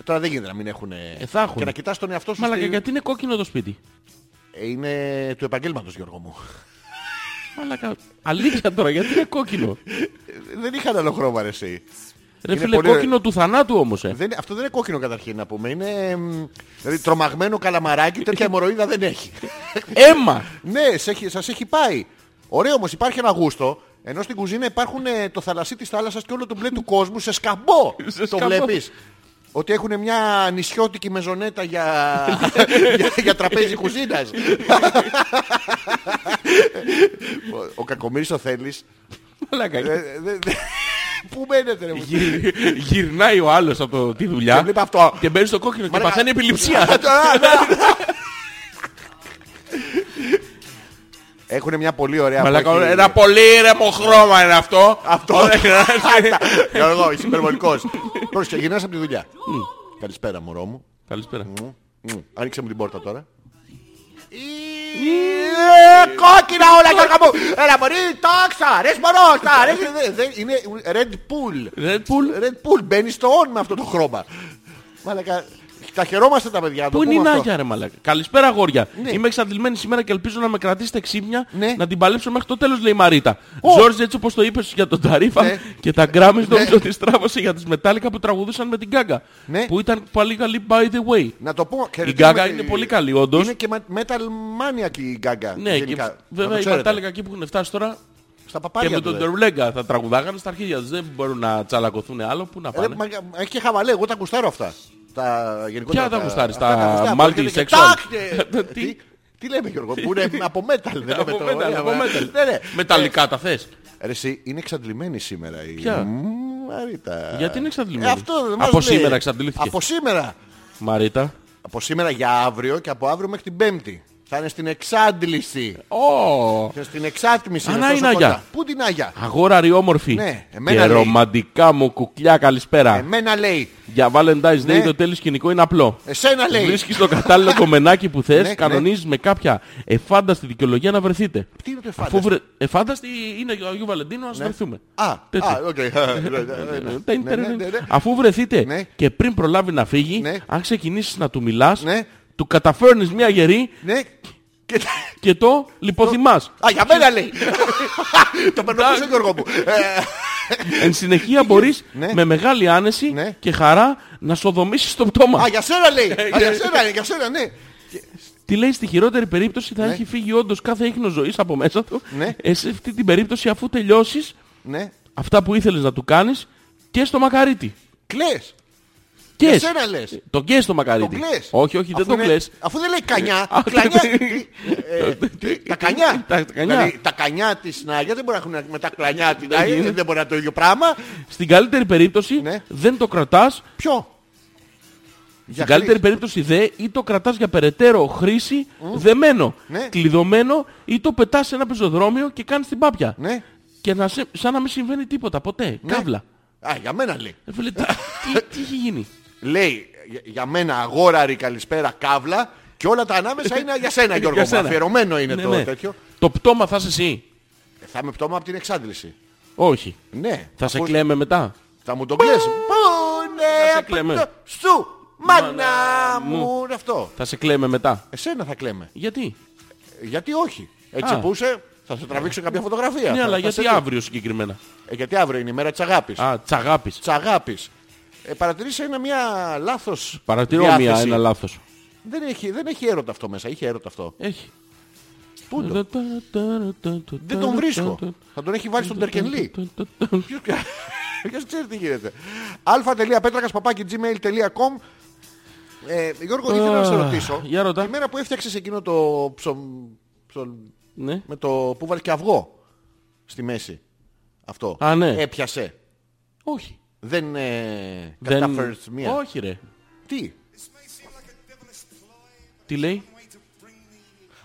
A: Τώρα δεν γίνεται να μην έχουν.
B: Ε, θα έχουν.
A: Και να κοιτάς τον εαυτό σου.
B: Μαλάκα
A: στη-
B: γιατί είναι κόκκινο το σπίτι.
A: Ε, Είναι του επαγγέλματος Γιώργο μου.
B: Μαλάκα. Αλήθεια τώρα γιατί είναι κόκκινο.
A: Ε, δεν είχαν άλλο χρώμα ρε, εσύ.
B: Ρε
A: Είναι
B: φίλε,
A: πολύ
B: κόκκινο του θανάτου όμως Ε.
A: Δεν, αυτό δεν είναι κόκκινο καταρχήν να πούμε. Είναι εμ, δηλαδή, τρομαγμένο καλαμαράκι, τέτοια
B: Ε,
A: αιμορροίδα δεν έχει.
B: Έμα!
A: ναι, σε έχει- σας έχει πάει. Ωραίο όμως υπάρχει ένα γούστο. Ενώ στην κουζίνα υπάρχουν ε, το θαλασσί της θάλασσας και όλο το μπλε του κόσμου σε σκαμπό.
B: <laughs> Σε
A: το
B: σκαμπό.
A: βλέπεις. Ότι έχουν μια νησιώτικη μεζονέτα για,
B: <laughs>
A: <laughs> για, για τραπέζι κουζίνας. <laughs> ο, ο Κακομύρης ο Θέλης.
B: Μαλάκα.
A: ε, ε, δε- <laughs> δε- Πού μένετε ρε μου.
B: γυρι- Γυρνάει ο άλλος από το- τη
A: Και
B: δουλειά
A: βλέπει αυτό.
B: και μπαίνει στο κόκκινο και
A: <laughs> Μαλάκα.
B: παθαίνει επιληψία. ναι.
A: ναι. Έχουν μια πολύ ωραία
B: Μαλάκα,
A: που έχει-
B: ένα πολύ ήρεμο χρώμα είναι αυτό.
A: Αυτό. <laughs> Γιώργο, είσαι υπερβολικός. Πρόσεχε, γυρνάς από τη δουλειά. Καλησπέρα μωρό μου.
B: Καλησπέρα.
A: Μμμ. Άνοιξε μου την πόρτα τώρα. Ε, Κόκκινα όλα Γιώργο μου.
B: ε,
A: Έλα μωρή, τάξα, ρε μωρό, τα, ρε, δε- δε- Είναι Red Bull.
B: Red Bull.
A: Red Bull, μπαίνεις στο on με αυτό το χρώμα. Μαλακα, τα χαιρόμαστε τα παιδιά. να το
B: Πού είναι η
A: πούμε αυτό.
B: Νάγια, ρε Μαλάκα. Καλησπέρα, αγόρια.
A: Ναι.
B: Είμαι εξαντλημένη σήμερα και ελπίζω να με κρατήσετε ξύπνια
A: Ναι.
B: να την παλέψω μέχρι το τέλος λέει η Μαρίτα.
A: Ω.
B: Ζόρζ, έτσι όπως το είπες για τον Ταρίφα
A: Ναι.
B: και τα γκράμμες
A: Ναι.
B: νόμιζα ότι στράβωσε για τις μετάλλικα που τραγουδούσαν με την Γκάγκα.
A: Ναι. Ε,
B: Που ήταν πολύ καλή by the way.
A: Να το πω.
B: Η
A: χαιρετίζουμε-
B: Γκάγκα είναι πολύ καλή, όντως.
A: Είναι και ma- metal maniac η Γκάγκα.
B: Ναι, και
A: γενικά. Να το
B: βέβαια οι
A: ξέρετε.
B: Μετάλλικα εκεί που έχουν φτάσει τώρα
A: Στα
B: και
A: παπάρια
B: με
A: τους,
B: τον
A: δε.
B: Τερλέγκα θα τραγουδάγανε στα αρχίδια τους. Δεν μπορούν να τσαλακωθούν άλλο. Πού να
A: Ε, ρε,
B: πάνε.
A: μα- Έχει και χαβαλέ, εγώ τα κουστάρω αυτά. Τα γενικότερα.
B: Ποια τα γουστάρεις,
A: αυτά
B: τα
A: γουστάρω,
B: multi-sexual?
A: που έρχεται και τάκ, και-
B: <laughs> Τι?
A: Τι- Τι λέμε Γιώργο, που είναι από metal. δεν λέμε
B: Από
A: το-
B: metal,
A: ωραία,
B: από
A: μα-
B: metal.
A: Ναι, ναι.
B: Μεταλλικά τα θες.
A: Ρε εσύ, είναι εξαντλημένη σήμερα η...
B: Ποια?
A: Μμμ, Μαρίτα.
B: Γιατί είναι εξαντλημένη?
A: Ε, αυτό δεν μας
B: Από
A: λέει.
B: σήμερα εξαντλήθηκε.
A: Από σήμερα.
B: Μαρίτα.
A: Από σήμερα για αύριο και από αύριο μέχρι την Πέμπτη. Θα είναι στην εξάντληση.
B: Ω!
A: Θα είναι Στην εξάτμιση.
B: Ανά
A: τόσο
B: η Νάγια.
A: κοντά. Πού την Άγια.
B: Αγόραρη όμορφη.
A: Ναι, εμένα
B: και
A: λέει.
B: ρομαντικά μου κουκλιά καλησπέρα.
A: Εμένα λέει.
B: Για Valentine's
A: Ναι.
B: Day το τέλειος σκηνικό είναι απλό.
A: Εσένα λέει.
B: Βρίσκεις το
A: <laughs>
B: κατάλληλο κομμενάκι που θες,
A: Ναι, ναι.
B: κανονίζεις με κάποια εφάνταστη δικαιολογία να βρεθείτε.
A: Τι είναι το
B: Αφού
A: εφάνταστο.
B: βρε... εφάνταστη είναι ο Αγίου Βαλεντίνου, ας βρεθούμε.
A: Ναι. Α,
B: Τέτοιο. <laughs> Ναι,
A: α, οκ.
B: Τα
A: Ναι, ναι, ναι, ναι.
B: Αφού βρεθείτε
A: Ναι.
B: και πριν προλάβει να φύγει,
A: Ναι.
B: αν ξεκινήσεις να του μιλάς,
A: Ναι.
B: του καταφέρνεις μια γερή
A: Ναι. Και-
B: και το
A: <laughs>
B: λιποθυμάς.
A: Α, για μένα λέει. Το παίρνω πίσω Γιώργο μου. Ε,
B: Εν συνεχεία μπορείς
A: Ναι.
B: με μεγάλη άνεση
A: Ναι.
B: και χαρά να σοδομήσεις το πτώμα.
A: Α, για σένα λέει.
B: Ε,
A: Α, για σένα, για σένα, ναι.
B: Τι λέει στη χειρότερη περίπτωση θα έχει φύγει όντως κάθε ίχνος ζωής από μέσα του.
A: Ναι.
B: Ε, σε αυτή την περίπτωση αφού τελειώσεις
A: Ναι.
B: αυτά που ήθελες να του κάνεις και στο μακαρίτι.
A: Κλαις.
B: Και
A: Για
B: σ-
A: σένα λες.
B: Το και στο
A: Το
B: μακαρίτι.
A: κλαις.
B: Όχι, όχι, δεν
A: Αφού
B: το
A: είναι-
B: κλαις.
A: Αφού δεν λέει κανιά.
B: Α,
A: κλανιά.
B: τι-
A: Ε, Τα κανιά.
B: <laughs> Τα- τα κανιά.
A: Δηλαδή, Τα κανιά της Νάγια δεν μπορεί να έχουν με τα κλανιά την Νάγια. Δεν μπορεί να είναι το ίδιο πράγμα.
B: Στην καλύτερη περίπτωση
A: Ναι.
B: δεν το κρατάς.
A: Ποιο. Για
B: Στην καλύτερη
A: κλείς.
B: περίπτωση δε ή το κρατάς για περαιτέρω χρήση δεμένο,
A: Ναι.
B: κλειδωμένο ή το πετάς σε ένα πεζοδρόμιο και κάνεις την πάπια.
A: Ναι.
B: Και να σε, σαν να μην συμβαίνει τίποτα, ποτέ. Καύλα.
A: Α, για μένα λέει.
B: Ε,
A: <laughs>
B: φίλε, τι, τι, τι έχει γίνει.
A: Λέει για- για μένα αγόραρη καλησπέρα καύλα και όλα τα ανάμεσα είναι για
B: <laughs>
A: σένα Γιώργο.
B: Ε, Για
A: μου.
B: σένα.
A: Αφιερωμένο είναι
B: Ναι,
A: το
B: ναι.
A: τέτοιο.
B: Το πτώμα θα είσαι εσύ.
A: Ε, Θα με πτώμα από την εξάντληση.
B: Όχι.
A: Ναι.
B: Θα σε
A: Πώς-
B: κλαίμε μετά.
A: Θα μου τον κλαις. Πού ναι,
B: σε
A: από
B: κλαίμε.
A: το- Σου, μάνα
B: Μάνα
A: μου.
B: μου.
A: Είναι αυτό.
B: Θα σε κλαίμε μετά.
A: Εσένα θα κλαίμε.
B: Γιατί.
A: Ε, Γιατί όχι. Έτσι
B: Α.
A: που είσαι, θα σε τραβήξω κάποια φωτογραφία.
B: ναι,
A: Ε, Θα-
B: αλλά
A: θα σε
B: γιατί
A: δω.
B: αύριο συγκεκριμένα.
A: Ε, γιατί αύριο είναι η μέρα της αγάπης.
B: Α, τσαγάπη.
A: Της αγάπης. Ε, παρατηρήσα ένα μία λάθος
B: Παρατηρώ
A: διάθεση.
B: μία, ένα λάθος.
A: Δεν έχει, δεν έχει έρωτα αυτό μέσα. Είχε έρωτα αυτό.
B: Έχει.
A: Πού το. Δεν τον βρίσκω. Θα τον έχει βάλει στον Τερκενλή. <laughs> Ποιος ξέρει τι γίνεται. α.πέτρακας.gmail.com ε, Γιώργο, ήθελα να σε
B: Α,
A: ρωτήσω.
B: για ρωτά.
A: Τη μέρα που έφτιαξες εκείνο το ψωμ... ψωμ-
B: Ναι.
A: με το που βάλεις και αυγό στη μέση. Αυτό.
B: Α, ναι.
A: Έπιασε.
B: Όχι.
A: Δεν ε,
B: Δεν-
A: κατάφερες μία.
B: Όχι ρε.
A: Τι.
B: Τι λέει.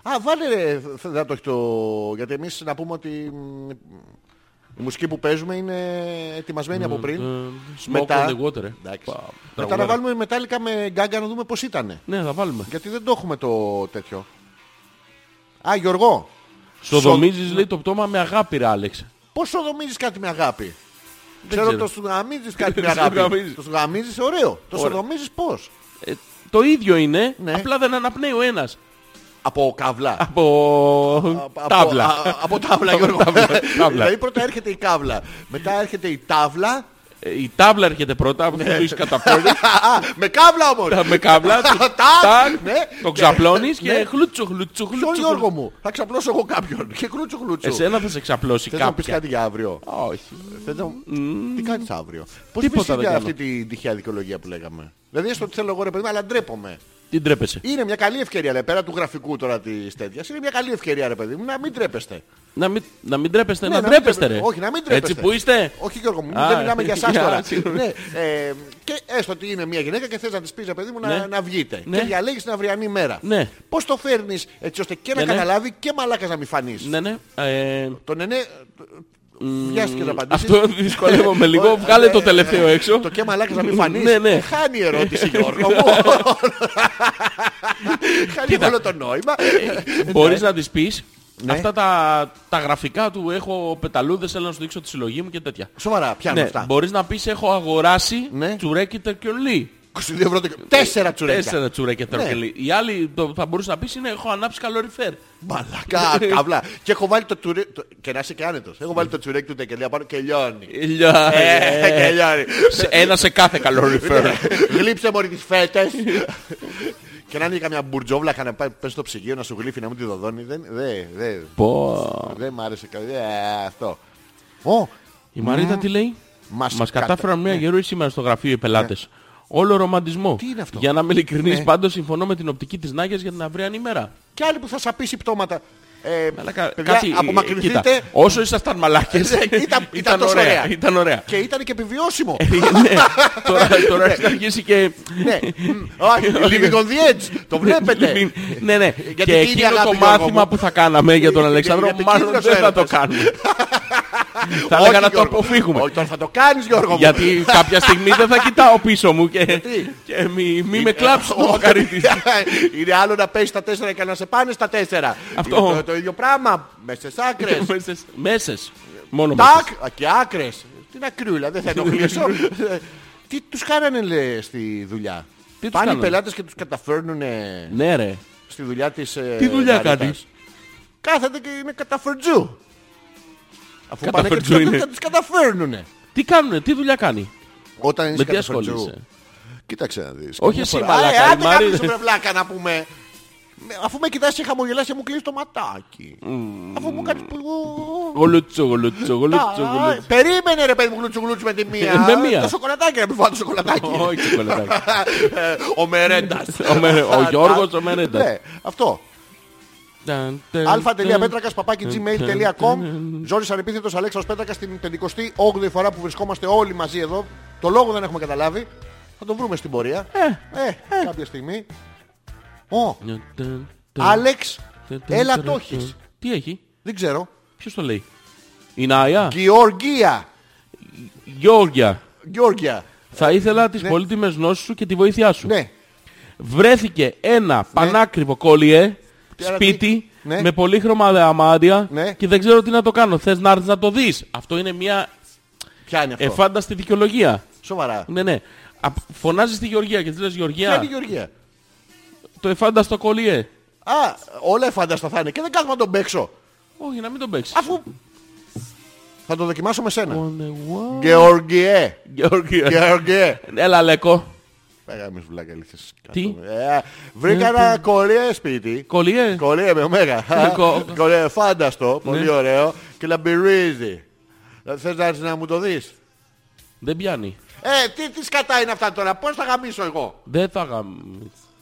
A: Α, βάλε ρε, θα θα το έχεις το... Γιατί εμείς να πούμε ότι μ, η μουσική που παίζουμε είναι ετοιμασμένη από πριν.
B: ε, Smoke on the water. ε.
A: Εντάξει.
B: Πα-
A: Μετά να
B: τραγουδάρι.
A: βάλουμε μετάλλικα με γκάγκα να δούμε πώς ήταν.
B: Ναι, θα βάλουμε.
A: Γιατί δεν το έχουμε το τέτοιο. Α, Γιώργο,
B: Σοδομίζεις λέει το πτώμα με αγάπη ρε Άλεξ.
A: πόσο δομίζεις κάτι με αγάπη. Ξέρω
B: ξέρω.
A: το σου
B: <laughs>
A: γαμίζεις κάτι με
B: Το σου
A: αγάπη.
B: γαμίζεις.
A: το σου γαμίζεις, ωραίο. Το σου
B: Ωραία.
A: δομίζεις πώς.
B: Ε, Το ίδιο είναι,
A: Ναι.
B: απλά δεν αναπνέει ο ένας.
A: Από καύλα.
B: Από
A: Από-
B: τάβλα.
A: α- Από τάβλα,
B: <laughs> Από
A: Γιώργο.
B: τάβλα, τάβλα.
A: Δηλαδή πρώτα έρχεται η καύλα. Μετά έρχεται η τάβλα.
B: Ε, Η τάβλα έρχεται πρώτα, που το είσαι καταφέρει.
A: Α, με καύλα όμως.
B: τα- Με
A: <laughs>
B: καύλα, το-
A: Τάκ,
B: τάκ,
A: ναι.
B: το ξαπλώνεις
A: Ναι.
B: και χλούτσου, χλούτσου, χλούτσου.
A: Ποιο Γιώργο μου, θα ξαπλώσω εγώ κάποιον. Και κλούτσου κλούτσου.
B: Εσένα Ε, θα σε ξαπλώσει
A: Θες να πεις
B: κάποια.
A: κάτι για αύριο.
B: Όχι.
A: Θες να... Τι κάνεις αύριο. Πώς
B: Τίποτα
A: πεις
B: δεν
A: για
B: κάνω.
A: αυτή την τυχαία δικαιολογία που λέγαμε. Δηλαδή έστω ότι θέλω εγώ ρε παιδί μου, αλλά ντρέπομαι.
B: Τι ντρέπεσαι.
A: Είναι μια καλή ευκαιρία, ρε, πέρα του γραφικού τώρα της τέτοιας. Είναι μια καλή ευκαιρία, ρε παιδί μου, να μην τρέπεστε.
B: Να μην, να μην τρέπεστε,
A: Ναι,
B: Ε, να,
A: να μην
B: ντρέπεστε ρε.
A: τρέπε- Όχι, να μην τρέπεστε.
B: Έτσι που είστε.
A: Όχι Γιώργο μου,
B: Α,
A: δεν μιλάμε για
B: <laughs>
A: εσάς
B: για-
A: τώρα.
B: συγγνώμη.
A: ναι, ε, και έστω ότι είναι μια γυναίκα και θες να της πεις ρε παιδί μου να,
B: Ναι.
A: να βγείτε.
B: Ναι.
A: Και διαλέγεις την αυριανή μέρα.
B: Ναι.
A: Πώς το φέρνεις έτσι ώστε και να
B: Ναι, ναι.
A: καταλάβει και μαλάκας να μην φανείς.
B: Ναι, ναι. Ε,
A: Το ναι, ναι, βιάστηκε να απαντήσεις. Ναι,
B: αυτό <laughs>
A: <laughs>
B: δυσκολεύομαι λίγο. Βγάλε το τελευταίο έξω.
A: Το και μαλάκας να μην φανείς.
B: Ναι, ναι.
A: Χάνει η
B: <laughs>
A: ερώτηση Γιώργο μου. Χάνει όλο το νόημα.
B: Μπορείς να της πεις
A: Ναι.
B: αυτά τα, τα γραφικά του έχω πεταλούδες, θέλω να σου δείξω τη συλλογή μου και τέτοια.
A: Σοβαρά, πιάνω
B: Ναι,
A: αυτά.
B: μπορείς να πεις έχω αγοράσει
A: Ναι.
B: τσουρέκι τερκιολί.
A: 22 ευρώ. το- Τέσσερα τσουρέκια. Ναι.
B: Τέσσερα τσουρέκι τερκιολί. Η άλλη το, θα μπορούσε να πεις είναι έχω ανάψει καλοριφέρ. <laughs> Ε,
A: Μαλακά,
B: Ναι.
A: καύλα. και έχω βάλει το τσουρέκι. το- Και να είσαι και άνετος. Έχω βάλει το τσουρέκι του τεκελιά πάνω και λιώνει.
B: Ηλιά,
A: Ε, Ναι.
B: ε,
A: και λιώνει.
B: σε- Ένα σε κάθε καλοριφέρ.
A: Γλύψε μωρή τις φέτες. Και να είναι καμιά μπουρτζόβλακα να πάει πες στο ψυγείο να σου γλύφει να μην τη δοδώνει. Δεν, δεν, δεν.
B: Πω.
A: Δεν μ' άρεσε κα- ε, αυτό. Ω,
B: Η Μαρίτα τι λέει.
A: Μας
B: Μας
A: κατα-
B: κατάφεραν μια
A: ναι.
B: γερούη σήμερα στο γραφείο οι πελάτες. Όλο ρομαντισμό.
A: Τι είναι αυτό?
B: Για να είμαι ειλικρινής,
A: Ναι.
B: πάντως συμφωνώ με την οπτική της Νάγιας για την αυριανή μέρα.
A: και άλλοι που θα σαπίσει πτώματα. Ε,
B: Αλλά κα-
A: παιδιά, απομακρυνθείτε.
B: κοίτα, όσο ήσασταν μαλάκες,
A: Ε, ήταν- ήταν τόσο ωραία.
B: Ήταν ωραία. <laughs>
A: Και ήταν και επιβιώσιμο.
B: ναι, τώρα, τώρα έχει αρχίσει και...
A: ναι.
B: ε,
A: Μ, Όχι, living on the edge. Το βλέπετε.
B: ναι, ναι.
A: τι είναι
B: και
A: η
B: εκείνο
A: αγάπη,
B: το
A: Γιώργο
B: μάθημα
A: μου?
B: που θα κάναμε για τον
A: Για-
B: Αλεξάνδρο,
A: γιατί
B: μάλλον
A: εκείνος
B: δεν θα
A: έρωτας. <laughs>
B: το κάνουμε. θα
A: Όχι,
B: έλεγα να το
A: Γιώργο.
B: αποφύγουμε.
A: Όχι, τώρα θα το κάνεις Γιώργο μου.
B: Γιατί κάποια στιγμή δεν θα κοιτάω πίσω μου και, και μη, μη
A: Ε,
B: με κλάψεις
A: <laughs>
B: το μακαρίτι.
A: Είναι άλλο να πέσει στα τέσσερα και να σε πάνε στα τέσσερα.
B: Αυτό.
A: Είναι το, το ίδιο πράγμα. Με στι άκρες.
B: Μέσες. Μέσες. Μόνο μέσες.
A: Τάκ. α, Και άκρες.
B: <laughs>
A: Την ακρούλα, δεν θα ενοχλήσω. Ε, Τι τους κάνανε λέ, στη δουλειά.
B: Τι τους
A: Πάνε οι
B: κάνανε.
A: πελάτες και τους καταφέρνουν ε,
B: Ναι, ρε.
A: στη δουλειά της ε,
B: Τι δουλειά
A: Δαρίτας.
B: κάνεις?
A: Κάθεται και είναι καταφερτζού. Αφού πάνε και
B: Καταφερτζού
A: τους καταφέρνουν,
B: είναι.
A: θα τους καταφέρνουνε.
B: Τι κάνουνε, τι δουλειά κάνει.
A: Όταν είσαι
B: Με τι
A: καταφερτζού.
B: ασχολείσαι.
A: Κοίταξε να δεις.
B: Όχι
A: Καμιά
B: εσύ,
A: φορά.
B: μαλάκα,
A: Α, ε,
B: η
A: άντε
B: Μαρή-
A: κάποιος βρε βλάκα να πούμε. Ναι, Αφού με κοιτάς και χαμογελάς και μου κλείνεις το ματάκι. Αφού μου κάνεις που...
B: Γολούτσο, γολούτσο, γολούτσο,
A: Α,
B: γολούτσο.
A: Περίμενε ρε παιδί μου γλουτσου γλουτσου με τη μία.
B: Ε, Με μία.
A: Το σοκολατάκι να μου βάλω το σοκολατάκι.
B: Όχι, κολετάκι.
A: Ε, Ο Μερέντας.
B: Ο Μερε- ο Γιώργος ο Μερέντας.
A: Ναι, αυτό.
B: Ταν, ταν,
A: αλφα.πέτρακα παπάκι gmail.com Ζόρις ανεπίθετος Αλέξα Πέτρακα στην 58η φορά που βρισκόμαστε όλοι μαζί εδώ. Το λόγο δεν έχουμε καταλάβει. Θα το βρούμε στην πορεία. Ε, κάποια στιγμή. Ω,
B: ταν, ταν, ταν,
A: Άλεξ,
B: ταν, ταν,
A: έλα
B: ταν,
A: το
B: ταν.
A: έχεις.
B: Τι έχει,
A: Δεν ξέρω.
B: ποιος το λέει. Η Νάια,
A: Γεωργία.
B: Γεώργια.
A: Γεωργία.
B: Θα ήθελα τις πολύτιμες γνώσεις σου και τη βοήθειά σου.
A: Ναι.
B: Βρέθηκε ένα πανάκριβο κόλλιε
A: άρα
B: σπίτι
A: τι? Ναι.
B: με πολύχρωμα δαμάρια
A: Ναι.
B: και δεν ξέρω τι να το κάνω. Θες να έρθεις να το δεις. Αυτό είναι μια
A: Ποια είναι αυτό.
B: εφάνταστη δικαιολογία.
A: Σοβαρά.
B: Ναι, ναι. Απ- Φωνάζεις τη Γεωργία και της λες
A: Ποια είναι η
B: Γεωργία,
A: Γεωργία.
B: το εφάνταστο κόλλιε.
A: Α, όλα εφάνταστα θα είναι και δεν κάθομαι να τον παίξω.
B: Όχι, να μην τον παίξεις.
A: Αφού. Θα το δοκιμάσω με σένα.
B: On the wall.
A: Γεωργιέ.
B: Γεωργία.
A: Γεωργιέ.
B: Έλα, Λέκο.
A: Πέγαμε βλάκα αλήθειες.
B: Τι?
A: Κάτω. Ε, βρήκα ένα κορέ σπίτι.
B: Κολλιέ.
A: Κορέ με ωμέγα.
B: Ε, Κο- Ναι.
A: Κορέ φάνταστο. Πολύ ωραίο. Και λαμπυρίζει. Ε, Θες να έρθεις να μου το δεις.
B: Δεν πιάνει.
A: Ε, τι, τι σκατά είναι αυτά τώρα. Πώς θα γαμίσω εγώ.
B: Δεν θα γαμ-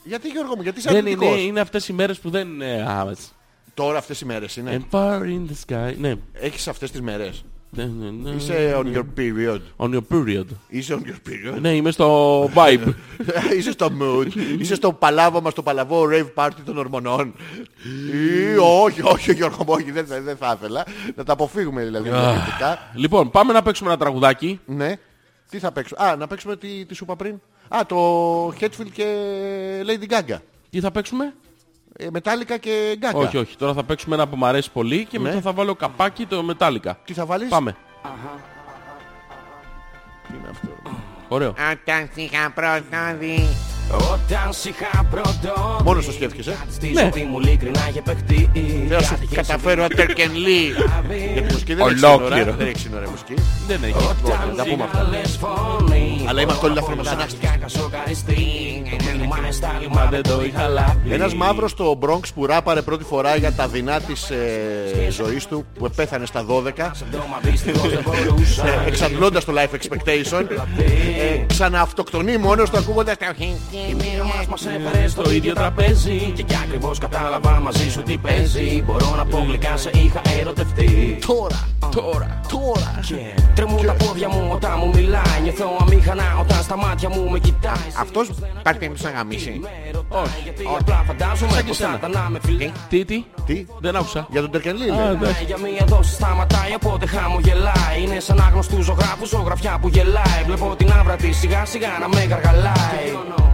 A: Γιατί Γιώργο μου, γιατί είσαι
B: Δεν είναι,
A: αρνητικός.
B: είναι αυτές οι μέρες που δεν είναι
A: Ναι.
B: άμεσα.
A: Τώρα αυτές οι μέρες είναι.
B: Empire in the sky. Ναι.
A: Έχεις αυτές τις μέρες.
B: Ναι, ναι, ναι.
A: Είσαι on your period.
B: On your period.
A: Είσαι on your period.
B: Ναι, είμαι στο
A: Ναι,
B: vibe.
A: <laughs> Είσαι στο mood. Είσαι στο παλάβο μας, το παλαβό rave party των ορμονών. Ή, όχι, όχι, Γιώργο μου, όχι, δεν, θα- δεν θα ήθελα. Να τα αποφύγουμε δηλαδή. διαφορετικά.
B: λοιπόν, πάμε να παίξουμε ένα τραγουδάκι.
A: ναι. Τι θα παίξουμε. Α, να παίξουμε τι, τι σου είπα πριν. Α, το Hetfield και Lady Gaga.
B: Τι θα παίξουμε?
A: Ε, Metallica και Gaga.
B: Όχι, όχι. Τώρα θα παίξουμε ένα που μου αρέσει πολύ
A: Ναι.
B: και μετά θα βάλω καπάκι το μετάλλικα.
A: Τι θα βάλεις.
B: Πάμε.
A: Τι είναι αυτό.
B: Ωραίο.
C: Όταν σ' είχα πρώτο δει
D: Όταν σ' είχα πρώτο
A: Μόνος το σκέφτηκες, ε.
D: κάτι Στη
B: Ναι.
D: ζωή μου ειλικρινά είχε παιχτεί
A: Θέλω να σου Ε, καταφέρω ένα Turk and Lee. Γιατί μουσική δεν έχει σύνορα.
B: Ολόκληρο.
A: Δεν έχει σύνορα η μουσική.
B: Δεν έχει.
D: Όταν
A: τα πούμε αυτά.
D: ζυγαλές φωνή
A: Αλλά είμαστε όλοι λαθρομεσανάστες.
D: Κακά σοκαριστή Το μήνυμα είναι στα λιμά δεν το είχα λάβει
A: ναι. Ένας μαύρος στο Bronx που ράπαρε πρώτη φορά για τα δεινά της ε, ζωής του που πέθανε στα 12
D: Ντόμα δυστυχώς δεν μπορούσα
A: ε, εξαντλώντας το life expectation ε, ξανααυτοκτονεί μόνος του ακούγοντας τα
D: Μας μας έφερε στο ίδιο τραπέζι Και κι ακριβώς κατάλαβα μαζί σου τι παίζει Μπορώ να πω γλυκά σε είχα ερωτευτεί
A: τώρα,
D: Τώρα
A: τώρα
D: και Τρεμούν τα πόδια μου όταν μου μιλάει Νιώθω αμήχανα όταν στα μάτια μου με κοιτάει
A: Αυτός πάρει πέμπτος να γαμίσει
D: Όχι, γιατί απλά φαντάζομαι πως θα ήταν να με φιλάει
B: Τι, τι.
A: Τι,
B: Δεν άκουσα.
A: για τον ε. Τερκενλή
B: Α,
A: λέει
B: εντάξει.
D: Για μία δόση σταματάει, οπότε χαμογελάει. Είναι σαν άγνωστου ζωγράφους, ζωγραφιά που γελάει. Βλέπω την άβρα της σιγά σιγά να με γαργαλάει.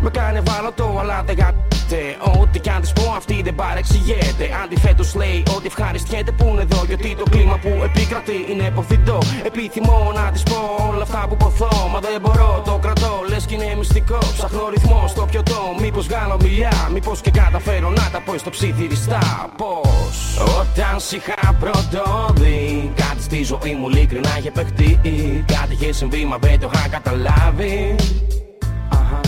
D: Με κάνει ευάλωτο, αλλά δεν γαμπτέ. Ό,τι κι αν της πω, αυτή δεν παρεξηγείται. Αντιθέτως λέει ότι ευχαριστιέται που είναι εδώ. Γιατί το κλίμα που επικρατεί είναι υποθυντό. Επιθυμώ να της πω όλα αυτά που ποθώ. Μα δεν μπορώ, το κρατώ, λες κι είναι μυστικό. Ψάχνω ρυθμό στο πιωτό. Μήπως βγάλω μιλιά, μήπως και καταφέρω να τα πω στο ψιθυριστά. Πώς. Όταν σ' είχα πρώτο δει Κάτι στη ζωή μου ειλικρινά είχε παιχτεί Κάτι είχε συμβεί μα δεν το είχα καταλάβει Αχα.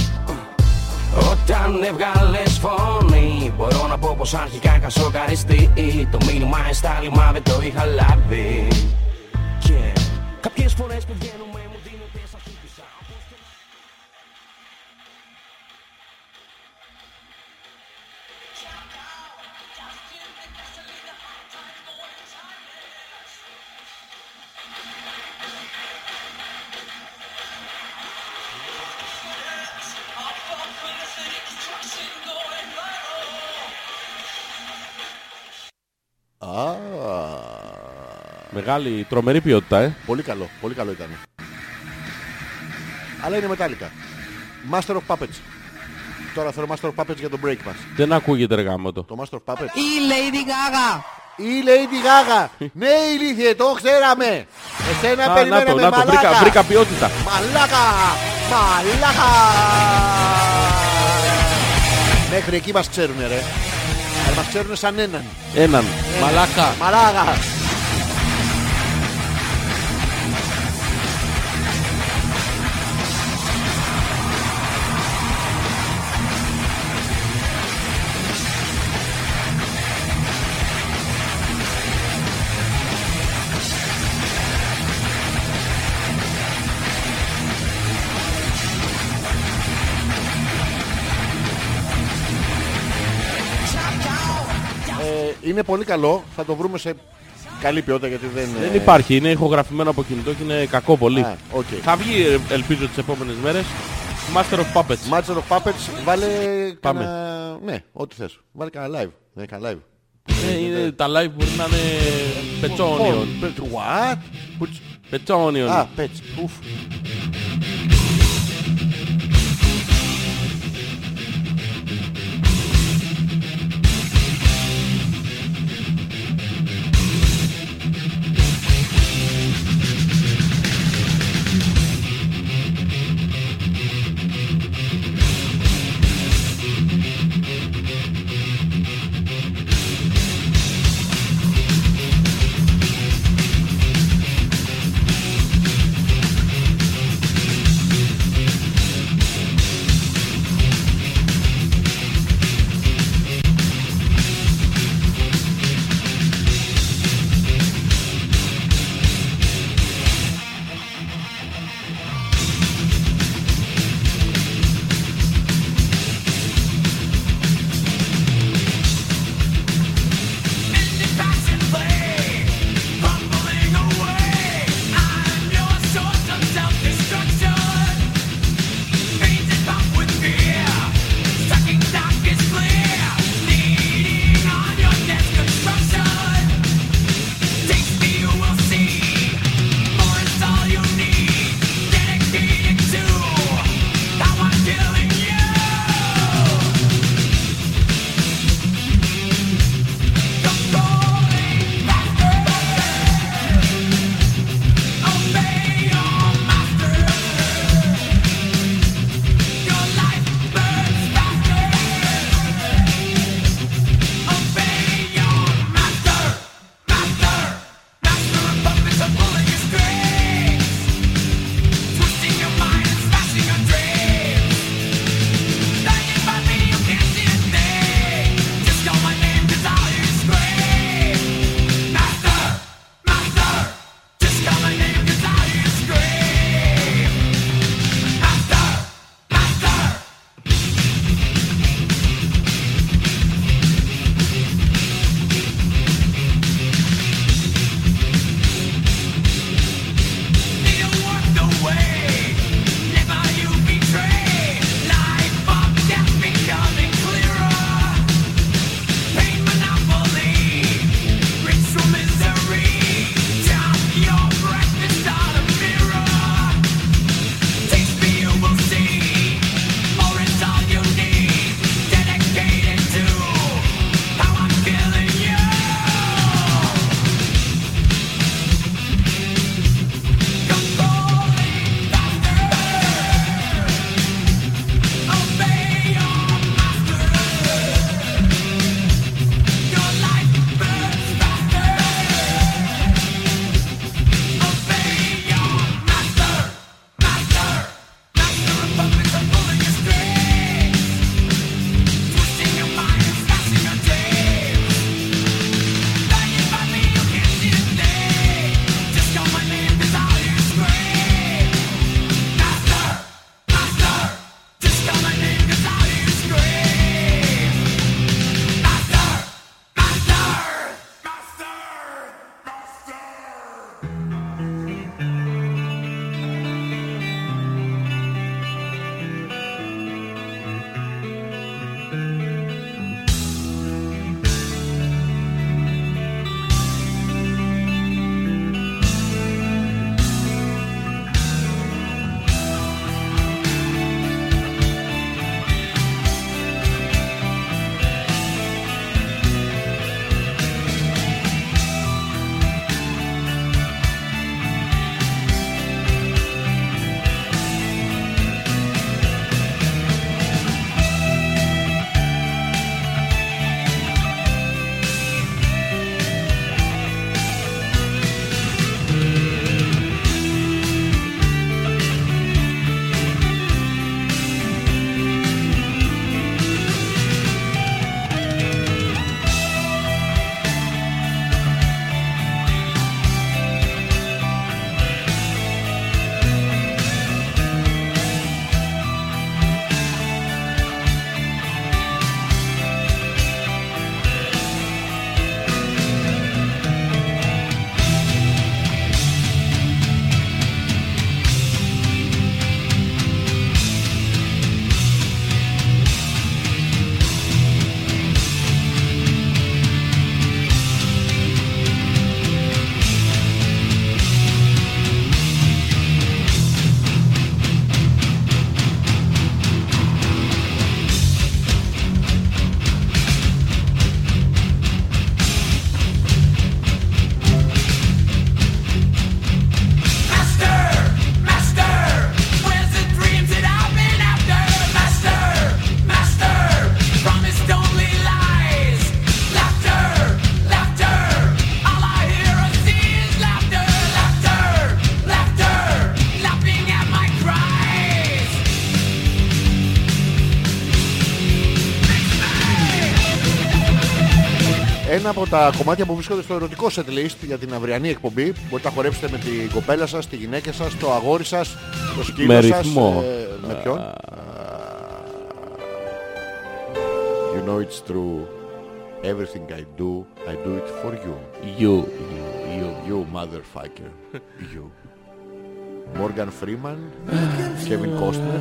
D: Όταν έβγαλες φωνή Μπορώ να πω πως αρχικά είχα σοκαριστεί Το μήνυμα εστάλημα δεν το είχα λάβει Και κάποιες φορές που βγαίνουμε μου δίνονται σαν χύπησα
A: Α,
B: Μεγάλη, τρομερή ποιότητα, ε.
A: Πολύ καλό, πολύ καλό ήταν Αλλά είναι μετάλλικα Master of Puppets Τώρα θέλω Master of Puppets για τον break μας
B: Δεν ακούγεται ρε γάμο το.
A: Το Master of Puppets
C: Η Lady Gaga
A: Η Lady
B: <laughs>
A: Gaga. ναι, ηλίθιε, το ξέραμε. Εσένα
B: Α, να το,
A: περιμέναμε
B: να το,
A: Ε, μαλάκα.
B: βρήκα, βρήκα ποιότητα.
A: Μαλάκα, μαλάκα. Μέχρι εκεί μας ξέρουνε ρε. Αλλά μας ξέρουνε σαν έναν.
B: Έναν.
A: Ε.
B: Μαλάκα.
A: Μαράγα. Ε, είναι πολύ καλό. Θα το βρούμε σε καλή ποιότητα γιατί δεν...
B: Δεν υπάρχει. Είναι ηχογραφημένο από κινητό και είναι κακό πολύ.
A: Α, οκ.
B: Θα βγει ε, ελπίζω τις επόμενες μέρες. Master of Puppets.
A: Master of Puppets, βάλε...
B: Πάμε.
A: κανένα- Ναι, ό,τι θες. Βάλε κανένα live. Ναι, κανένα live.
B: Ε, είναι, τα live μπορεί να είναι πετσόνιον.
A: Oh, but What? Which- Α,
B: Πετσόνιον.
A: πέτς. Ουφ.
E: Thank
A: Ένα από τα κομμάτια που βρίσκονται στο ερωτικό set list για την αυριανή εκπομπή. Μπορείτε να χορέψετε με την κοπέλα σας, τη γυναίκα σας, το αγόρι σας, το σκύλο
B: Με
A: σας.
B: ρυθμό.
A: ε, με ποιον. You know it's true. Everything I do, I do it for you.
B: You.
A: You, you motherfucker. You. Morgan Freeman, Kevin Costner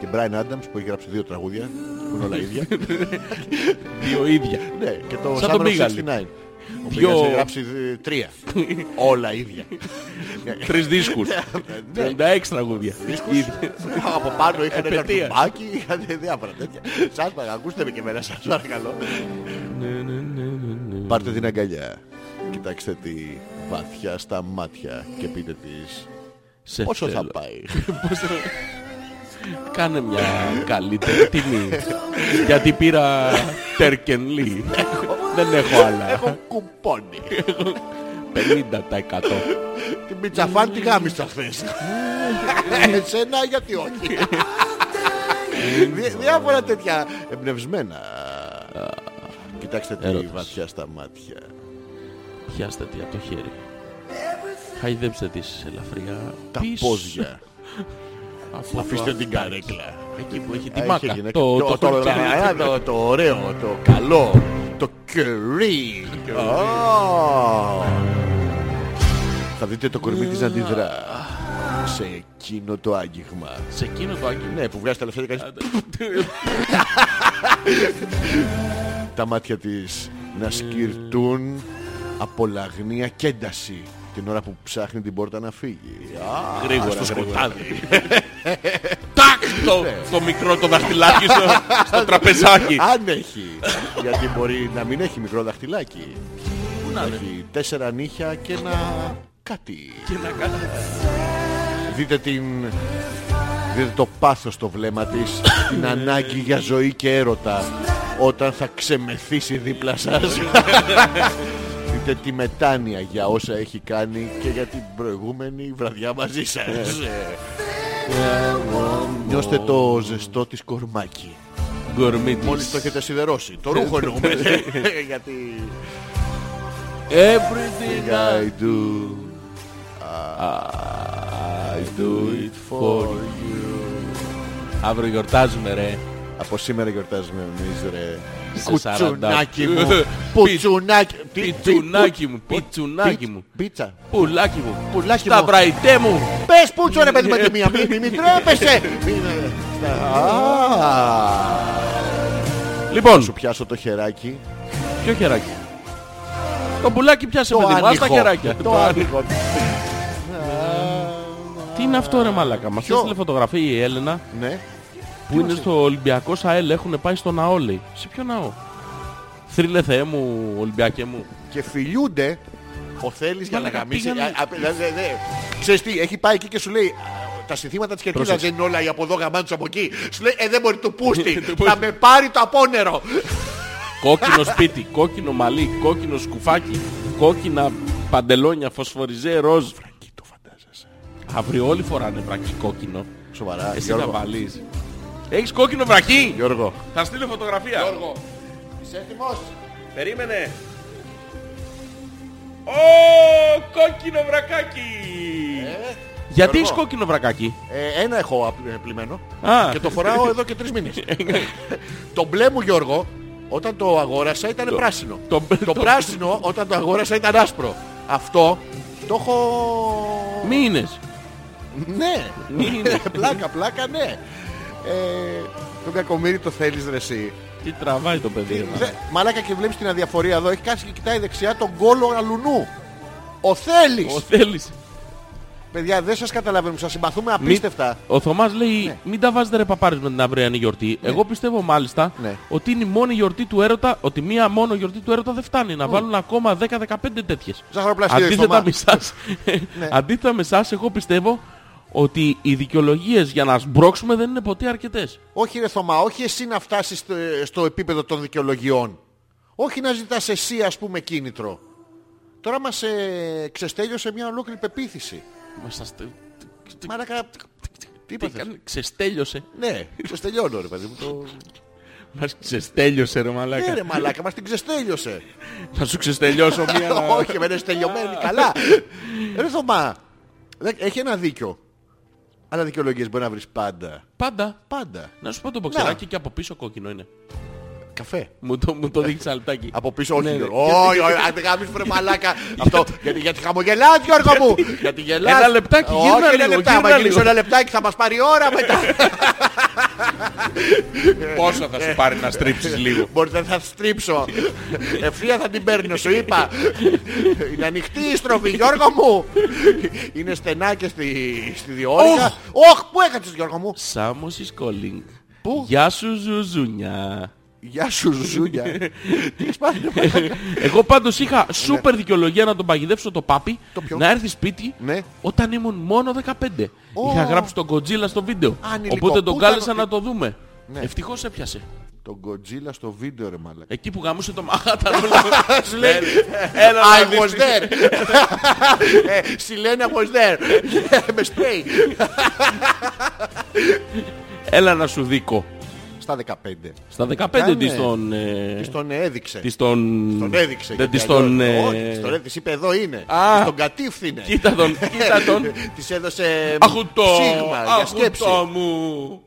A: και Brian Adams που έχει γράψει δύο τραγούδια που είναι όλα ίδια.
B: Δύο ίδια.
A: ναι, και το
B: Σαν
A: Summer
B: τον
A: of
B: Πήγαλη.
A: 69. Ο
B: Δυο-
A: Πήγαλης έχει γράψει ε, τρία. όλα ίδια.
B: Τρεις δίσκους.
A: Ναι,
B: 36 τραγούδια. Ίδια.
A: Από πάνω είχαν ένα
B: Επαιτίας.
A: κουμπάκι, είχαν διάφορα τέτοια. Σας παρακαλώ, ακούστε με και εμένα, σας παρακαλώ. Πάρτε την αγκαλιά. Κοιτάξτε τη βαθιά στα μάτια και πείτε της
B: Σε
A: πόσο θα
B: Ε, θέλω.
A: πάει. <laughs>
B: Κάνε μια καλύτερη τιμή. Γιατί πήρα Τέρκεν Λί. Δεν έχω άλλα.
A: Έχω κουπόνι.
B: 50%.
A: Την πιτσαφάν τη γάμισα <laughs> χθες. Εσένα γιατί όχι. Δι- Διάφορα τέτοια εμπνευσμένα. Κοιτάξτε τη
B: Ερώτηση.
A: βαθιά στα μάτια.
B: Πιάστε τη από το χέρι. Χαϊδέψτε τις ελαφριά.
A: Τα
B: πίσω
A: πόδια.
B: από
A: Αφήστε
B: το
A: την
B: αυτάκι.
A: καρέκλα.
B: Εκεί που έχει
A: Α,
B: τη
A: είχε
B: μάκα.
A: Ε, γυναίκα.
B: Το-
A: το-
B: Το το-
A: ε, α, το- το ωραίο, το καλό, το κερί. Α. Θα δείτε το κορμί της να αντιδρά σε εκείνο το άγγιγμα.
B: Σε εκείνο το άγγιγμα.
A: Ναι, που βγάζει τα λεφτά και κάνεις τα μάτια της να σκυρτούν από λαγνία και ένταση την ώρα που ψάχνει την πόρτα να φύγει. Α,
B: Γρήγορα,
A: στο
B: γρήγορα.
A: σκοτάδι.
B: <laughs> Τάκ! Το- Το μικρό το δαχτυλάκι στο- στο τραπεζάκι.
A: Αν έχει. Γιατί μπορεί να μην έχει μικρό δαχτυλάκι. Να έχει τέσσερα νύχια και ένα κάτι.
B: Και να κάνω.
A: Δείτε την... Δείτε το πάθος στο βλέμμα της, την ανάγκη για ζωή και έρωτα όταν θα ξεμεθύσει δίπλα <laughs> σας. Δείτε τη μετάνοια για όσα έχει κάνει και για την προηγούμενη βραδιά μαζί σας. Ε. Νιώστε το ζεστό της κορμάκι.
B: Γκορμί της.
A: Μόλις το έχετε σιδερώσει. Το ρούχο εννοούμε. <laughs> Γιατί...
B: Everything I
A: I do. I do it for you.
B: Αύριο γιορτάζουμε ρε.
A: Από σήμερα γιορτάζουμε εμείς ρε.
B: Σε
A: Κουτσουνάκι
B: 40.
A: μου. Πουτσουνάκι. τι- τι-
B: Πιτσουνάκι μου,
A: που-
B: πιτσουνάκι
A: πι-
B: μου.
A: Πίτσα.
B: Πουλάκι μου.
A: Πουλάκι
B: Τα
A: μου.
B: βραϊτέ μου.
A: Πες πουτσο ρε παιδί με τη μία. Μη, μη, μη τρέπεσαι. Μη, ε, στα- Α. Σου
B: Λοιπόν,
A: πιάσω το χεράκι.
B: ποιο χεράκι. Το πουλάκι πιάσε
A: Το
B: παιδί μου. Ας τα
A: άνοιγω.
B: χεράκια.
A: Το άνοιγω.
B: Τι είναι αυτό ρε μαλάκα. Μας
A: Ποιο?
B: έστειλε φωτογραφία η Έλενα
A: Ναι.
B: που είναι στο Ολυμπιακό ΣΑΕΛ. Έχουν πάει στο ναό λέει. Σε ποιο ναό. Θρύλε Θεέ μου, Ολυμπιακέ μου.
A: και φιλιούνται ο Θέλης για να
B: Μαλάκα,
A: γαμίσει.
B: πήγανε-
A: Α, α, δε, δε, δε. Ξέρεις τι, έχει πάει εκεί και σου λέει «Α, τα συνθήματα της Χερκίδας
B: Πρόσεξε.
A: δεν είναι όλα οι από εδώ γαμάντους από εκεί. Σου λέει «Ε, δεν μπορεί το
B: <laughs>
A: πούστη, θα με πάρει το απόνερο».
B: Κόκκινο σπίτι, κόκκινο μαλλί, κόκκινο σκουφάκι, κόκκινα παντελόνια, φωσφοριζέ, ροζ. Βρακί το φαντάζεσαι. Αύριο όλοι φοράνε βρακί κόκκινο.
A: Σοβαρά,
B: Εσύ θα
A: Γιώργο.
B: βάλεις. Έχεις κόκκινο βρακί.
A: Γιώργο.
B: Θα στείλω φωτογραφία. Γιώργο.
A: Είσαι έτοιμος.
B: Περίμενε. Ω, κόκκινο βρακάκι. Γιατί
A: Ε, Γιώργο.
B: έχεις κόκκινο βρακάκι.
A: Ε, ένα έχω απ- ε, πλημμένο
B: Α. Ναι.
A: και το φοράω εδώ και τρεις
B: <laughs>
A: μήνες. το μπλε μου Γιώργο, όταν το αγόρασα ήταν πράσινο.
B: το-
A: Το
B: το-
A: πράσινο όταν το αγόρασα ήταν άσπρο. Αυτό το έχω...
B: Μήνες.
A: Ναι, <laughs>
B: Μήνες.
A: πλάκα, πλάκα, ναι. Ε, τον κακομύρι το θέλεις ρε εσύ.
B: Τι τραβάει το παιδί. ρε,
A: Δε- μαλάκα και βλέπεις την αδιαφορία εδώ, έχει κάτσει και κοιτάει δεξιά τον κόλο αλουνού. Ο θέλεις.
B: Ο θέλεις.
A: Παιδιά, δεν σας καταλαβαίνουμε, σας συμπαθούμε απίστευτα. Ναι.
B: Ο Θωμάς λέει: Μην τα βάζετε ρε παπάρες με την αυριανή γιορτή. Εγώ πιστεύω μάλιστα
A: Ναι.
B: ότι είναι η μόνη γιορτή του έρωτα, ότι μία μόνο γιορτή του έρωτα δεν φτάνει. Να βάλουν ακόμα 10-15 τέτοιε.
A: Ζαχαροπλαστήρες,
B: Αντίθετα
A: Θωμά.
B: με εσάς,
A: <laughs> Ναι.
B: αντίθετα με εσάς, εγώ πιστεύω ότι οι δικαιολογίες για να σμπρώξουμε δεν είναι ποτέ αρκετές.
A: Όχι ρε Θωμά, όχι εσύ να φτάσεις στο, στο επίπεδο των δικαιολογιών. Όχι να ζητάς εσύ ας πούμε κίνητρο. Τώρα μας ε, ξεστέλιωσε μια ολόκληρη πεποίθηση. Μαλάκα, τι είπατε.
B: Ξεστέλιωσε.
A: Ναι, ξεστελιώνω ρε παιδί μου. Το...
B: Μας ξεστέλειωσε Ε, ρε μαλάκα.
A: Ναι, ρε μαλάκα, μας την ξεστέλειωσε.
B: Θα σου
A: <laughs>
B: ξεστελειώσω μία. να-
A: Όχι, με είναι στελειωμένη,
B: <laughs>
A: καλά. Ρε Θωμά, δε- έχει ένα δίκιο. Αλλά δικαιολογίες μπορεί να βρεις πάντα.
B: Πάντα.
A: Πάντα.
B: Να σου πω το μποξεράκι και από πίσω κόκκινο είναι.
A: Καφέ.
B: Μου το, μου το δείξεις αλτάκι.
A: Από πίσω, όχι
B: Ναι, ναι.
A: Γιώργο. Όχι, όχι, αν δεν γάμεις βρε
B: <laughs>
A: μαλάκα. Αυτό, γιατί, γιατί χαμογελάς Γιώργο μου. Γιατί γελάς.
B: Ένα λεπτάκι, γύρνα
A: Όχι, ένα
B: λίγο,
A: λεπτά, άμα
B: γύρνα
A: γυρίσω
B: λίγο.
A: ένα λεπτάκι θα μας πάρει ώρα μετά. Ε.
B: Πόσο θα σου πάρει να
A: <laughs>
B: στρίψεις λίγο.
A: Μπορείτε να θα <laughs> στρίψω. Ευθεία θα την παίρνω, σου είπα. Είναι ανοιχτή η στροφή, Γιώργο μου. Είναι στενά και στη, στη διόρυγα. Όχ, πού έκατσες Γιώργο μου.
B: Σάμος is calling.
A: Πού?
B: Γεια σου ζουζουνιά.
A: Γεια σου Ζουζούνια. Τι έχεις πάθει, ρε μαλάκα.
B: Εγώ πάντως είχα σούπερ δικαιολογία να τον παγιδεύσω το πάπι
A: Ναι. Το ποιο?
B: να έρθει σπίτι
A: Ναι.
B: όταν ήμουν μόνο 15. Είχα γράψει τον Κοντζίλα στο βίντεο.
A: Ανηλικό.
B: Οπότε
A: λοιπόν.
B: τον
A: Πού
B: κάλεσα
A: ήταν ο- Ναι.
B: να το δούμε. Ευτυχώς έπιασε.
A: Τον Κοντζίλα στο βίντεο ρε μαλάκα.
B: Εκεί που γαμούσε το
A: <laughs>
B: μαχάτα. Σου λέει, Έλα να
A: I
B: δεις
A: was
B: τι-
A: there. Ε, Σιλένα was there. <laughs> Με σπρέι.
B: Έλα να σου δίκω.
A: Στα 15.
B: Στα
A: Ναι,
B: 15 της
A: ναι.
B: τον... ε,
A: Της τον έδειξε.
B: Της τον...
A: Τον έδειξε.
B: Δεν
A: γιατί
B: της τον...
A: αλλιώς-
B: ε,
A: Όχι, της τον έδειξε. Είπε εδώ είναι.
B: Α.
A: Της Τον κατήφθηνε.
B: Κοίτα τον, κοίτα τον.
A: <laughs> Της έδωσε
B: Αχουτό,
A: ψήγμα για σκέψη.
B: αχουτό μου.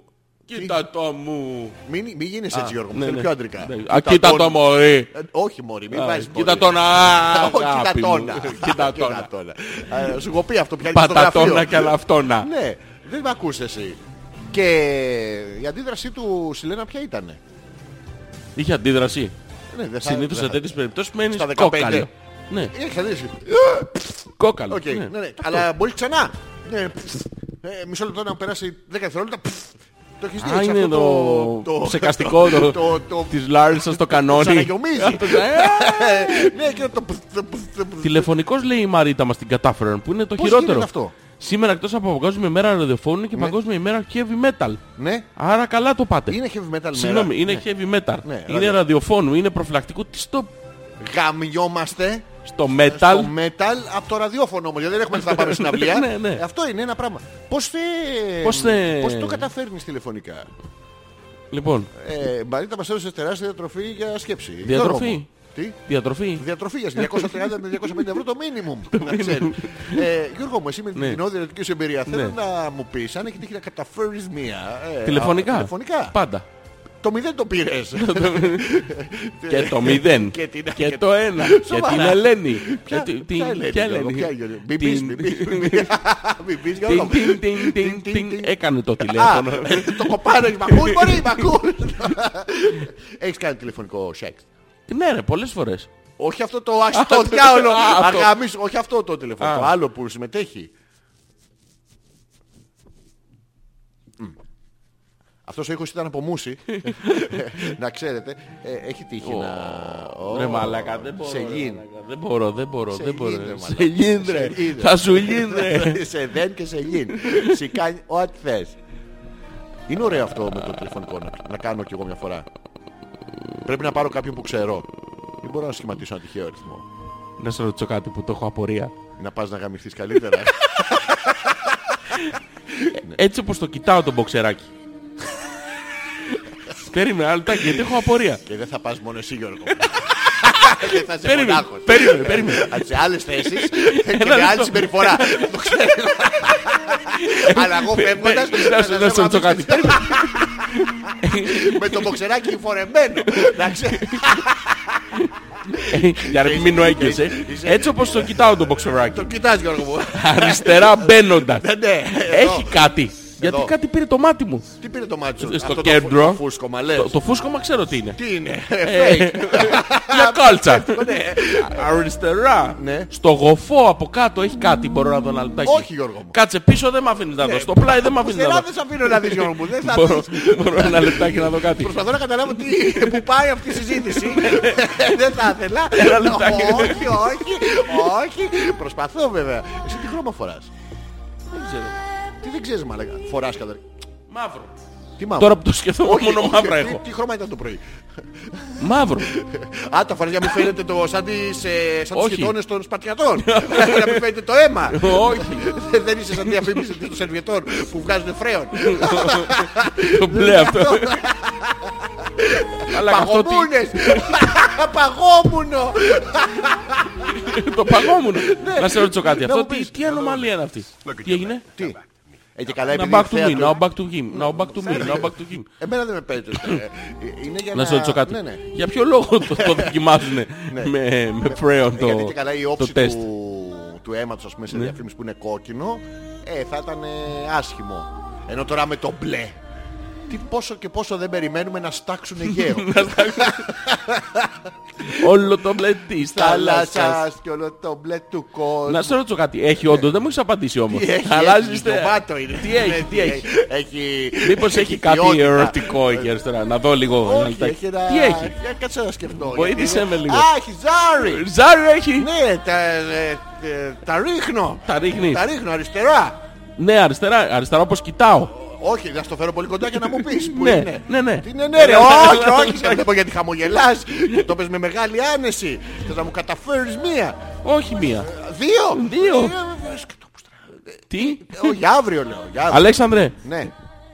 B: Κοίτα το μου.
A: Μην, μην γίνεις έτσι Γιώργο, μου
B: Ναι,
A: θέλει
B: ναι.
A: πιο αντρικά.
B: Ναι. Α, κοίτα
A: τον.
B: το μωρή.
A: Ε, Όχι μωρή, μην
B: Α,
A: βάζεις μωρή.
B: Κοίτα τον, α,
A: Α, <laughs> όχι,
B: αγάπη
A: Κοίτα
B: μου.
A: τόνα.
B: <laughs> Κοίτα τόνα.
A: Ε, Σου έχω πει αυτό πια είναι στο
B: Πατατόνα
A: γραφείο.
B: και αλαυτόνα.
A: Ναι, δεν με ακούς εσύ. Και η αντίδρασή του, Σιλένα, ποια ήτανε.
B: Είχε αντίδραση.
A: Ναι, δεν θα-
B: Συνήθως
A: δεν
B: σε
A: θα- Ε,
B: τέτοιες περιπτώσεις μένεις
A: Στα 15.
B: κόκαλο. Ναι,
A: Έχεις αντίδραση.
B: κόκαλο.
A: Οκ, ναι, ναι. Αλλά μπορείς ξανά. Ναι, πφ. Ε, μισό λεπτό να περάσει 10 δευτερόλεπτα. πφ. Το έχεις δει
B: Α,
A: έτσι,
B: είναι
A: αυτό
B: το,
A: το- το-
B: ψεκαστικό το,
A: το- το-
B: της Λάρισας στο κανόνι.
A: Ξαναγιομίζει.
B: ε.
A: Ναι, και το... πφ, το πφ, το πφ.
B: Τηλεφωνικός λέει η Μαρίτα μας την κατάφεραν που είναι το
A: Πώς
B: χειρότερο.
A: γίνεται αυτό?
B: Σήμερα εκτός από παγκόσμια ημέρα ραδιοφώνου είναι και παγκόσμια ημέρα heavy metal.
A: Ναι,
B: Άρα καλά το πάτε.
A: είναι heavy metal
B: Συγγνώμη, είναι
A: Ναι.
B: heavy metal.
A: Ναι,
B: είναι
A: ραδιο-
B: ραδιοφώνου, είναι προφυλακτικού. Τι στο,
A: Ναι. Γαμιόμαστε
B: στο metal.
A: στο metal από το ραδιόφωνο όμως, γιατί δεν έχουμε τι να πάμε στην αυλία.
B: Ναι, ναι.
A: Αυτό είναι ένα πράγμα. Πώς, θε...
B: Πώς θε-
A: πώς το καταφέρνεις τηλεφωνικά.
B: Λοιπόν,
A: Ε, Μαρίτα μας έδωσες τεράστια διατροφή για σκέψη.
B: Διατροφή.
A: Γιώργο μου. Τι?
B: διατροφή.
A: Διατροφή για 230 με 250 ευρώ το minimum. να ξέρεις. ε, Γιώργο μου, εσύ με την
B: Ναι.
A: κοινότητα ερωτική σου εμπειρία θέλω
B: Ναι.
A: να μου πεις αν έχεις τύχει να καταφέρεις μία. ε,
B: τηλεφωνικά.
A: α, τηλεφωνικά.
B: Πάντα.
A: Το μηδέν το
B: <laughs>
A: πήρες.
B: και το μηδέν.
A: Ε, <laughs> Και την-
B: και το
A: <laughs>
B: ένα. και
A: Σοβαρά.
B: την Ελένη.
A: Ποια,
B: Και την-
A: ποια Ελένη,
B: ποια
A: Γιώργο, ποια Ελένη. Μην πεις,
B: Την-
A: μην πεις, <laughs> μην πεις. Μην πεις, Γιώργο
B: την-
A: μου.
B: την-
A: Την-
B: την- την-
A: την-
B: την-
A: την.
B: Έκανε το
A: Α, ε,
B: τηλέφωνο.
A: το κοπάρε, μ' ακούς μπορεί, μ'
B: <laughs>
A: ακούς. Έχεις κάνει τηλεφωνικό σεξ.
B: Ναι ρε, πολλές φορές.
A: Όχι αυτό το αστό διάολο.
B: Α, αυτό.
A: Αγαμίσου, όχι αυτό το τηλεφωνικό.
B: Α.
A: Το άλλο που συμμετέχει. Μμ. Αυτός ο ήχος ήταν από
B: <laughs>
A: μουσι. Να ξέρετε. Ε, Έχει τύχει να... Ω,
B: Ρε μαλάκα, δεν μπορώ.
A: Σε
B: ρε,
A: γιν.
B: μαλάκα. Δεν μπορώ, δεν μπορώ,
A: Σε
B: δεν μπορώ.
A: γιν, ρε, μαλάκα.
B: Σε γίντρε.
A: Σε γιν, ρε.
B: Θα σου γίντρε.
A: <laughs> σε δέν και σε γιν. Σηκάνει ό,τι θες. Είναι ωραίο αυτό με το τηλεφωνικό να, να κάνω κι εγώ μια φορά. Πρέπει να πάρω κάποιον που ξέρω. Δεν μπορώ να σχηματίσω ένα τυχαίο αριθμό.
B: Να σε ρωτήσω κάτι που το έχω απορία.
A: Να πας να γαμηθείς καλύτερα.
B: Έτσι όπως το κοιτάω τον μποξεράκι. Περίμενα, αλλά γιατί έχω απορία.
A: και δεν θα πας μόνο εσύ
B: <laughs>
A: Γιώργο. δεν θα σε
B: Περίμενε,
A: μονάχος.
B: περίμενε, περίμενε.
A: Αν σε άλλες
B: <laughs>
A: θέσεις και με
B: λεπτό.
A: άλλη συμπεριφορά. Να το ξέρω.
B: <laughs>
A: Αλλά εγώ φεύγοντας
B: Πε- πε- να σου-
A: θα
B: Να
A: σε
B: σου ρωτήσω κάτι.
A: βαμίσεις με το μποξεράκι φορεμένο. Να ξέρεις.
B: Για να μην μείνω έγκυος, ε.
A: Είσαι-
B: Έτσι όπως το κοιτάω τον μποξεράκι.
A: Το κοιτάς Γιώργο μου.
B: Αριστερά μπαίνοντας.
A: Ναι, εδώ.
B: Έχει κάτι. Γιατί κάτι πήρε το μάτι μου.
A: Τι πήρε το μάτι σου.
B: Στο
A: αυτό το
B: κέντρο.
A: φου- Φούσκωμα λες.
B: Το- Το φούσκωμα ξέρω τι είναι.
A: Τι είναι.
B: Ε,
A: Fake.
B: Μια κόλτσα.
A: Ναι.
B: Αριστερά.
A: Ναι.
B: Στο γοφό από κάτω έχει κάτι. Μπορώ να δω ένα λεπτάκι.
A: Όχι, Γιώργο μου.
B: Κάτσε πίσω δεν με αφήνεις να δω. Στο πλάι δεν με αφήνεις να
A: Στερά
B: δω.
A: δεν σε αφήνω να δεις Γιώργο μου. Δεν θα
B: Μπορώ-
A: δεις.
B: Μπορώ ένα λεπτάκι να δω κάτι.
A: Προσπαθώ να καταλάβω τι, που πάει αυτή η
B: <laughs>
A: συζήτηση. Δεν θα ήθελα.
B: λεπτάκι.
A: όχι, όχι, όχι. Προσπαθώ βέβαια. Εσύ τι χρώμα φοράς.
B: Δεν ξέρω.
A: Τι δεν ξέρεις μαλάκα. Φοράς κατά.
B: Μαύρο.
A: Τι μαύρο.
B: Τώρα που το σκεφτόμουν
A: Όχι,
B: μόνο
A: όχι,
B: μαύρα
A: τι-
B: έχω.
A: Τι χρώμα ήταν το πρωί.
B: Μαύρο.
A: Α, τα φοράς για να μην φαίνεται το σαν τις, ε, σαν τις
B: Όχι.
A: γειτόνες των σπατιατών. να μην φαίνεται το αίμα.
B: Όχι.
A: <laughs> Δεν είσαι σαν διαφήμιση των σερβιετών που βγάζουν φρέον.
B: Το μπλε αυτό. Αλλά αυτό τι-
A: Παγωμούνες. <laughs> Παγόμουνο.
B: το παγόμουν. Να σε ρωτήσω κάτι. Αυτό
A: Ναι. μου
B: τι-
A: πεις.
B: τι ανομαλία είναι αυτή. Τι έγινε.
A: Τι. Ε, και καλά
B: Now
A: επειδή
B: back to me,
A: θέατρο-
B: now back to him, now back to me, now back to him.
A: Εμένα δεν με παίζει. Ε, Είναι για να...
B: Να σε ρωτήσω κάτι.
A: Ναι, ναι.
B: Για ποιο λόγο το, το δοκιμάζουν με, με πρέον
A: Ε,
B: το,
A: Γιατί και καλά η
B: το
A: όψη
B: τεστ. Ναι.
A: του, του αίματος ας πούμε σε διαφήμιση που είναι κόκκινο ε, θα ήταν ε, άσχημο. Ενώ τώρα με το μπλε. Τι πόσο και πόσο δεν περιμένουμε να στάξουν
B: <laughs>
A: γέο.
B: Όλο το μπλε της θάλασσας.
A: Θάλασσας και όλο το μπλε του κόσμου.
B: Να σε ρωτήσω κάτι. Έχει όντως, δεν μου έχεις απαντήσει όμως.
A: Τι έχει,
B: Αλλάζεις
A: έχει,
B: τε-
A: ντομάτο είναι. Ναι,
B: Τι έχει, τι έχει.
A: έχει
B: Μήπως έχει κάτι
A: ποιότητα.
B: ερωτικό εκεί αριστερά. Να δω λίγο. ένα
A: Όχι,
B: λεπτάκι.
A: έχει ένα...
B: Τι έχει.
A: Για Κάτσε να σκεφτώ.
B: Βοήθησέ
A: γιατί-
B: με λίγο.
A: Α, έχει ζάρι.
B: Ζάρι έχει.
A: Ναι, τα, ε, ε, τα ρίχνω.
B: Τα ρίχνεις.
A: Τα ρίχνω αριστερά.
B: Ναι, αριστερά, αριστερά όπως κοιτάω.
A: Όχι, να στο φέρω πολύ κοντά και να μου πεις που
B: Ναι,
A: είναι.
B: ναι, ναι.
A: Τι είναι, ναι, ρε,
B: Ναι, ναι,
A: όχι,
B: ναι.
A: όχι, σε βλέπω γιατί χαμογελάς. <laughs> Το πες με μεγάλη άνεση. Θες να μου καταφέρεις μία.
B: Όχι μία.
A: Δύο.
B: Δύο.
A: Ε, ε, σκέτο που στρα-
B: Τι.
A: Ε, Όχι, αύριο λέω. για αύριο.
B: Αλέξανδρε,
A: Ναι.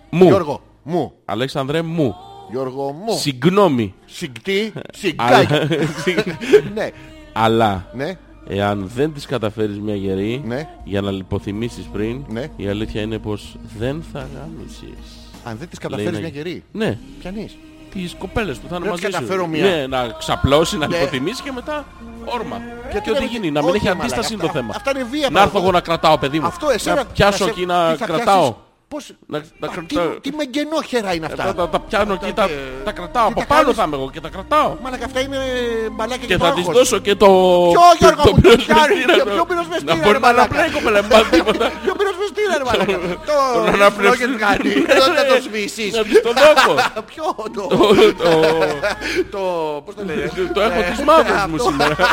B: μου.
A: Γιώργο, μου.
B: Αλέξανδρε, μου.
A: Γιώργο μου.
B: Συγγνώμη.
A: Συγκτή,
B: Αλλά-
A: συγκτάκι. <laughs> Ναι,
B: Αλλά
A: ναι.
B: Εάν δεν τις καταφέρεις μια γερή
A: Ναι.
B: για να λιποθυμήσεις πριν,
A: Ναι.
B: η αλήθεια είναι πως δεν θα γάμισεις.
A: Αν δεν τις
B: Λέει
A: καταφέρεις
B: να-
A: μια γερή,
B: Ναι,
A: πιανείς.
B: τις κοπέλες που θα είναι
A: Να
B: μαζί
A: τις καταφέρω
B: σου.
A: μία.
B: Ναι, να ξαπλώσει, να
A: Ναι.
B: λιποθυμήσεις και μετά όρμα.
A: Γιατί
B: και ό,τι
A: να-
B: γίνει, να μην
A: όχι,
B: έχει
A: μαλάκα,
B: αντίσταση είναι το
A: αυτά-
B: θέμα.
A: αυτά είναι βία,
B: Να έρθω
A: παρακαλώ.
B: εγώ να κρατάω, παιδί μου.
A: Αυτό εσένα...
B: Να πιάσω
A: θα σε-
B: εκεί να
A: τι θα
B: κρατάω.
A: πιάσεις, Πώς...
B: Να- να
A: Α, τι,
B: κρατάω.
A: τι μεγενόχερα είναι
B: Τα,
A: αυτά.
B: τα, τα πιάνω εκεί, τα,
A: και-
B: τα κρατάω.
A: τι
B: Από
A: τα
B: πάνω
A: κάνεις?
B: θα είμαι εγώ και τα κρατάω.
A: Μαλάκα αυτά είναι μπαλάκια και
B: Και θα
A: βράχος.
B: της δώσω και το...
A: Ποιο, Γιώργο
B: το
A: μου, το
B: πυροσβεστήρα,
A: πιάνει,
B: το-
A: ποιο πυροσβεστήρα,
B: Να μπορεί
A: ρε
B: να
A: μαλάκα.
B: αναπνέει η κοπέλα, μην πάθει
A: <laughs>
B: τίποτα.
A: Ποιο πυροσβεστήρα
B: <laughs>
A: ρε μαλάκα.
B: Τον
A: Το
B: αναπνεύσω.
A: φλόγερ κάνει.
B: <laughs>
A: Δεν θα το σβήσεις.
B: Να της το δώκω.
A: Α, <laughs> Ποιο το...
B: Το- το-
A: Το... Πώς το λένε.
B: Το έχω
A: Ε,
B: τις μαύρες μου
A: αυτό.
B: σήμερα. <laughs>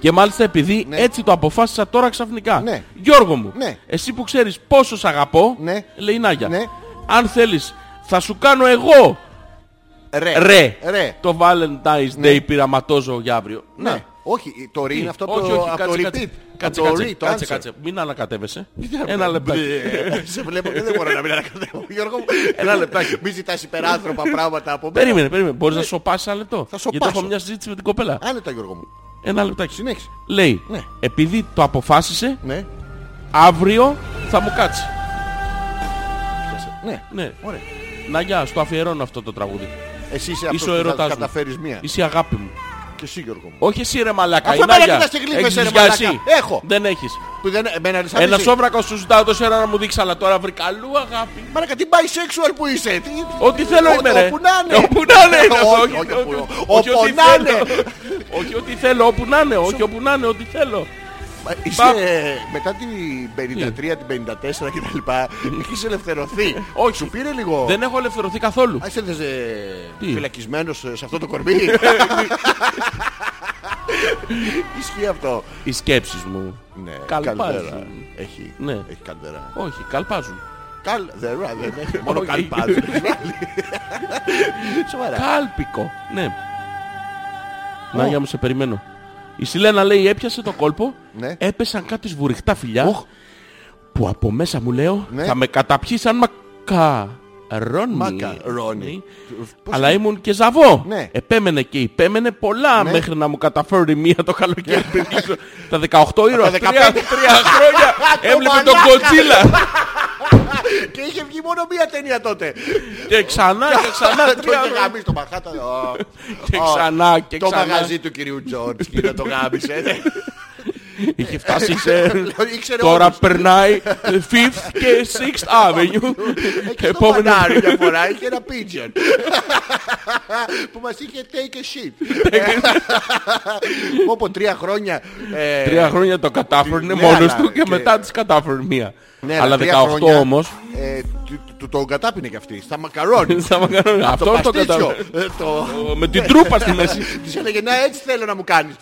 B: Και μάλιστα επειδή έτσι το αποφάσισα τώρα ξαφνικά.
A: Ναι.
B: Γιώργο μου,
A: Ναι.
B: εσύ που ξέρεις πόσο σ' αγαπώ,
A: Ναι.
B: λέει η Νάγια,
A: Ναι.
B: αν θέλεις θα σου κάνω εγώ
A: Ρε.
B: <laughs> ρε,
A: Ε, Ρε.
B: το Valentine's Day πειραματόζω για αύριο.
A: Ναι. Όχι, το ρε είναι αυτό από
B: όχι,
A: το
B: όχι,
A: από το
B: κάτσε,
A: repeat.
B: κάτσε.
A: Από
B: Κάτσε,
A: το
B: κάτσε,
A: re, το
B: κάτσε,
A: answer.
B: κάτσε. Μην ανακατεύεσαι. Ένα λεπτάκι.
A: Ε, <laughs> Σε βλέπω και δεν μπορώ να μην ανακατεύω. Γιώργο
B: <laughs>
A: μου, ένα λεπτάκι. Μην ζητάς υπεράνθρωπα πράγματα από μένα.
B: Περίμενε, περίμενε. Μπορείς να σοπάσεις ένα λεπτό.
A: Θα
B: Γιατί έχω
A: σοπάσω.
B: μια συζήτηση με την κοπέλα.
A: Άνετα Γιώργο μου.
B: Ένα λεπτάκι.
A: Συνέχισε.
B: Λέει,
A: Ναι.
B: επειδή το αποφάσισε,
A: Ναι.
B: αύριο θα μου κάτσει.
A: Ναι.
B: Ναι.
A: Ωραία.
B: Να γεια, στο αφιερώνω αυτό το τραγούδι.
A: Εσύ είσαι
B: Είσαι
A: αυτός
B: ο
A: που θα
B: ερωτάς μου.
A: καταφέρεις μία.
B: Είσαι η αγάπη μου.
A: Και εσύ Γιώργο μου.
B: Όχι εσύ ρε μαλακά.
A: Αφού
B: η
A: εμένα
B: Νάγια.
A: κοιτάς και γλύφεσαι,
B: Έχεις
A: ρε
B: βιαστεί.
A: μαλάκα. Έχω.
B: Δεν έχεις.
A: Που δεν... Εμένα λες
B: Ένα
A: άμεση.
B: σόβρακο σου ζητάω τόση ώρα να μου δείξει, αλλά τώρα βρήκα αλλού αγάπη.
A: Μαλάκα τι bisexual που είσαι. τι-
B: Ό,τι θέλω
A: ό-
B: είμαι ρε.
A: Όπου να είναι.
B: Όπου να είναι. είναι αυτό,
A: Όχι,
B: όχι,
A: όχι,
B: ό,τι-
A: όπου-
B: όχι,
A: όπου
B: ό,τι
A: να
B: θέλω.
A: είναι.
B: Όχι ό,τι θέλω, όπου να είναι. Όχι όπου να είναι, ό,τι θέλω.
A: Μα
B: Πα-
A: Είσαι μετά την 53, την 54 κτλ. Έχεις ελευθερωθεί.
B: Όχι.
A: Σου πήρε λίγο.
B: Δεν έχω ελευθερωθεί καθόλου.
A: Α, είσαι
B: Τι?
A: φυλακισμένος σε αυτό το κορμί. Ισχύει αυτό.
B: Οι σκέψεις μου.
A: Ναι,
B: καλπάζουν.
A: καλδέρα. Έχει,
B: Ναι.
A: έχει καλδέρα.
B: Όχι, καλπάζουν.
A: Καλδέρα δεν έχει, μόνο
B: Όχι.
A: καλπάζουν. Σοβαρά.
B: Κάλπικο. Ναι. Νάγια μου, σε περιμένω. Η Σιλένα λέει έπιασε το κόλπο,
A: Ναι.
B: έπεσαν κάτι σβουριχτά φιλιά που από μέσα μου λέω
A: Ναι.
B: θα με καταπιείς σαν μακαρόνι.
A: Μακαρόνι. Πώς
B: Αλλά ήμουν και ζαβό.
A: Ναι.
B: Επέμενε και υπέμενε πολλά
A: Ναι.
B: μέχρι να μου καταφέρει μία το καλοκαίρι. πριν κλείσω. τα 18 ήρωα.
A: Τα
B: Τρία,
A: 15.
B: τρία <laughs> χρόνια
A: <laughs> Το
B: έβλεπε τον
A: μαλάκα.
B: Κοτσίλα.
A: Και είχε βγει μόνο μία ταινία τότε.
B: και ξανά και ξανά.
A: <laughs> Το
B: τρία
A: είχε
B: χρόνια.
A: γαμίσει το Μανχάταν. Ω,
B: Και
A: ω.
B: ξανά και
A: Το
B: ξανά.
A: μαγαζί του κυρίου Τζόρτς και να το γάμισε. ε.
B: Είχε φτάσει <laughs>
A: <laughs>
B: σε...
A: Λέω, ήξερε
B: Τώρα
A: όλους.
B: περνάει <laughs> 5th και 6th Avenue. <laughs>
A: Εκεί στο
B: Επόμενο
A: φανάρι μια φορά είχε ένα pigeon
B: <laughs>
A: που μας είχε take a shit. Όπου τρία χρόνια. ε,
B: τρία χρόνια το κατάφερνε
A: Ναι,
B: μόνος
A: αλλά
B: του και
A: και-
B: μετά της κατάφερνε μία.
A: ναι,
B: Αλλά
A: τρία
B: 18
A: χρόνια,
B: όμως. <laughs>
A: ε, του- του τον κατάπινε κι αυτή. Στα μακαρόνι.
B: στα μακαρόνια. Αυτό το
A: παστίτσιο.
B: κατάφερνε.
A: Ε, το-
B: Με την τρούπα στη μέση. <laughs>
A: Της έλεγε να έτσι θέλω να μου κάνεις.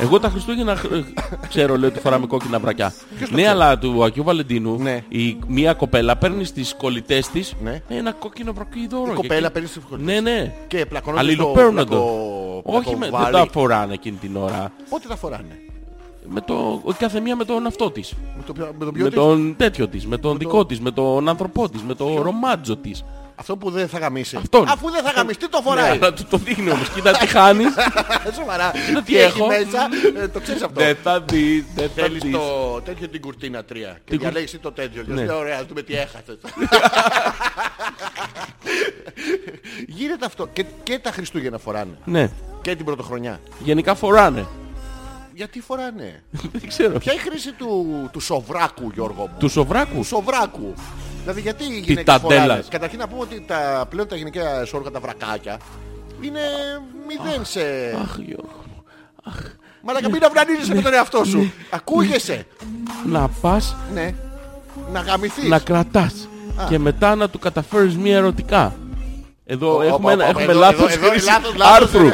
B: Εγώ τα Χριστούγεννα ε, ξέρω λέω ότι φοράμε κόκκινα βρακιά. Ναι, αλλά του Αγίου Βαλεντίνου
A: Ναι.
B: η μία κοπέλα παίρνει στις κολλητές της
A: Ναι.
B: ένα κόκκινο βρακί δώρο.
A: Η
B: Και
A: κοπέλα
B: εκεί-
A: παίρνει στις κολλητές.
B: Ναι, ναι.
A: Και πλακωνόταν στο
B: Αλληλοπέρνοντο.
A: πλακο-
B: Όχι, με- δεν
A: πλακοβάρι.
B: τα φοράνε εκείνη την ώρα.
A: Πότε τα φοράνε.
B: με το, η κάθε μία με τον αυτό της.
A: Με το ποιο- με το
B: με
A: ποιό της.
B: τον τέτοιο της, με τον δικό της, με τον άνθρωπό της, με το ρομάτζο της.
A: Αυτό που δεν θα γαμίσει.
B: Αυτόν.
A: Αφού δεν θα γαμίσει, τι το
B: Ναι,
A: φοράει.
B: αλλά του το δείχνει όμως. Κοίτα τι χάνεις.
A: <laughs> Σοβαρά.
B: τι
A: Τι έχει
B: έχω.
A: μέσα, ε, το ξέρεις αυτό.
B: Δεν θα δεις, δεν θα
A: Θέλεις
B: δεις.
A: το τέτοιο την κουρτίνα τρία. Και
B: κουρ-
A: διαλέγεις εσύ το τέτοιο. Και
B: Ναι.
A: λέω ωραία, ας δούμε τι
B: <laughs>
A: έχασες. Γίνεται αυτό. Και, και τα Χριστούγεννα φοράνε.
B: Ναι,
A: Και την Πρωτοχρονιά.
B: γενικά φοράνε.
A: Γιατί
B: <laughs>
A: φοράνε.
B: Δεν ξέρω.
A: Ποια είναι η χρήση του, του σοβράκου, Γιώργο μου.
B: Του σοβράκου.
A: σοβράκου. Δηλαδή γιατί οι γυναίκες
B: τατέλας.
A: φοράνε. Καταρχήν να πούμε ότι τα, πλέον τα γυναικεία όργανα τα βρακάκια είναι μηδέν σε...
B: Αχ, Γιώργο.
A: Μαλακα μην αυνανίζεσαι με τον εαυτό
B: Ναι.
A: σου. Ακούγεσαι.
B: Να πας
A: Ναι. Να γαμηθείς.
B: να κρατάς και μετά να του καταφέρεις μία ερωτικά. Εδώ
A: Ω, ω,
B: έχουμε, ένα-
A: ω, ω,
B: έχουμε
A: εδώ-
B: λάθος
A: εδώ- εδώ είναι
B: χρήση
A: λάθος, λάθος. <laughs>
B: άρθρου.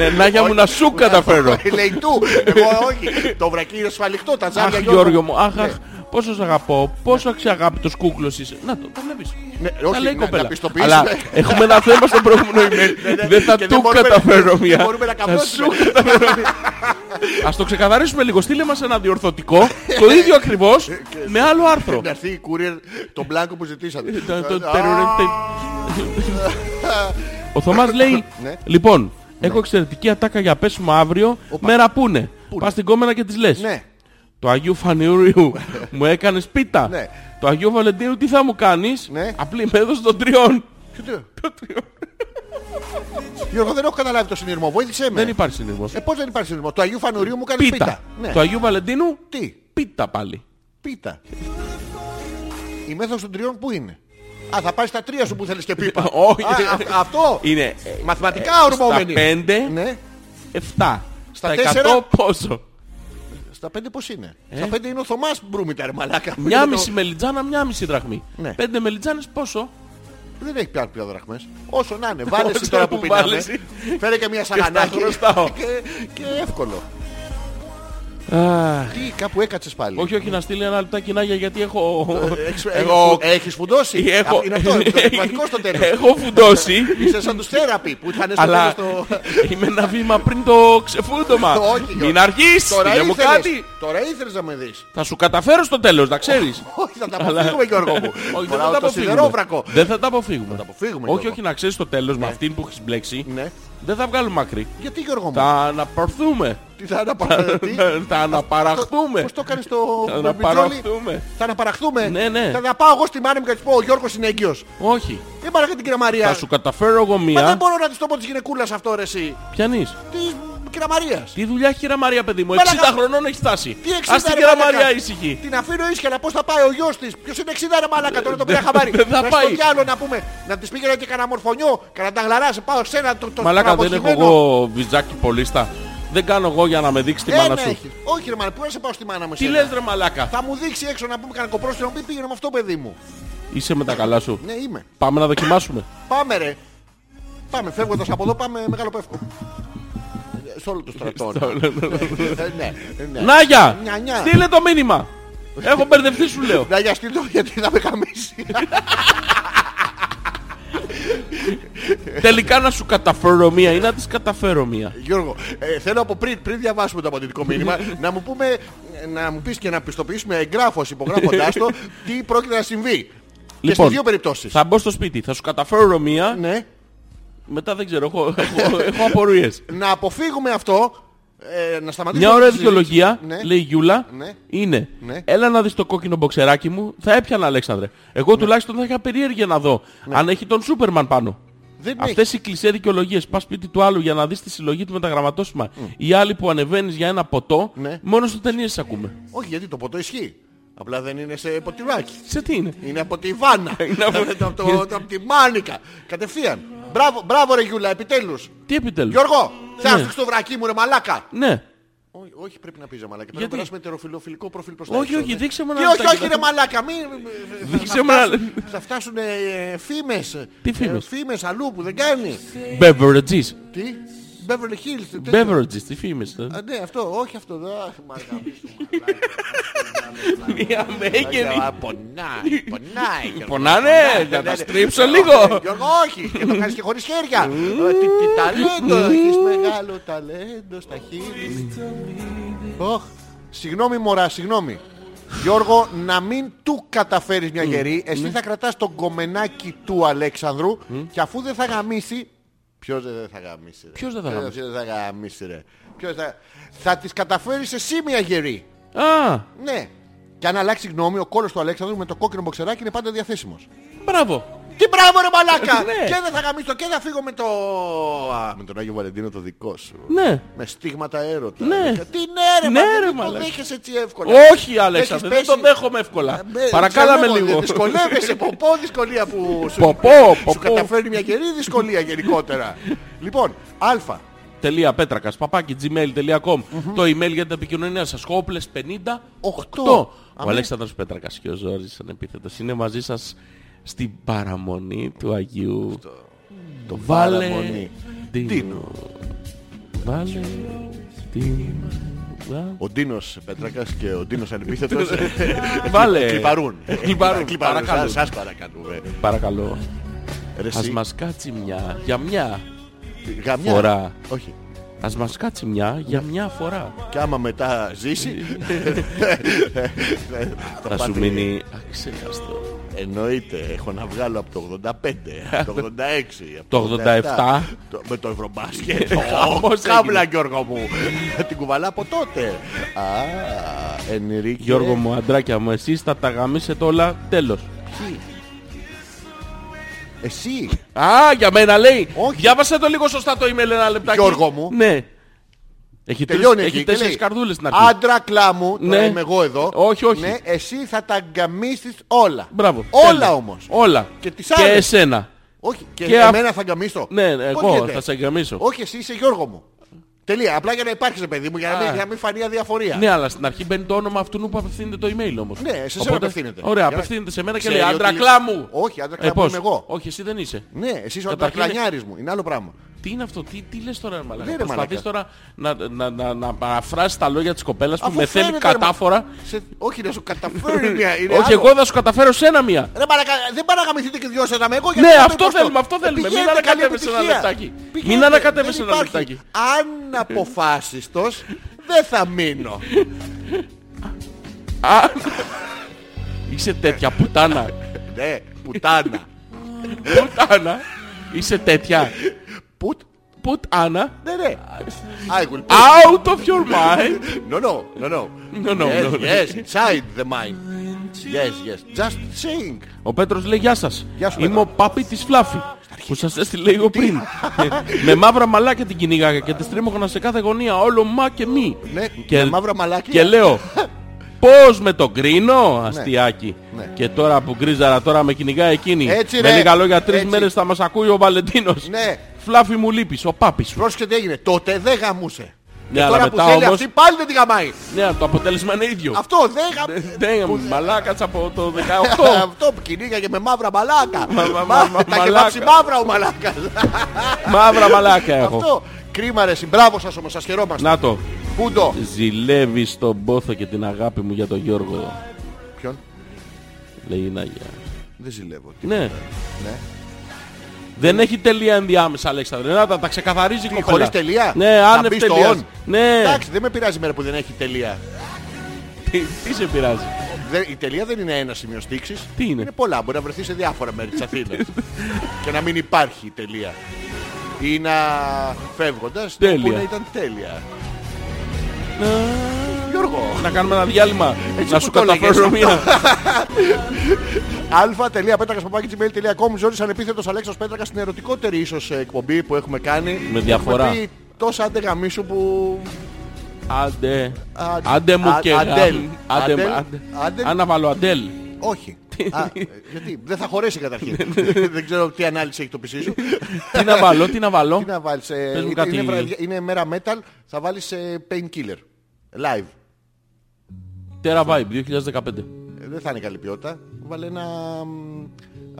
B: Ε, Να για μου να σου καταφέρω.
A: Λέει του. Εγώ όχι. Το βρακί είναι σφαλιχτό. Τα ζάρια
B: Αχ Γιώργο μου, αχ, αχ,
A: Ναι.
B: πόσο σε αγαπώ, πόσο αξιαγάπητος κούκλος είσαι. Να το, τα βλέπεις.
A: Ναι,
B: τα
A: όχι,
B: λέει η
A: να- να
B: κοπέλα.
A: πιστοποιήσουμε. Ναι,
B: Αλλά έχουμε ένα θέμα στο προηγούμενο email. Δεν θα
A: Και δεν
B: του
A: μπορούμε-
B: καταφέρω
A: δεν
B: μία.
A: μπορούμε να
B: Θα σου
A: καπνώσουμε.
B: καταφέρω μία. Ας το ξεκαθαρίσουμε λίγο. Στείλε μας ένα διορθωτικό, το ίδιο ακριβώς, με άλλο άρθρο.
A: Να έρθει η courier τον μπλάνκο που ζητήσατε.
B: Το- Ε, το-
A: Α,
B: Ο Θωμάς λέει,
A: Ναι.
B: λοιπόν, έχω εξαιρετική ατάκα για πέσουμε αύριο, μέρα πούνε.
A: είναι?
B: Πας στην κόμενα και της λες.
A: Ναι.
B: Το Αγίου
A: <laughs>
B: Φανιούριου μου έκανες πίτα.
A: Ναι.
B: Το Αγίου Βαλεντίνου τι θα μου κάνεις.
A: Ναι.
B: Απλή μέθοδος των τριών.
A: Τι- Γιώργο δεν έχω καταλάβει το συνειρμό. Βοήθησέ με.
B: Δεν υπάρχει συνειδημός. Ε,
A: Ε, πώς δεν υπάρχει συνειρμός. Το Αγίου Φανουρίου μου κάνεις
B: πίτα.
A: πίτα. Ναι.
B: Το Αγίου Βαλεντίνου
A: Τι.
B: πίτα πάλι.
A: Πίτα. Η μέθοδος των τριών πού είναι. Α, θα πάει στα τρία σου που θέλεις και πίπα.
B: <laughs> Όχι.
A: Α, α, Αυτό.
B: Είναι ε,
A: Μαθηματικά ορμόμενη.
B: Στα 5,
A: Ναι.
B: 7. Στα 100
A: τέσσερα.
B: πόσο.
A: Στα πέντε πώς είναι. Στα πέντε είναι ο Θωμάς Μπρούμιτερ, μαλάκα.
B: Ε? Μια
A: Είναι το-
B: μισή μελιτζάνα, μια μισή δραχμή.
A: Ναι.
B: Πέντε μελιτζάνες πόσο.
A: Δεν έχει πια πια δραχμές. Όσο να είναι. Βάλε
B: <laughs> Όσο
A: εσύ τώρα που
B: που
A: πεινάμε.
B: βάλεσαι.
A: Φέρε και μια σαγανάκι.
B: στα χρωστάω.
A: και, και εύκολο. Τι, κάπου έκατσες πάλι.
B: Όχι, όχι, να στείλει ένα λεπτάκι Νάγια γιατί έχω... <laughs>
A: Έχεις,
B: έχω-
A: έχεις- έχεις φουντώσει.
B: Έχω... Ναι.
A: Α, Ε, Είναι αυτό.
B: <laughs>
A: Είναι το πραγματικό στο τέλος.
B: Έχω φουντώσει.
A: <laughs> Είσαι σαν τους θέραποι που θα είναι στο
B: Αλλά
A: τέλος το...
B: <laughs> είμαι ένα βήμα πριν το ξεφούντομα.
A: Όχι, Γιώργο.
B: Μην αργείς,
A: Τώρα
B: στείλε μου
A: ήθελες-
B: κάτι.
A: Τώρα ήθελες να με δεις.
B: Θα σου καταφέρω στο τέλος, να ξέρεις.
A: Όχι, θα τα
B: Αλλά-
A: αποφύγουμε Γιώργο μου.
B: Όχι, δεν
A: Φοράω
B: θα τα
A: το σιδερόβρακο.
B: αποφύγουμε. Δεν θα τα αποφύγουμε.
A: αποφύγουμε,
B: Όχι,
A: Γιώργο.
B: όχι, να ξέρεις στο τέλος με αυτήν που έχεις μπλέξει.
A: Ναι.
B: Δεν θα βγάλουμε άκρη.
A: Γιατί Γιώργο μου.
B: Θα αναπαρθούμε.
A: Ε, Τι θα αναπαραχθεί.
B: <laughs> Θα αναπαραχθούμε.
A: Πώς το κάνεις το
B: Θα
A: Μπιμπιτζόλι.
B: αναπαραχθούμε.
A: Θα αναπαραχθούμε.
B: Ναι, ναι.
A: Θα τα πάω εγώ στη μάνα μου και θα της πω ο Γιώργος είναι έγκυος.
B: Όχι.
A: Δεν παραχθεί την κυρία Μαρία.
B: Θα σου καταφέρω εγώ
A: Ε, Μα δεν
B: μία.
A: μπορώ να της το πω της γυναικούλας αυτό ρε εσύ.
B: Πιανείς.
A: Της κυρία Μαρίας.
B: Τι δουλειά έχει η Μαρία, παιδί μου. 60
A: Μαλάκα.
B: χρονών έχει φτάσει.
A: Τι εξήντα,
B: Ας την
A: ρε
B: κυρία
A: μαλάκα.
B: Μαρία ήσυχη.
A: Την αφήνω ίσια να πώς θα πάει ο γιος της. Ποιος είναι 60 ρε μαλάκα τώρα το πια χαμπάρι.
B: δεν θα
A: Να
B: πάει.
A: Στο διάλο να πούμε. Να της πήγαινα και κανένα μορφωνιό. Κανένα ταγλαράς. Σε πάω σένα το το
B: Μαλάκα δεν έχω
A: παραπονιμένο.
B: εγώ βυζάκι πολίστα. Δεν κάνω εγώ για να με δείξει τη
A: Ένα
B: μάνα σου.
A: έχεις. Ε, ναι, Όχι ρε μάνα, πού να σε πάω στη μάνα μου
B: Τι
A: εσένα.
B: λες ρε μαλάκα.
A: Θα μου δείξει έξω να πούμε κανένα κοπρόστιο να μου πει πήγαινε με αυτό παιδί μου.
B: Είσαι με τα καλά σου.
A: Ναι είμαι.
B: Πάμε να δοκιμάσουμε.
A: Πάμε ρε. Πάμε φεύγοντας από εδώ πάμε μεγάλο πεύκο. Ε, Σε όλο το
B: <laughs>
A: στρατό. Ε, ναι, ε, ναι.
B: Νάγια!
A: Νιά, νιά.
B: Στείλε το μήνυμα! Έχω μπερδευτεί σου λέω.
A: Να για στείλ το γιατί θα με χαμίσει.
B: Τελικά να σου καταφέρω μία ή να της καταφέρω μία.
A: Γιώργο, ε, θέλω από πριν, πριν διαβάσουμε το απαντητικό μήνυμα,
B: <laughs>
A: να μου πούμε, ε, να μου πεις και να πιστοποιήσουμε εγγράφος υπογράφοντάς
B: <laughs>
A: το τι πρόκειται να συμβεί. και στις δύο περιπτώσεις.
B: Λοιπόν, Θα μπω στο σπίτι, θα σου καταφέρω μία.
A: Ναι.
B: Μετά δεν ξέρω, έχω, έχω, έχω απορίες.
A: Να αποφύγουμε αυτό, ε, να σταματήσουμε.
B: Μια ωραία
A: τη συζήτηση.
B: δικαιολογία,
A: Ναι.
B: λέει η Γιούλα,
A: Ναι.
B: είναι
A: Ναι.
B: Έλα να δεις το κόκκινο μποξεράκι μου, θα έπιανα Αλέξανδρε. Εγώ
A: Ναι.
B: τουλάχιστον θα είχα περίεργεια να δω αν έχει τον Σούπερμαν πάνω.
A: Δεν έχει.
B: Αυτές οι κλεισέ δικαιολογίες, πας σπίτι του άλλου για να δεις τη συλλογή του με τα γραμματόσημα ή άλλοι που ανεβαίνεις για ένα ποτό,
A: Ναι.
B: μόνο στο ταινίες τις ακούμε.
A: Όχι, γιατί το ποτό ισχύει. Απλά δεν είναι σε ποτηράκι.
B: Σε τι είναι.
A: Είναι από τη
B: <laughs>
A: Βάνα.
B: Είναι από-
A: το- το- το- το- <laughs> από τη Μάνικα. Κατευθείαν. Μπράβο, μπράβο ρε Γιούλα, επιτέλους.
B: Τι επιτέλους.
A: Γιώργο, θα
B: Ναι.
A: έρθεις στο βρακί μου ρε μαλάκα.
B: Ναι.
A: Ό- Όχι, πρέπει να πεις ρε μαλάκα. Πρέπει να
B: Γιατί?
A: περάσουμε τεροφιλοφιλικό προφίλ προς τα
B: Όχι,
A: έξω,
B: όχι,
A: ναι.
B: δείξε μου
A: Τι
B: ένα
A: όχι,
B: λεπτάκι,
A: όχι
B: θα-
A: ρε μαλάκα. Μην...
B: Δείξε
A: θα
B: μου ένα
A: φτάσουν- Θα φτάσουν ε, φήμες.
B: Τι φήμες?
A: Ε, Φήμες αλλού που δεν κάνει.
B: Beverages.
A: Τι. Beverly Hills. τέτοιο.
B: Beverages, τι φήμες. ε.
A: Α, Ναι, αυτό, όχι αυτό. Α, μαλάκα.
B: Μια μέγενη.
A: Α, Πονάει, πονάει. Γιώργο,
B: Πονάνε,
A: πονάει,
B: να τα
A: ναι, ναι.
B: στρίψω λίγο.
A: Γιώργο, όχι. Και το κάνεις και χωρίς χέρια. Ε, Τι τι ταλέντο. Έχεις μεγάλο ταλέντο στα χείλη. Οχ. Συγγνώμη μωρά, συγγνώμη. Γιώργο, να μην του καταφέρεις μια γερή, εσύ θα κρατάς τον κομμενάκι του Αλέξανδρου και αφού δεν θα γαμίσει... Ποιος δεν θα γαμίσει ρε.
B: Ποιος δεν θα γαμίσει.
A: Ποιος δεν θα γαμίσει ρε. Ποιος θα... θα της καταφέρεις εσύ μια γερή.
B: Α,
A: Ναι. Και αν αλλάξει γνώμη, ο κόλος του Αλέξανδρου με το κόκκινο μποξεράκι είναι πάντα διαθέσιμος.
B: μπράβο.
A: Τι μπράβο ρε μαλάκα!
B: Ναι.
A: Και δεν θα γαμίσω και θα φύγω με το... Α, με τον Άγιο Βαλεντίνο το δικό σου.
B: Ναι.
A: Με στίγματα έρωτα.
B: Ναι.
A: Τι ναι ρε, μα,
B: Ναι, ρε,
A: δεν το
B: μαλάκα.
A: δέχεσαι έτσι εύκολα.
B: Όχι, Αλέξανδρε, δεν
A: Έχεις
B: το
A: πέσει-
B: δέχομαι εύκολα.
A: Ε, με-
B: Παρακάλαμε
A: δυσκολεύομαι,
B: λίγο.
A: Δυσκολεύεσαι, ποπό, δυσκολία που σου,
B: Ποπό,
A: σου
B: ποπό.
A: καταφέρνει μια καιρή δυσκολία γενικότερα. λοιπόν, α.
B: Τελεία πέτρακας, παπάκι gmail.com. Το email για την επικοινωνία σας. Χόπλε 50.
A: Οκτώ.
B: οκτώ. Ο
A: Αμέ.
B: Αλέξανδρος Πέτρακας και ο Ζόρις ανεπίθετος είναι μαζί σας στην παραμονή του Αγίου. Το βάλε
A: παραμονή.
B: Ντίνο. Βάλε Ντίνο. Βα-
A: Ο Ντίνος Πέτρακας και ο Ντίνος Ανεπίθετος
B: Βάλε.
A: κλιπαρούν.
B: Κλιπαρούν. Παρακαλώ.
A: Σας παρακαλούμε.
B: Παρακαλώ.
A: Ρε
B: Ας
A: εσύ,
B: μας κάτσει μια για μια.
A: γαμιά.
B: φορά.
A: Όχι.
B: Ας μας κάτσει μια για μια φορά.
A: Και άμα μετά ζήσει.
B: Θα σου
A: πάθει-
B: μείνει αξέχαστο.
A: Εννοείται, έχω να βγάλω από το 85, από το 86, από
B: Το 87.
A: το- με το Ευρωμπάσκετ.
B: <laughs> Χαμός
A: Κάμπλα
B: έγινε.
A: Γιώργο μου. Την κουβαλά από τότε. Α, Ενρίκη.
B: Γιώργο μου, αντράκια μου, εσείς θα τα γαμίσετε όλα, τέλος.
A: Εσύ,
B: Α, για μένα λέει.
A: Όχι.
B: Διάβασε το λίγο σωστά το email ένα λεπτάκι.
A: Γιώργο μου.
B: Ναι. Έχει, τρεις,
A: τελειώνει εκεί.
B: έχει
A: και
B: τέσσερις
A: λέει,
B: καρδούλες στην αρχή.
A: Άντρα κλάμου, τώρα
B: Ναι.
A: είμαι εγώ εδώ.
B: Όχι, όχι.
A: Ναι, εσύ θα τα γκαμίσεις όλα.
B: Μπράβο.
A: Όλα
B: Τέλεια.
A: όμως.
B: Όλα.
A: Και τις άλλες.
B: εσένα.
A: Όχι, και,
B: Και α-
A: εμένα θα γκαμίσω.
B: Ναι, ναι,
A: Πώς
B: εγώ
A: γίνεται?
B: θα σε γκαμίσω.
A: Όχι, εσύ είσαι Γιώργο μου. Τελεία. Απλά για να υπάρξει, παιδί μου, για να, μην,
B: Α.
A: για να μην φανεί αδιαφορία.
B: Ναι, αλλά στην αρχή μπαίνει το όνομα αυτού που απευθύνεται το email όμως.
A: Ναι, σε σένα απευθύνεται.
B: Ωραία,
A: Για να-
B: απευθύνεται σε μένα και
A: Ξέρει
B: λέει
A: ότι-
B: Αντρακλά μου.
A: Όχι, άντρα
B: Ε,
A: κλάμου
B: πώς?
A: είμαι εγώ.
B: Όχι, εσύ δεν είσαι.
A: Ναι, εσύ είσαι ο
B: Καταρχήν-
A: αντρακλανιάρης μου. Είναι άλλο πράγμα.
B: Τι είναι αυτό, τι, τι λες τώρα, μαλάκα.
A: Ναι, ρε,
B: Προσπαθείς
A: μαλάκα.
B: τώρα να, να, να, να παραφράσεις τα λόγια της κοπέλας που
A: Αφού
B: με θέλει
A: φαίνεται, ρε,
B: κατάφορα.
A: μα- σε- όχι, να σου καταφέρει
B: <laughs>
A: μια. είναι
B: Όχι,
A: άλλο.
B: εγώ θα σου καταφέρω σένα μία.
A: Ρε μαλακα, δεν πάνε να γαμηθείτε και δυο σας να με εγώ. γιατί
B: Ναι,
A: θα το
B: αυτό
A: υποστώ. Ε,
B: θέλουμε, αυτό θέλουμε.
A: Πηγαίνετε,
B: Μην
A: καλή
B: ανακατεύεσαι ένα
A: επιτυχία.
B: λεπτάκι.
A: Πηγαίνετε,
B: Μην ανακατεύεσαι
A: δεν
B: ένα
A: υπάρχει.
B: λεπτάκι.
A: Αναποφάσιστος, δεν θα
B: <laughs>
A: μείνω.
B: Α, Είσαι τέτοια
A: <laughs>
B: πουτάνα.
A: Ναι, πουτάνα.
B: Πουτάνα. Είσαι τέτοια.
A: Πουτ,
B: Πουτάνα.
A: ναι, ναι. I will put.
B: Out of your mind.
A: No, no, no, no.
B: No, no,
A: Yes,
B: no, no.
A: Yes, inside the mind. Yes, yes. Just sing.
B: Ο Πέτρος λέει γεια σας.
A: Γεια σου,
B: Είμαι
A: Πέτρο.
B: ο Πάπη της Φλάφη. Που σας έστειλε λίγο πριν. με μαύρα μαλάκια την κυνήγαγα και τις τρίμωχνα σε κάθε γωνία. Όλο μα και μη.
A: Ναι, με μαύρα μαλάκια.
B: Και λέω, πώς με τον κρίνω, αστιάκι.
A: Ναι.
B: Και τώρα που γκρίζαρα, τώρα με κυνηγάει εκείνη.
A: Έτσι,
B: με
A: ρε.
B: λίγα λόγια, τρεις
A: Έτσι.
B: μέρες θα μας ακούει ο Βαλεντίνος.
A: Ναι.
B: Φλάφι μου λείπεις, ο πάπης σου.
A: Πρόσεξε τι έγινε. Τότε δεν γαμούσε.
B: Ναι,
A: Και
B: αλλά
A: τώρα που
B: μετά
A: θέλει
B: όμως-
A: αυτή πάλι δεν τη γαμάει.
B: Ναι, το αποτέλεσμα είναι ίδιο.
A: Αυτό δεν γαμ-
B: Ναι, μαλάκατσα από
A: <laughs>
B: το 18.
A: Αυτό που κυνήγαγε με μαύρα μαλάκα.
B: Μα- μα-
A: Μα-
B: μα-
A: Τα
B: μαλάκα.
A: είχε βάψει μαύρα ο μαλάκας.
B: Μαύρα μαλάκα έχω.
A: Αυτό. Κρίμα ρε, συμπράβο σας όμως, σας χαιρόμαστε.
B: Να το.
A: Πούντο.
B: Ζηλεύεις τον πόθο και την αγάπη μου για τον Γιώργο.
A: Ποιον.
B: Λέει η Νάγια.
A: Δεν ζηλεύω. Τι-
B: Ναι.
A: Ναι.
B: Δεν έχει τελεία ενδιάμεσα, Αλέξανδρε. Να τα, τα ξεκαθαρίζει η κοπέλα.
A: Χωρίς τελεία.
B: Ναι,
A: Να
B: άνευ
A: μπεις στο
B: τελείας.
A: on.
B: Ναι.
A: Εντάξει, δεν με πειράζει μέρα που δεν έχει τελεία.
B: Τι, τι σε πειράζει.
A: Δεν- Η τελεία δεν είναι ένα σημείο στήξης.
B: Τι είναι?
A: Είναι πολλά. Μπορεί να βρεθεί σε διάφορα μέρη της Αθήνας. <laughs> και να μην υπάρχει η τελεία. Ή να φεύγοντας το
B: Τέλεια.
A: που να ήταν τέλεια. Γιώργο.
B: Να κάνουμε ένα διάλειμμα. να
A: που
B: σου
A: το έλεγες
B: καταφέρω
A: αυτό.
B: μία.
A: <laughs> α.πέτρακα.gmail.com Ζόρις ανεπίθετος Αλέξος Πέτρακας στην ερωτικότερη ίσως ε, εκπομπή που έχουμε κάνει. Έχουμε
B: διαφορά.
A: πει τόσα άντε γαμίσου που...
B: Άντε.
A: Α,
B: Άντε μου
A: α,
B: και
A: Αντέλ.
B: γάμ. Άντε.
A: Αντέλ.
B: μ- άντε.
A: Αντέλ.
B: Αν να βάλω αντέλ.
A: Όχι. Α, ε, γιατί δεν θα χωρέσει
B: <laughs>
A: καταρχήν.
B: Ναι,
A: <laughs> Δεν ξέρω τι ανάλυση έχει το πισί σου.
B: Τι να βάλω, τι να βάλω.
A: Τι να βάλεις. ε,
B: Πες μου
A: είναι-
B: κάτι.
A: είναι βραδιά- Είναι μέρα metal. Θα βάλεις ε, painkiller. Live.
B: Τέρα Vibe 2015.
A: Ε, Δεν θα είναι καλή ποιότητα. Βάλε ένα... μ,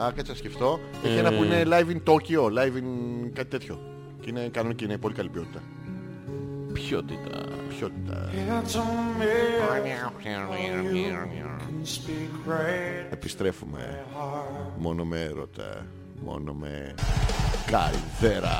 A: Α, κάτσε να σκεφτώ. Έχει ένα που είναι live in Tokyo. Live in κάτι τέτοιο. Και είναι κανονική, είναι πολύ καλή ποιότητα.
B: Ποιότητα.
A: Ποιότητα. Επιστρέφουμε μόνο με έρωτα, μόνο με καλδέρα.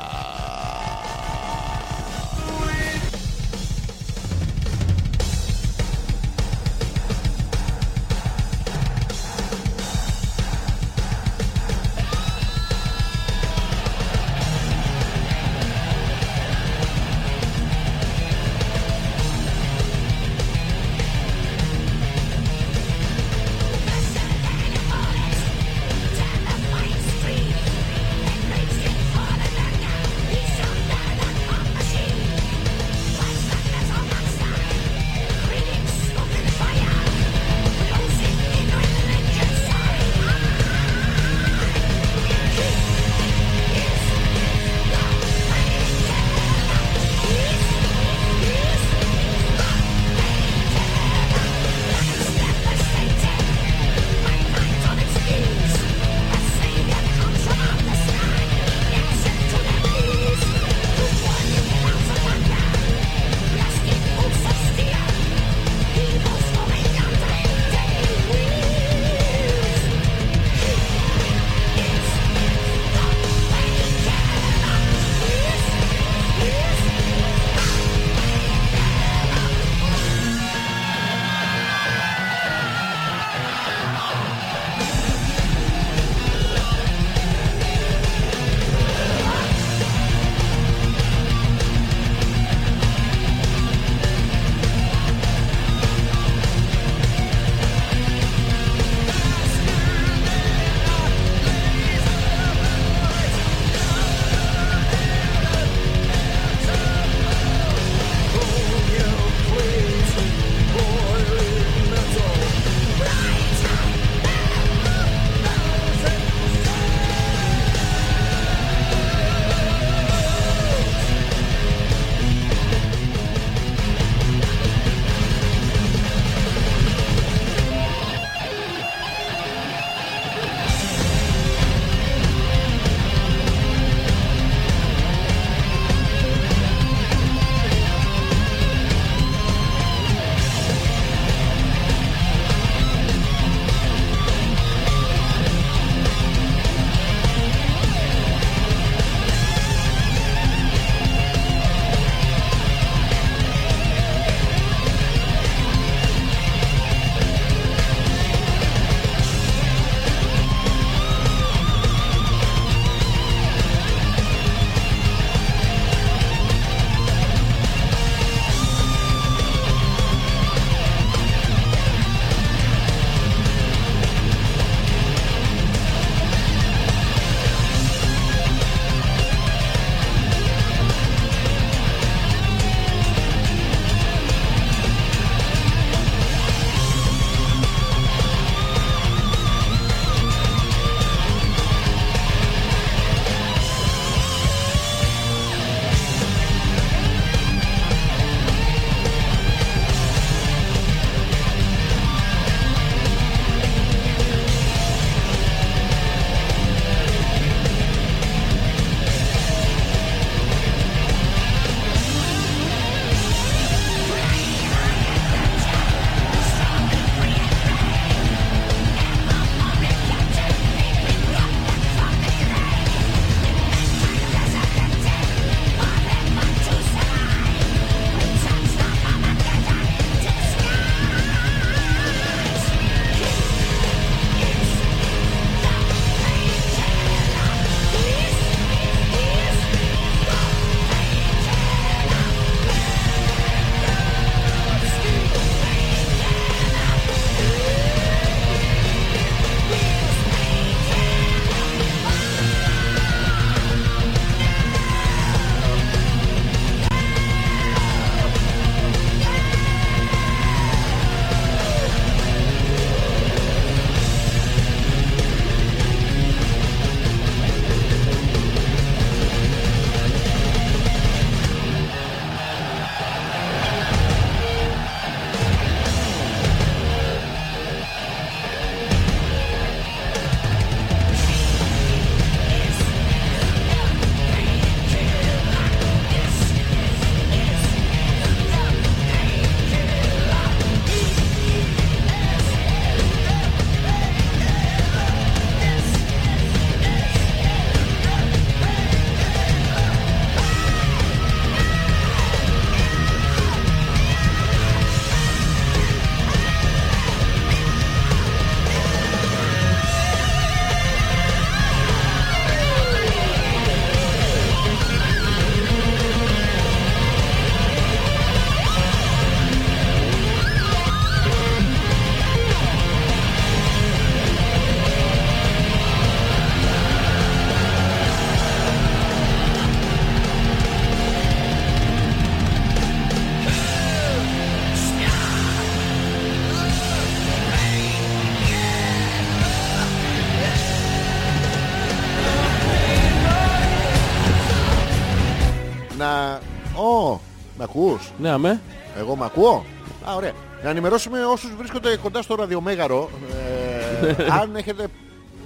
A: Ω, με ακούς.
B: Ναι, αμέ.
A: Εγώ με ακούω. Α, ωραία. Να ενημερώσουμε όσους βρίσκονται κοντά στο ραδιομέγαρο. ε, αν έχετε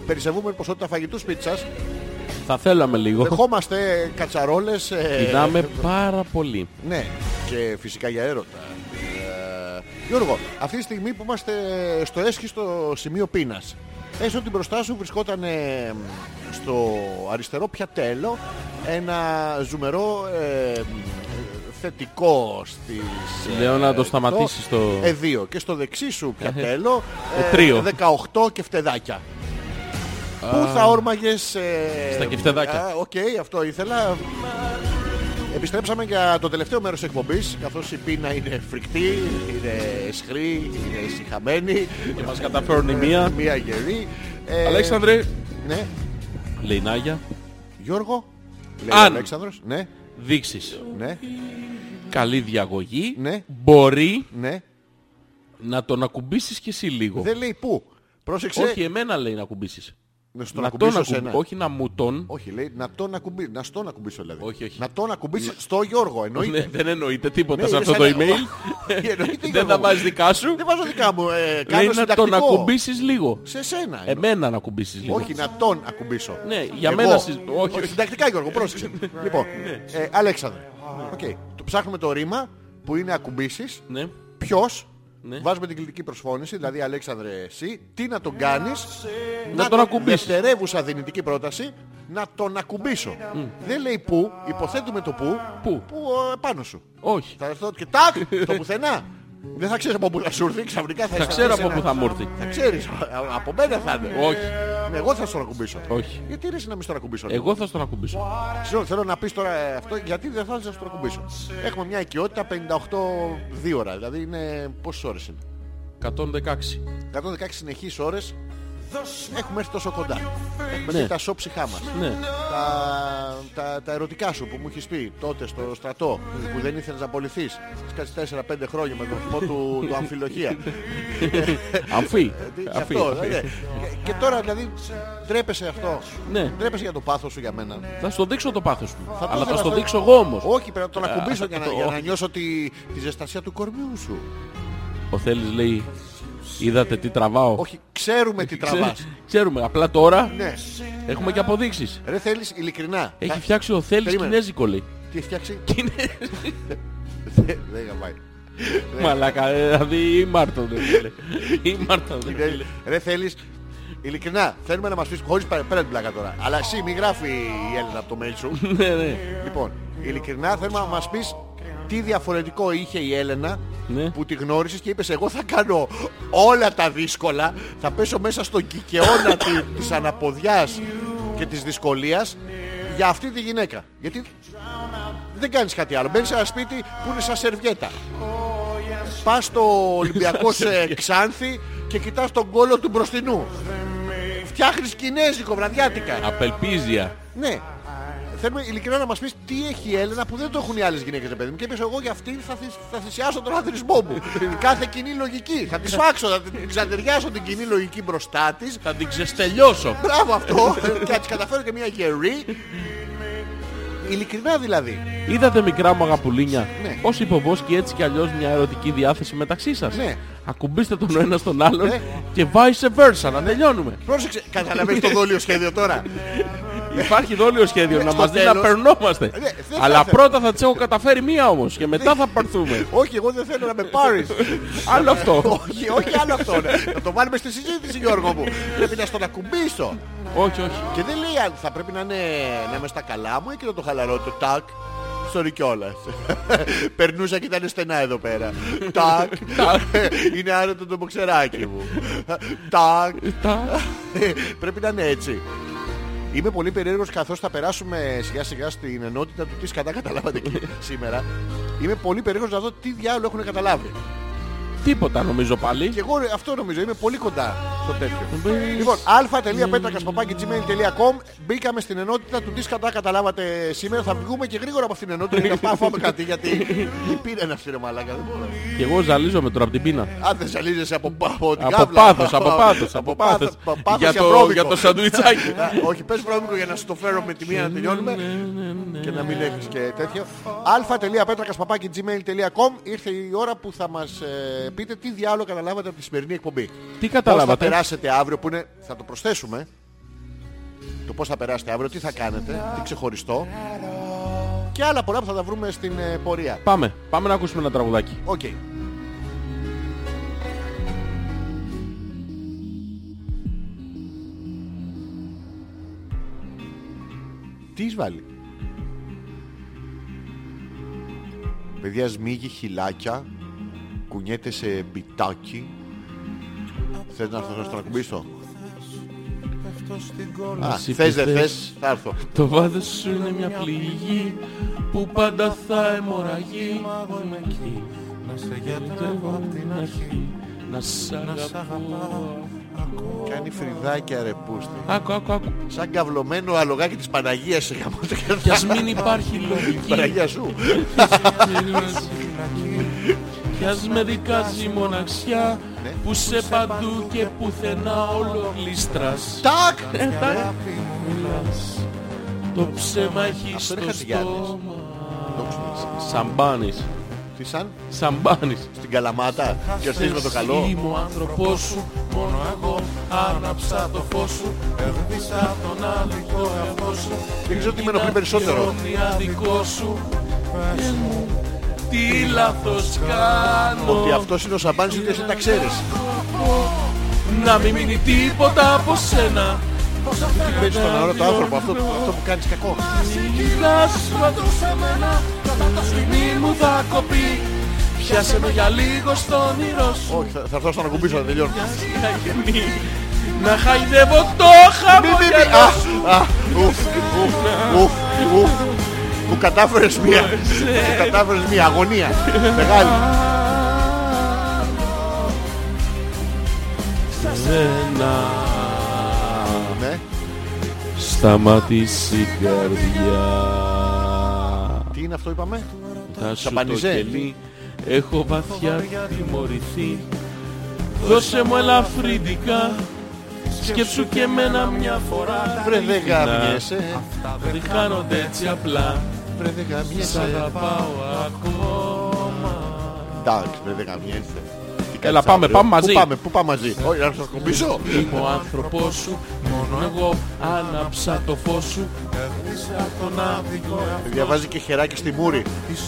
A: περισσευούμενη ποσότητα φαγητού σπίτι σας,
B: Θα θέλαμε λίγο.
A: δεχόμαστε κατσαρόλες. ε,
B: Κοιτάμε πάρα πολύ.
A: Ναι, και φυσικά για έρωτα. Ε, Γιώργο, αυτή τη στιγμή που είμαστε στο έσχιστο σημείο πείνας έστω ότι μπροστά σου βρισκόταν ε, στο αριστερό πιατέλο ένα ζουμερό ε, θετικό στις... ε,
B: Λέω να το σταματήσεις το-
A: Ε, δύο. Και στο δεξί σου πιατέλο
B: Ε, τρίο.
A: 18 κεφτεδάκια. Πού θα όρμαγες... ε,
B: Στα κεφτεδάκια.
A: α, Οκ, αυτό ήθελα. Επιστρέψαμε για το τελευταίο μέρος της εκπομπής καθώς η πείνα είναι φρικτή, είναι σχρή, είναι συχαμένη
B: Και μας καταφέρνει μία.
A: μία γερή ε,
B: Αλέξανδρε.
A: Ναι,
B: Λέει η Νάγια.
A: Γιώργο Λέει
B: Αν.
A: ο Αλέξανδρος Ναι,
B: Δείξεις.
A: ναι,
B: Καλή διαγωγή.
A: Ναι.
B: Μπορεί
A: ναι
B: να τον ακουμπήσεις κι εσύ λίγο.
A: Δεν λέει πού Πρόσεξε
B: Όχι, εμένα λέει να ακουμπήσεις.
A: Να στον
B: να
A: ακουμπήσω
B: τον
A: σένα.
B: ακουμπήσω. Όχι να μου τον.
A: Όχι, λέει να τον ακουμπήσω, να στον ακουμπήσω δηλαδή.
B: Όχι, όχι.
A: Να τον ακουμπήσει στο Γιώργο, εννοείται.
B: Ναι, δεν εννοείται τίποτα
A: Ναι,
B: σε
A: είναι
B: αυτό το
A: σαν να- <laughs> Ναι,
B: email.
A: Εννοείται,
B: Δεν
A: Γιώργο
B: θα
A: μου.
B: βάζεις δικά σου.
A: Δεν βάζω δικά μου. Ε,
B: Λέει
A: κάνω
B: να τον
A: συντακτικό.
B: ακουμπήσεις Ε, λίγο.
A: Σε σένα. εννοώ.
B: Εμένα να ακουμπήσεις λίγο.
A: Όχι, να τον ακουμπήσω.
B: Ναι, για
A: Εγώ.
B: μένα συζ- όχι, όχι. Ναι,
A: Συντακτικά, Γιώργο, πρόσεξε. λοιπόν, ε, Αλέξανδρε. Οκ. Το ψάχνουμε το ρήμα που είναι ακουμπήσεις.
B: Ναι.
A: Ποιος.
B: Ναι.
A: Βάζουμε την κλητική προσφώνηση, δηλαδή Αλέξανδρε εσύ, τι να τον κάνεις,
B: Να τον ακουμπήσεις.
A: Δευτερεύουσα δυνητική πρόταση, να τον ακουμπήσω. Δεν λέει πού, υποθέτουμε το πού,
B: Πού?
A: πού ε, πάνω σου.
B: Όχι.
A: Θα έρθω και τάκ, το πουθενά. Δεν θα ξέρεις από πού θα σου έρθει, ξαφνικά θα
B: Θα
A: είσαι
B: ξέρω
A: σε
B: από
A: ένα-
B: πού θα μου έρθει.
A: Θα ξέρεις, από μένα θα είναι.
B: Όχι.
A: Ναι, Εγώ θα στον ακουμπήσω.
B: Όχι.
A: Γιατί ρε εσύ να μην στον ακουμπήσω. ρε.
B: Εγώ θα στον ακουμπήσω.
A: Ξέρω, θέλω να πεις τώρα ε, αυτό γιατί δεν θα στον ακουμπήσω. Έχουμε μια οικειότητα 58-2 ώρα. Δηλαδή είναι πόσες ώρες είναι.
B: 116.
A: 116 συνεχείς ώρες έχουμε έρθει τόσο κοντά. Έχουμε
B: Ναι.
A: δει τα σώψυχά μας.
B: Ναι.
A: Τα, τα, τα ερωτικά σου που μου έχεις πει τότε στο στρατό που δεν ήθελες να απολυθείς στις 4-5 χρόνια με τον θυμό του, του
B: <laughs>
A: αμφιλοχία.
B: Αμφί.
A: Τι-
B: Αμφί.
A: αυτό, ναι. Και- Και τώρα δηλαδή τρέπεσαι αυτό.
B: Ναι.
A: Τρέπεσαι για το πάθος σου για μένα.
B: Θα στο δείξω το πάθος μου.
A: Θα το
B: Αλλά
A: ήθελα
B: θα στο
A: αυτό.
B: δείξω εγώ όμως. Ε,
A: Όχι, πρέπει να τον
B: <laughs>
A: ακουμπήσω για να, για να
B: όχι.
A: νιώσω τη, τη ζεστασία του κορμιού σου.
B: Ο Θέλης λέει, είδατε τι τραβάω.
A: Όχι, ξέρουμε τι
B: Ξέρε- <laughs>
A: τραβάς.
B: Ξέρουμε, απλά τώρα
A: ναι.
B: έχουμε και αποδείξεις.
A: Ρε θέλεις ειλικρινά.
B: Έχει
A: Θα-
B: φτιάξει ο Θέλης
A: Περίμενε.
B: κινέζικο λέει.
A: Τι έχει φτιάξει.
B: Κινέζικο.
A: <laughs> Δεν δεν γαμάει. Ναι.
B: Μαλάκα, ε, δηλαδή ήμαρτον δεν φίλε. Ήμαρτον δεν
A: Είναι-
B: φίλε.
A: Ρε θέλεις Ειλικρινά, θέλουμε να μας πεις χωρίς παρε- πέρα την πλάκα τώρα. Αλλά εσύ μη γράφει η Έλληνα από το mail σου.
B: <laughs> Ναι, ναι.
A: Λοιπόν, ειλικρινά θέλουμε να μας πεις τι διαφορετικό είχε η Έλενα
B: Ναι.
A: που τη γνώρισες και είπες εγώ θα κάνω όλα τα δύσκολα, θα πέσω μέσα στον κικαιώνα
B: <laughs>
A: τη- της αναποδιάς και της δυσκολίας για αυτή τη γυναίκα. Γιατί δεν κάνεις κάτι άλλο. Μπαίνεις σε ένα σπίτι που είναι σαν σερβιέτα. Πας στο Ολυμπιακό σε Ξάνθη και κοιτάς τον κόλο του μπροστινού. Φτιάχνεις κινέζικο βραδιάτικα.
B: Απελπίζια.
A: Ναι. Θέλουμε ειλικρινά να μας πεις τι έχει η Έλενα που δεν το έχουν οι άλλες γυναίκες, ρε παιδί μου. Και είπες εγώ για αυτήν θα, θυσ- θα θυσιάσω τον αθλητισμό μου. Κάθε κοινή λογική. Θα τη σφάξω, θα την ξατεριάσω την κοινή λογική μπροστά της.
B: Θα την ξεστελιώσω.
A: Μπράβο αυτό. και θα της καταφέρω και μια γερή. Ειλικρινά δηλαδή.
B: Είδατε μικρά μου αγαπουλίνια.
A: Ναι.
B: Ως υποβόσκει έτσι κι αλλιώς μια ερωτική διάθεση μεταξύ σας.
A: Ναι.
B: Ακουμπήστε τον ο ένας τον άλλον
A: Ναι.
B: και vice versa να τελειώνουμε.
A: Πρόσεξε, καταλαβαίνεις το δόλιο σχέδιο τώρα.
B: Υπάρχει δόλιο σχέδιο
A: Ναι,
B: να
A: στο
B: μας δει να
A: τέλος.
B: περνόμαστε.
A: Ναι, δεν θα Ναι.
B: Αλλά
A: ήθελα.
B: πρώτα θα τις έχω καταφέρει μία όμως και μετά θα παρθούμε.
A: όχι, εγώ δεν θέλω να με πάρεις.
B: Άλλο αυτό.
A: όχι, όχι άλλο αυτό. ναι. Να το βάλουμε στη συζήτηση, Γιώργο μου. Πρέπει να στον ακουμπήσω.
B: όχι, όχι.
A: Και δεν λέει αν θα πρέπει να, είναι, να είμαι στα καλά μου ή και να το χαλαρώ το τάκ. Sorry κιόλας. Περνούσα και ήταν στενά εδώ πέρα. Τάκ. είναι άρρωστο το μποξεράκι μου. Τάκ.
B: Τα-
A: <laughs> πρέπει να είναι έτσι. Είμαι πολύ περίεργος καθώς θα περάσουμε σιγά σιγά στην ενότητα του τι σκατά καταλάβατε εκεί
B: <laughs>
A: σήμερα. Είμαι πολύ περίεργος να δω τι διάλογο έχουν καταλάβει.
B: Τίποτα νομίζω πάλι.
A: Και εγώ αυτό νομίζω, είμαι πολύ κοντά. στο τέτοιο. Λοιπόν, α.πέτρακα.gmail.com Μπήκαμε στην ενότητα του Discord. Καταλάβατε σήμερα. Θα βγούμε και γρήγορα από αυτήν την ενότητα. Για να πάμε φάμε κάτι. Γιατί πήρε ένα φίλο μαλάκα. δεν μπορώ.
B: Και εγώ ζαλίζομαι τώρα από την πείνα.
A: Αν δεν ζαλίζεσαι από, από την
B: Από
A: κάβλα.
B: πάθος, από πάθος, Ε, από πάθος.
A: πάθος
B: Για
A: και
B: το,
A: βρώμικο.
B: για το σαντουιτσάκι.
A: Α, Όχι, πες βρώμικο για να σου το φέρω με τη μία να τελειώνουμε και να μην έχεις και τέτοιο. α.πέτρακας.gmail.com Ήρθε η ώρα που θα μας ε, πείτε τι διάλογο καταλάβατε από τη σημερινή εκπομπή.
B: Τι
A: Πώς θα
B: κατάλαβατε.
A: περάσετε αύριο που είναι, θα το προσθέσουμε. Το πώς θα περάσετε αύριο, τι θα κάνετε, τι ξεχωριστό. Και άλλα πολλά που θα τα βρούμε στην ε, πορεία.
B: Πάμε, πάμε να ακούσουμε ένα τραγουδάκι.
A: Οκ. Τι έχεις βάλει. Παιδιά σμίγει χιλάκια, κουνιέται σε μπιτάκι. Θες να έρθω να στον ακουμπήσω. Α,
B: Εσύ
A: θες
B: που
A: δεν
B: θες.
A: θες, θα έρθω.
B: Το βάδος σου είναι μια πληγή που πάντα θα αιμορραγεί. Μα εγώ είμαι εκεί, να σε γιατρεύω απ' την αρχή, να σ' αγαπώ.
A: Κάνει φρυδάκια ρε πούστη.
B: Άκου, άκου, άκου.
A: Σαν καυλωμένο αλογάκι της Παναγίας σε γαμώ το
B: Κι ας
A: κερδάκι.
B: μην υπάρχει λογική,
A: Παναγία σου.
B: κι ας με δικάζει η μοναξιά, που σε παντού και πουθενά όλο γλίστρας.
A: Τάκ!
B: Ε, τα- Μιλάς, Το ψέμα έχει
A: Αυτό είναι
B: στο
A: Χατζηγιάννης.
B: στόμα.
A: Δόξα τω Θεώ.
B: Σαμπάνης,
A: Τι σαν
B: σαμπάνης.
A: στην καλαμάτα και ορθείς με το καλό.
B: Είμαι ο άνθρωπός σου, μόνο εγώ άναψα το φως σου Έρθισα τον άδικο εαυτό σου
A: Δεν ξέρω τι με ενοχλεί περισσότερο.
B: Τον άδικο σου Πες μου τι λάθος κάνω
A: Ότι αυτός είναι ο Σαμπάνης ότι εσύ τα ξέρεις.
B: Να μην μείνει τίποτα από σένα
A: Τι παίζεις στον αόρατο το άνθρωπο αυτό, αυτό που κάνεις κακό.
B: Κοίτας παντού σε μένα Κατά το σκηνή μου θα κοπεί Πιάσε με για λίγο στον όνειρό σου
A: Όχι, θα θα έρθω στον ακουμπήσω να τελειώνω.
B: Να σκαγενεί, Να χαϊδεύω το
A: Μη, μη, μη.
B: χαμογελό σου
A: Α, α, Ουφ, ουφ, ουφ, ουφ. Μου κατάφερες μία. Μου κατάφερες μία αγωνία. Μεγάλη.
B: Σένα
A: Ναι.
B: σταματήσει η καρδιά
A: Τι είναι αυτό είπαμε.
B: Θα σου το
A: Σαμπανιζέ.
B: κελί έχω βαθιά τιμωρηθεί Δώσε μου ελαφρυντικά Σκέψου και εμένα μια φορά
A: Βρε δεν
B: Να,
A: γαμιέσαι.
B: Δεν χάνονται έτσι απλά
A: Βρε δεν
B: Σ'
A: γαμιέσαι.
B: αγαπάω ακόμα
A: Εντάξει, βρε δεν γαμιέσαι. Τι
B: Έλα,
A: κάνεις
B: πάμε,
A: αύριο?
B: πάμε μαζί.
A: Πού πάμε, πού πάμε μαζί. Όχι, να έρθω να ακουμπήσω.
B: Είμαι ο άνθρωπός σου, μόνο εγώ άναψα το φως σου Έχδισα τον άδικο εαυτό
A: Διαβάζει και χεράκι στη μούρη.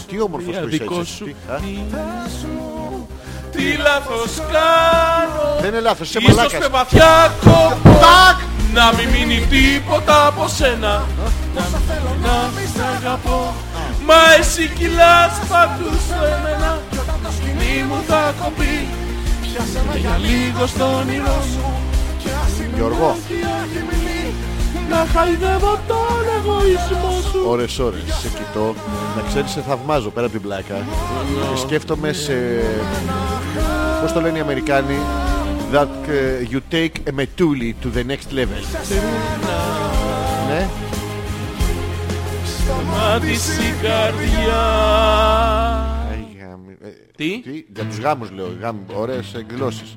A: Τι όμορφος που είσαι
B: δικό
A: έτσι.
B: σου
A: Τι-
B: Τι
A: α?
B: πες μου, τι λάθος κάνω
A: Δεν είναι λάθος, είσαι
B: Ίσως με
A: μαλάκας.
B: βαθιά κόπο
A: Τάκ!
B: Να μην μείνει τίποτα από σένα Να θέλω να μη σ' αγαπώ Μα εσύ κυλάς παντού σε εμένα Κι όταν το σκηνή μου θα κοπεί Πιάσε με για λίγο στο όνειρό σου Και ας είναι
A: Γιώργο.
B: μια φτιάχη μιλή, Να χαϊδεύω τον εγωισμό σου
A: Ωρες ώρες σε κοιτώ Να ξέρεις σε θαυμάζω πέρα από την πλάκα Και σκέφτομαι σε Πώς το λένε οι Αμερικάνοι That uh, you take a metuli to the next level Ναι
B: Σταμάτησε η καρδιά
A: Αι, γάμι. Ε,
B: Τι?
A: Για τους γάμους λέω γάμοι, Ωραίες εκδηλώσεις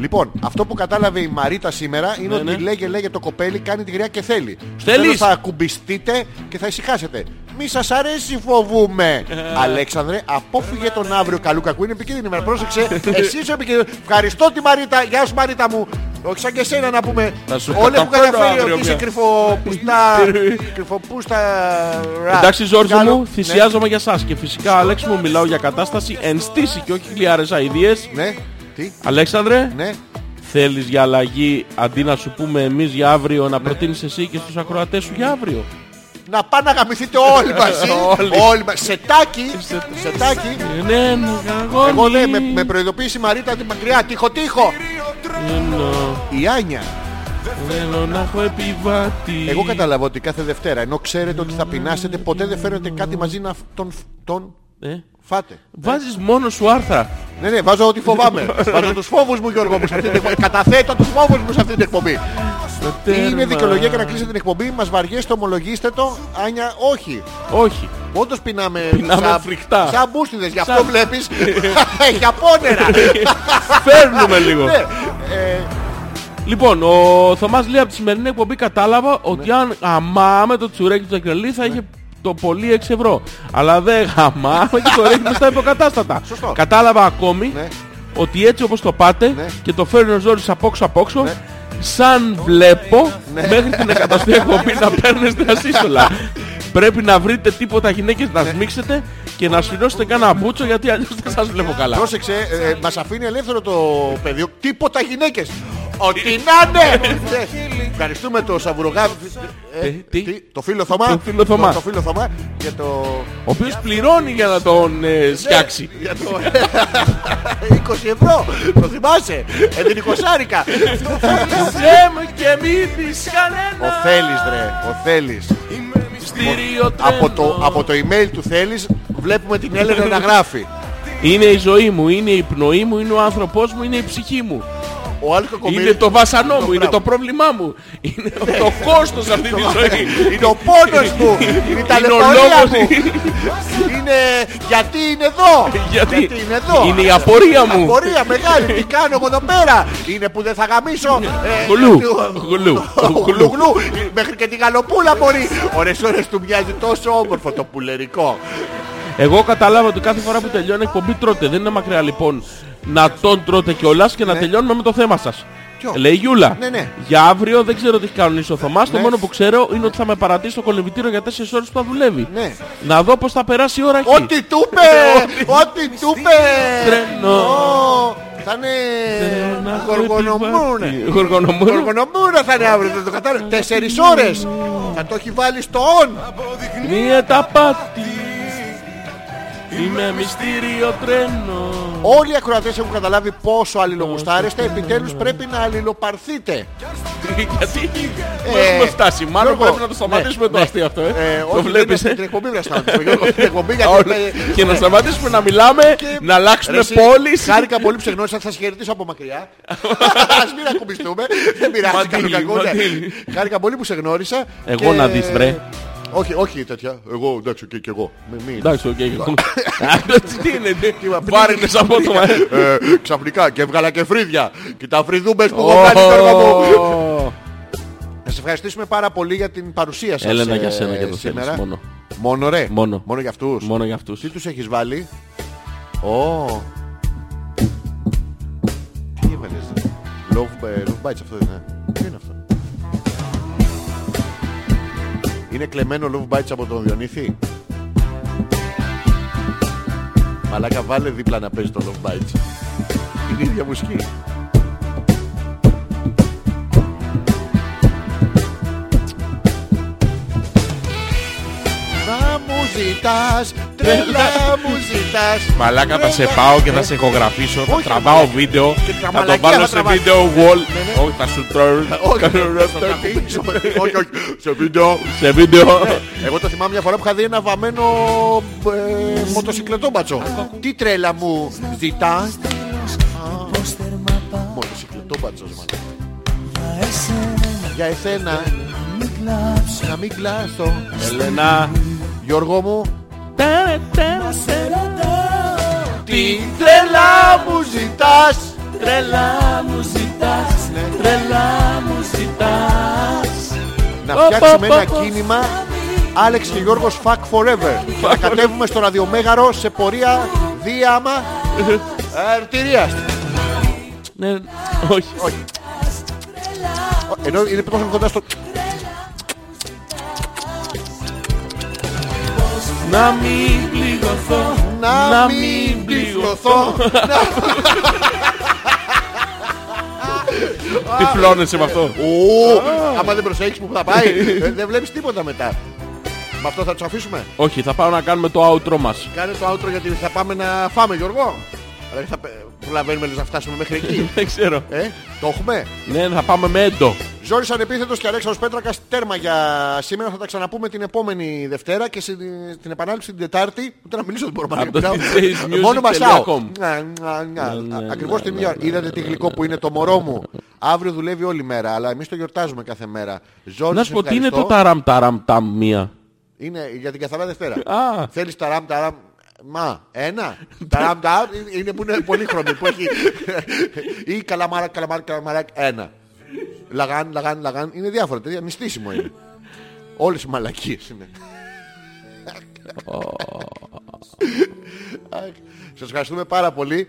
A: Λοιπόν, αυτό που κατάλαβε η Μαρίτα σήμερα είναι ότι
B: ναι.
A: λέγε λέγε το κοπέλι κάνει τη γριά και θέλει. Στο
B: Θέλεις.
A: τέλος θα ακουμπιστείτε και θα ησυχάσετε. Μη σας αρέσει φοβούμε.
B: Ε.
A: Αλέξανδρε, απόφυγε τον
B: ναι.
A: αύριο καλού κακού. Είναι επικίνδυνη ημέρα. Πρόσεξε.
B: <laughs>
A: Εσύ είσαι επικίνδυνο. Ευχαριστώ τη Μαρίτα. Γεια σου Μαρίτα μου. Όχι σαν και εσένα να πούμε.
B: Θα σου
A: Όλα που
B: καταφέρω
A: καταφέρει
B: αύριο
A: ότι είσαι
B: μια.
A: κρυφοπουστά.
B: <laughs>
A: κρυφοπούστα. ρα.
B: Εντάξει Ζόρζο
A: Καλό-
B: μου,
A: Ναι.
B: θυσιάζομαι για σας και φυσικά Αλέξη μου μιλάω για κατάσταση εν στήση και όχι χιλιάρες αηδίες
A: Ναι, τι,
B: Αλέξανδρε,
A: ναι.
B: θέλεις για αλλαγή αντί να σου πούμε εμείς για αύριο να προτείνεις εσύ και στους ακροατές σου για αύριο
A: Να πάνε να γαμηθείτε <laughs> όλοι μαζί.
B: Όλοι.
A: όλοι μαζί. Σετάκι. Σετάκι.
B: Ναι,
A: Εγώ ναι, με, με προειδοποίησε η Μαρίτα την μακριά. Τύχο, τύχο. Η Άνια.
B: Θέλω να έχω επιβάτη
A: Εγώ καταλαβαίνω ότι κάθε Δευτέρα, ενώ ξέρετε ότι θα πεινάσετε, ποτέ δεν φέρετε κάτι μαζί να φ- τον, φ- τον
B: Ε,
A: φάτε.
B: Βάζεις μόνος σου άρθρα
A: Ναι, ναι, βάζω ό,τι <laughs> φοβάμαι. βάζω τους φόβους μου, Γιώργο μου, σε αυτή την εκπομπή. Καταθέτω τους φόβους μου σε αυτή την εκπομπή. Είναι δικαιολογία για να κλείσετε την εκπομπή. Μας βαριέστε, ομολογήστε το. Άνια, όχι.
B: Όχι.
A: Όντως πεινάμε,
B: Πεινάμε φρικτά.
A: Σαν μπούστιδες, γι' αυτό
B: Σαν- <laughs>
A: βλέπεις. <laughs> Έχει απόνερα.
B: Φέρνουμε λίγο.
A: Ναι. Ε,
B: Λοιπόν, ο Θωμάς λέει από τη σημερινή εκπομπή
A: Ναι.
B: κατάλαβα ότι αν γαμάμε το τσουρέκι του Τζακελή θα είχε το πολύ 6 ευρώ. Αλλά δεν γαμάμε και το ρίχνουμε στα υποκατάστατα.
A: Σωστό.
B: Κατάλαβα ακόμη
A: Ναι.
B: ότι έτσι όπως το πάτε
A: Ναι.
B: και το φέρνει ο Ζόρις απόξω απόξω σαν βλέπω
A: Ναι.
B: μέχρι την εκατοστή εκπομπή να παίρνεστε ασύστολα. Πρέπει να βρείτε τίποτα γυναίκες
A: Ναι.
B: να σμίξετε και να σφυρώσετε κάνα μπούτσο γιατί αλλιώς δεν σας βλέπω καλά.
A: Πρόσεξε, ε, μας αφήνει ελεύθερο το πεδίο. Τίποτα γυναίκες. Ότι να είναι! Ναι. Ευχαριστούμε το Σαβουρογάβη.
B: Ε, τι?
A: Το φίλο Θωμά.
B: Το φίλο Θωμά.
A: Το φίλο Θωμά για το...
B: Ο οποίος πληρώνει για να τον
A: Ναι.
B: ε, σκιάξει.
A: Για το... <laughs> 20 ευρώ. Το θυμάσαι. Ε, την εικοσάρικα.
B: Ζε μου και μη δεις κανένα
A: Ο Θέλης, ρε. Ο Θέλης.
B: μυστήριο
A: από, το,
B: τρένο.
A: από το email του Θέλης βλέπουμε την Έλενα να γράφει.
B: Είναι η ζωή μου, είναι η πνοή μου, είναι ο άνθρωπός μου, είναι η ψυχή μου.
A: Ο άλλος κακομοίρης-
B: Είναι το βάσανό μου, είναι
A: μπράβο. Ναι.
B: το πρόβλημά μου. Είναι το κόστος αυτή τη ζωή.
A: Είναι ο πόνος μου. Είναι η ταλαιπωρία
B: λόγος.
A: μου. Είναι γιατί είναι εδώ.
B: Γιατί
A: είναι εδώ.
B: είναι η απορία μου.
A: Απορία μεγάλη. Τι κάνω εγώ εδώ πέρα. Είναι που δεν θα
B: Ναι.
A: γαμίσω. ε,
B: Γλου,
A: του-
B: γλου,
A: Γλου,
B: γλου.
A: γλου. Μέχρι και την γαλοπούλα μπορεί. Ωρες ώρες του μοιάζει τόσο όμορφο το πουλερικό.
B: Εγώ κατάλαβα ότι κάθε φορά που τελειώνει η εκπομπή τρώτε. Δεν είναι μακριά λοιπόν να τον τρώτε κιόλας και να τελειώνουμε με το θέμα σας.
A: Ναι. Ποιο?
B: Λέει η Γιούλα.
A: Ναι, ναι.
B: Για αύριο δεν ξέρω τι έχει κανονίσει ο Θωμάς. Το
A: Ναι.
B: μόνο που ξέρω είναι ότι θα με παρατήσει στο κολυμπητήριο για 4 ώρες που θα δουλεύει.
A: Ναι.
B: Να δω πώς θα περάσει η ώρα εκεί.
A: Ό,τι του είπε! Ό,τι του είπε!
B: Τρένο.
A: Ω, Θα είναι Ε, γοργονομούρα.
B: Γοργονομούρ.
A: Γοργονομούρα θα είναι αύριο, δεν το κατάλαβα. Τέσσερις ώρες. Θα το έχει βάλει στο on.
B: Μία τα πάτη. Είμαι μυστήριο τρένο.
A: Όλοι οι ακροατές έχουν καταλάβει πόσο αλληλογουστάρεστε. Επιτέλους πρέπει να αλληλοπαρθείτε.
B: Γιατί
A: Ε,
B: δεν έχουμε φτάσει. Μάλλον
A: Γιώργο,
B: πρέπει να το σταματήσουμε
A: ναι,
B: το αστείο αυτό. ε.
A: Ε,
B: Το
A: όχι,
B: βλέπεις.
A: δεν είναι Στην
B: ε.
A: εκπομπή πρέπει να σταματήσουμε, Γιώργο, στην εκπομπή, γιατί
B: Όλα.
A: με-
B: Και να σταματήσουμε να μιλάμε, να
A: Ρε
B: αλλάξουμε
A: εσύ,
B: πόλεις.
A: Χάρηκα πολύ που σε γνώρισα, θα σε χαιρετήσω από
B: <laughs>
A: μακριά. Ας μην ακουμπιστούμε. Δεν πειράζει
B: Μαντήλι,
A: κανένα κακό. ναι.
B: μαντήλι.
A: Χάρηκα πολύ που σε γνώρισα.
B: Εγώ
A: και-
B: να δεις, βρε.
A: Όχι, όχι τέτοια. Εγώ εντάξει και, και εγώ. Μη- μην.
B: Εντάξει, οκ.
A: <laughs>
B: Τι είναι, τι-
A: μα,
B: βάρινες
A: <laughs>
B: απότομα. ε.
A: Ε, ξαφνικά και έβγαλα και φρύδια. Και τα φρυδούμπες που
B: Ω,
A: έχω κάνει Γιώργο μου. Να σε ευχαριστήσουμε πάρα πολύ για την παρουσία σας
B: Έλενα,
A: ε,
B: για σένα και το
A: σήμερα.
B: θέλεις μόνο.
A: Μόνο ρε.
B: Μόνο.
A: Μόνο για αυτούς.
B: Μόνο για αυτούς.
A: Τι τους έχεις βάλει. Ω. Τι έβαλες. ρε? Love, ε, love bites αυτό είναι. Τι είναι αυτό. Είναι κλεμμένο love bites από τον Διονύθη. Μαλάκα βάλε δίπλα να παίζει το love bites. Είναι η ίδια μουσική. Να μου ζητάς, τρελά μου ζητάς.
B: Μαλάκα θα σε
A: τρελά.
B: πάω και θα σε ηχογραφήσω, θα
A: Όχι, ρε
B: τραβάω
A: μαλάκα.
B: βίντεο,
A: Και τα
B: θα το
A: μαλακία
B: βάλω
A: θα
B: σε
A: τραβάς. Ναι,
B: βίντεο wall, όχι θα σου τρώω,
A: Όχι,
B: κάνω
A: θα
B: ραπ
A: το
B: το εκεί.
A: τραβήξω. όχι, όχι, σε βίντεο.
B: σε βίντεο.
A: Ναι. Εγώ το θυμάμαι μια φορά που είχα δει ένα βαμμένο ε, μοτοσυκλετόμπατσο. Τι τρέλα μου ζητά. Μοτοσυκλετόμπατσο, μάλλον. Για εσένα. Να μην κλάσω.
B: Ελένα,
A: Γιώργο μου.
B: τι
A: Τρέλα μου ζητάς.
B: τρελά μου ζητάς, τρελά μου ζητάς.
A: Να φτιάξουμε
B: Πα, πα,
A: ένα
B: πα, πα.
A: κίνημα. Άλεξ και Γιώργος Fuck Forever. Να κατέβουμε στο ραδιομέγαρο σε πορεία
B: <laughs>
A: διάμα αρτηρίας.
B: Ναι, όχι.
A: Ενώ είναι τόσο κοντά στο...
B: Να μην πληγωθώ,
A: Να μην πληγωθώ.
B: Τι φλώνεσαι με αυτό.
A: Ου, Άμα δεν προσέχεις που θα πάει,
B: <laughs>
A: ε, δεν βλέπεις τίποτα μετά. Με αυτό θα τους αφήσουμε.
B: Όχι, θα πάω να κάνουμε το outro μας.
A: Κάνε το outro γιατί θα πάμε να φάμε, Γιώργο. Αλλά
B: <laughs>
A: θα πε- προλαβαίνουμε λες, να φτάσουμε μέχρι εκεί.
B: Δεν ξέρω.
A: Ε, το έχουμε.
B: Ναι, θα πάμε με έντο.
A: Ζόρις Ανεπίθετος και Αλέξανδρος Πέτρακας τέρμα για σήμερα. Θα τα ξαναπούμε την επόμενη Δευτέρα και στην στην επανάληψη την Τετάρτη. Ούτε να μιλήσω δεν μπορώ να
B: Από το DJsmusic.com.
A: Μόνο μασάω.
B: Ναι, ναι,
A: Ακριβώς
B: ναι,
A: την ίδια ώρα. Είδατε τι γλυκό που είναι το μωρό μου. Αύριο δουλεύει όλη μέρα, αλλά εμείς το γιορτάζουμε κάθε μέρα. Ζόρις,
B: Να σου πω τι είναι
A: ευχαριστώ.
B: το ταραμ ταραμ ταμ μία.
A: Είναι για την καθαρά Δευτέρα.
B: Α.
A: Θέλεις ταράμ ταράμ. Μα, ένα. Ταράμ ταράμ είναι που είναι πολύχρωμη. Που έχει... ή καλαμάρα, καλαμάρα, καλαμάρα, ένα. Λαγάν, λαγάν, λαγάν. Είναι διάφορα τέτοια. Μυστήσιμο είναι. Όλες οι μαλακίες είναι. Αχ, <laughs> Σας ευχαριστούμε πάρα πολύ.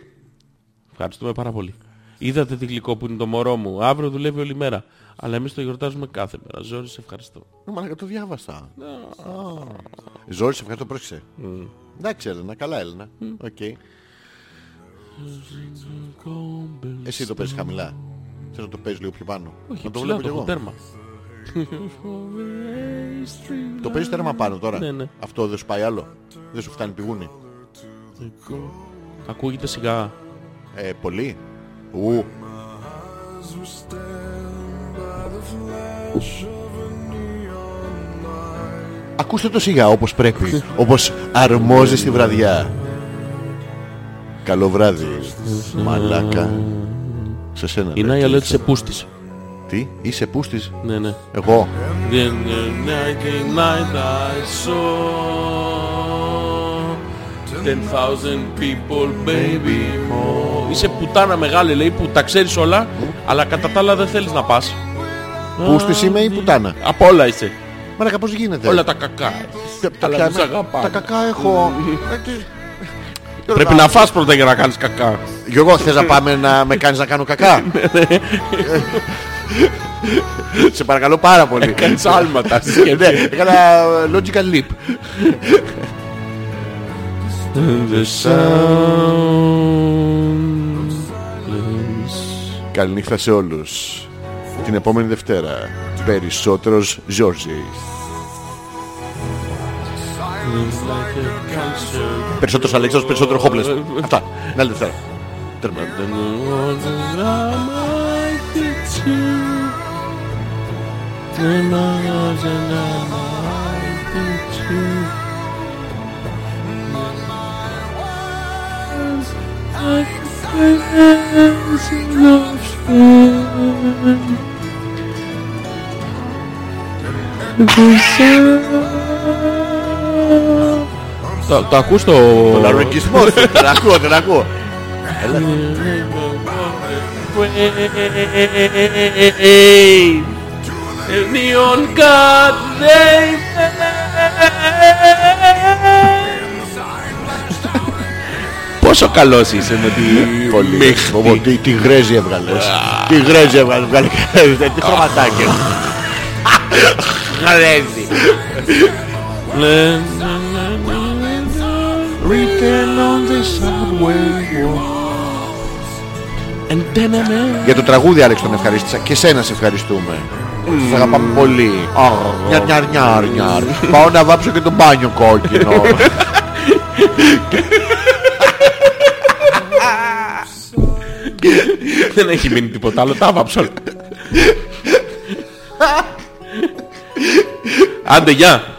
B: Ευχαριστούμε πάρα πολύ. Είδατε τι γλυκό που είναι το μωρό μου. Αύριο δουλεύει όλη μέρα. Αλλά εμείς το γιορτάζουμε κάθε μέρα. Ζόρι, σε ευχαριστώ.
A: Ναι, μαλάκα, το διάβασα. Α. Ζόρι, σε ευχαριστώ, πρόσεξε. Εντάξει, Έλενα, καλά, Έλενα. Οκ. Εσύ το παίζεις χαμηλά. Θέλω να το παίζεις λίγο πιο πάνω.
B: Όχι,
A: να το
B: το ψηλά
A: βλέπω κι
B: το έχω
A: εγώ.
B: τέρμα.
A: Το παίζεις τέρμα πάνω τώρα.
B: Ναι, ναι.
A: Αυτό δεν σου πάει άλλο. Δεν σου φτάνει πηγούνι.
B: Ακούγεται σιγά.
A: Ε, πολύ. Ου. Ακούστε το σιγά όπως
B: <laughs>
A: πρέπει. όπως αρμόζει στη βραδιά. Καλό βράδυ, μαλάκα. Σε σένα.
B: Η
A: λέει,
B: Νάια
A: τι
B: λέει ότι
A: είσαι.
B: σε πούστησε.
A: Τι, είσαι πούστης.
B: Ναι, ναι.
A: Εγώ.
B: The night in night I saw 10,000 people baby more Είσαι πουτάνα μεγάλη λέει που τα ξέρεις όλα αλλά κατά τα άλλα δεν θέλεις να πας
A: Πούστης είμαι ή πουτάνα.
B: Από όλα είσαι
A: Μαλάκα πώς γίνεται.
B: ναι. Όλα τα κακά
A: τα, τα,
B: αλλά
A: πιάνω.
B: τους αγαπάμε.
A: τα κακά έχω. Ε, τι-
B: Πρέπει να φας πρώτα για να κάνεις <laughs> κακά
A: Γιώργο, θες να πάμε να με κάνεις να κάνω
B: <laughs>
A: κακά.
B: Ναι,
A: Σε παρακαλώ πάρα πολύ.
B: Ε, Κάνεις άλματα στη
A: Ναι,
B: σκέψη
A: έκανα logical leap.
B: The sound is-
A: Καληνύχτα σε όλους. Την επόμενη Δευτέρα. Περισσότερος Ζόρζι. Περισσότερος Αλέξανδρος, περισσότερο Χόπλες.
B: Ε,
A: Αυτά. Να άλλη Δευτέρα. Τέρμα.
B: And the ones that I might get to. And the ones that I might get to. And the ones I can love Το, το ακούς το...
A: Τον αρρωγισμό σου. Τον ακούω, τον ακούω.
B: And the on God they Πόσο καλός είσαι με τη
A: Ναι, Πολύ. Πω, πω,
B: μίχτη.
A: τι- Τι γρέζι έβγαλες. Τι γρέζι έβγαλες. Βγάλε- Τι χρωματάκι. Γρέζι.
B: Ναι, Written on the subway And then I met
A: Για το τραγούδι Άλεξ τον ευχαρίστησα και σένα σε ευχαριστούμε. Σε αγαπάμε πολύ. Νιαρ νιαρ νιαρ νιαρ. Πάω να βάψω και το μπάνιο κόκκινο.
B: Δεν έχει μείνει τίποτα άλλο, τα βάψω όλα. Άντε, γεια!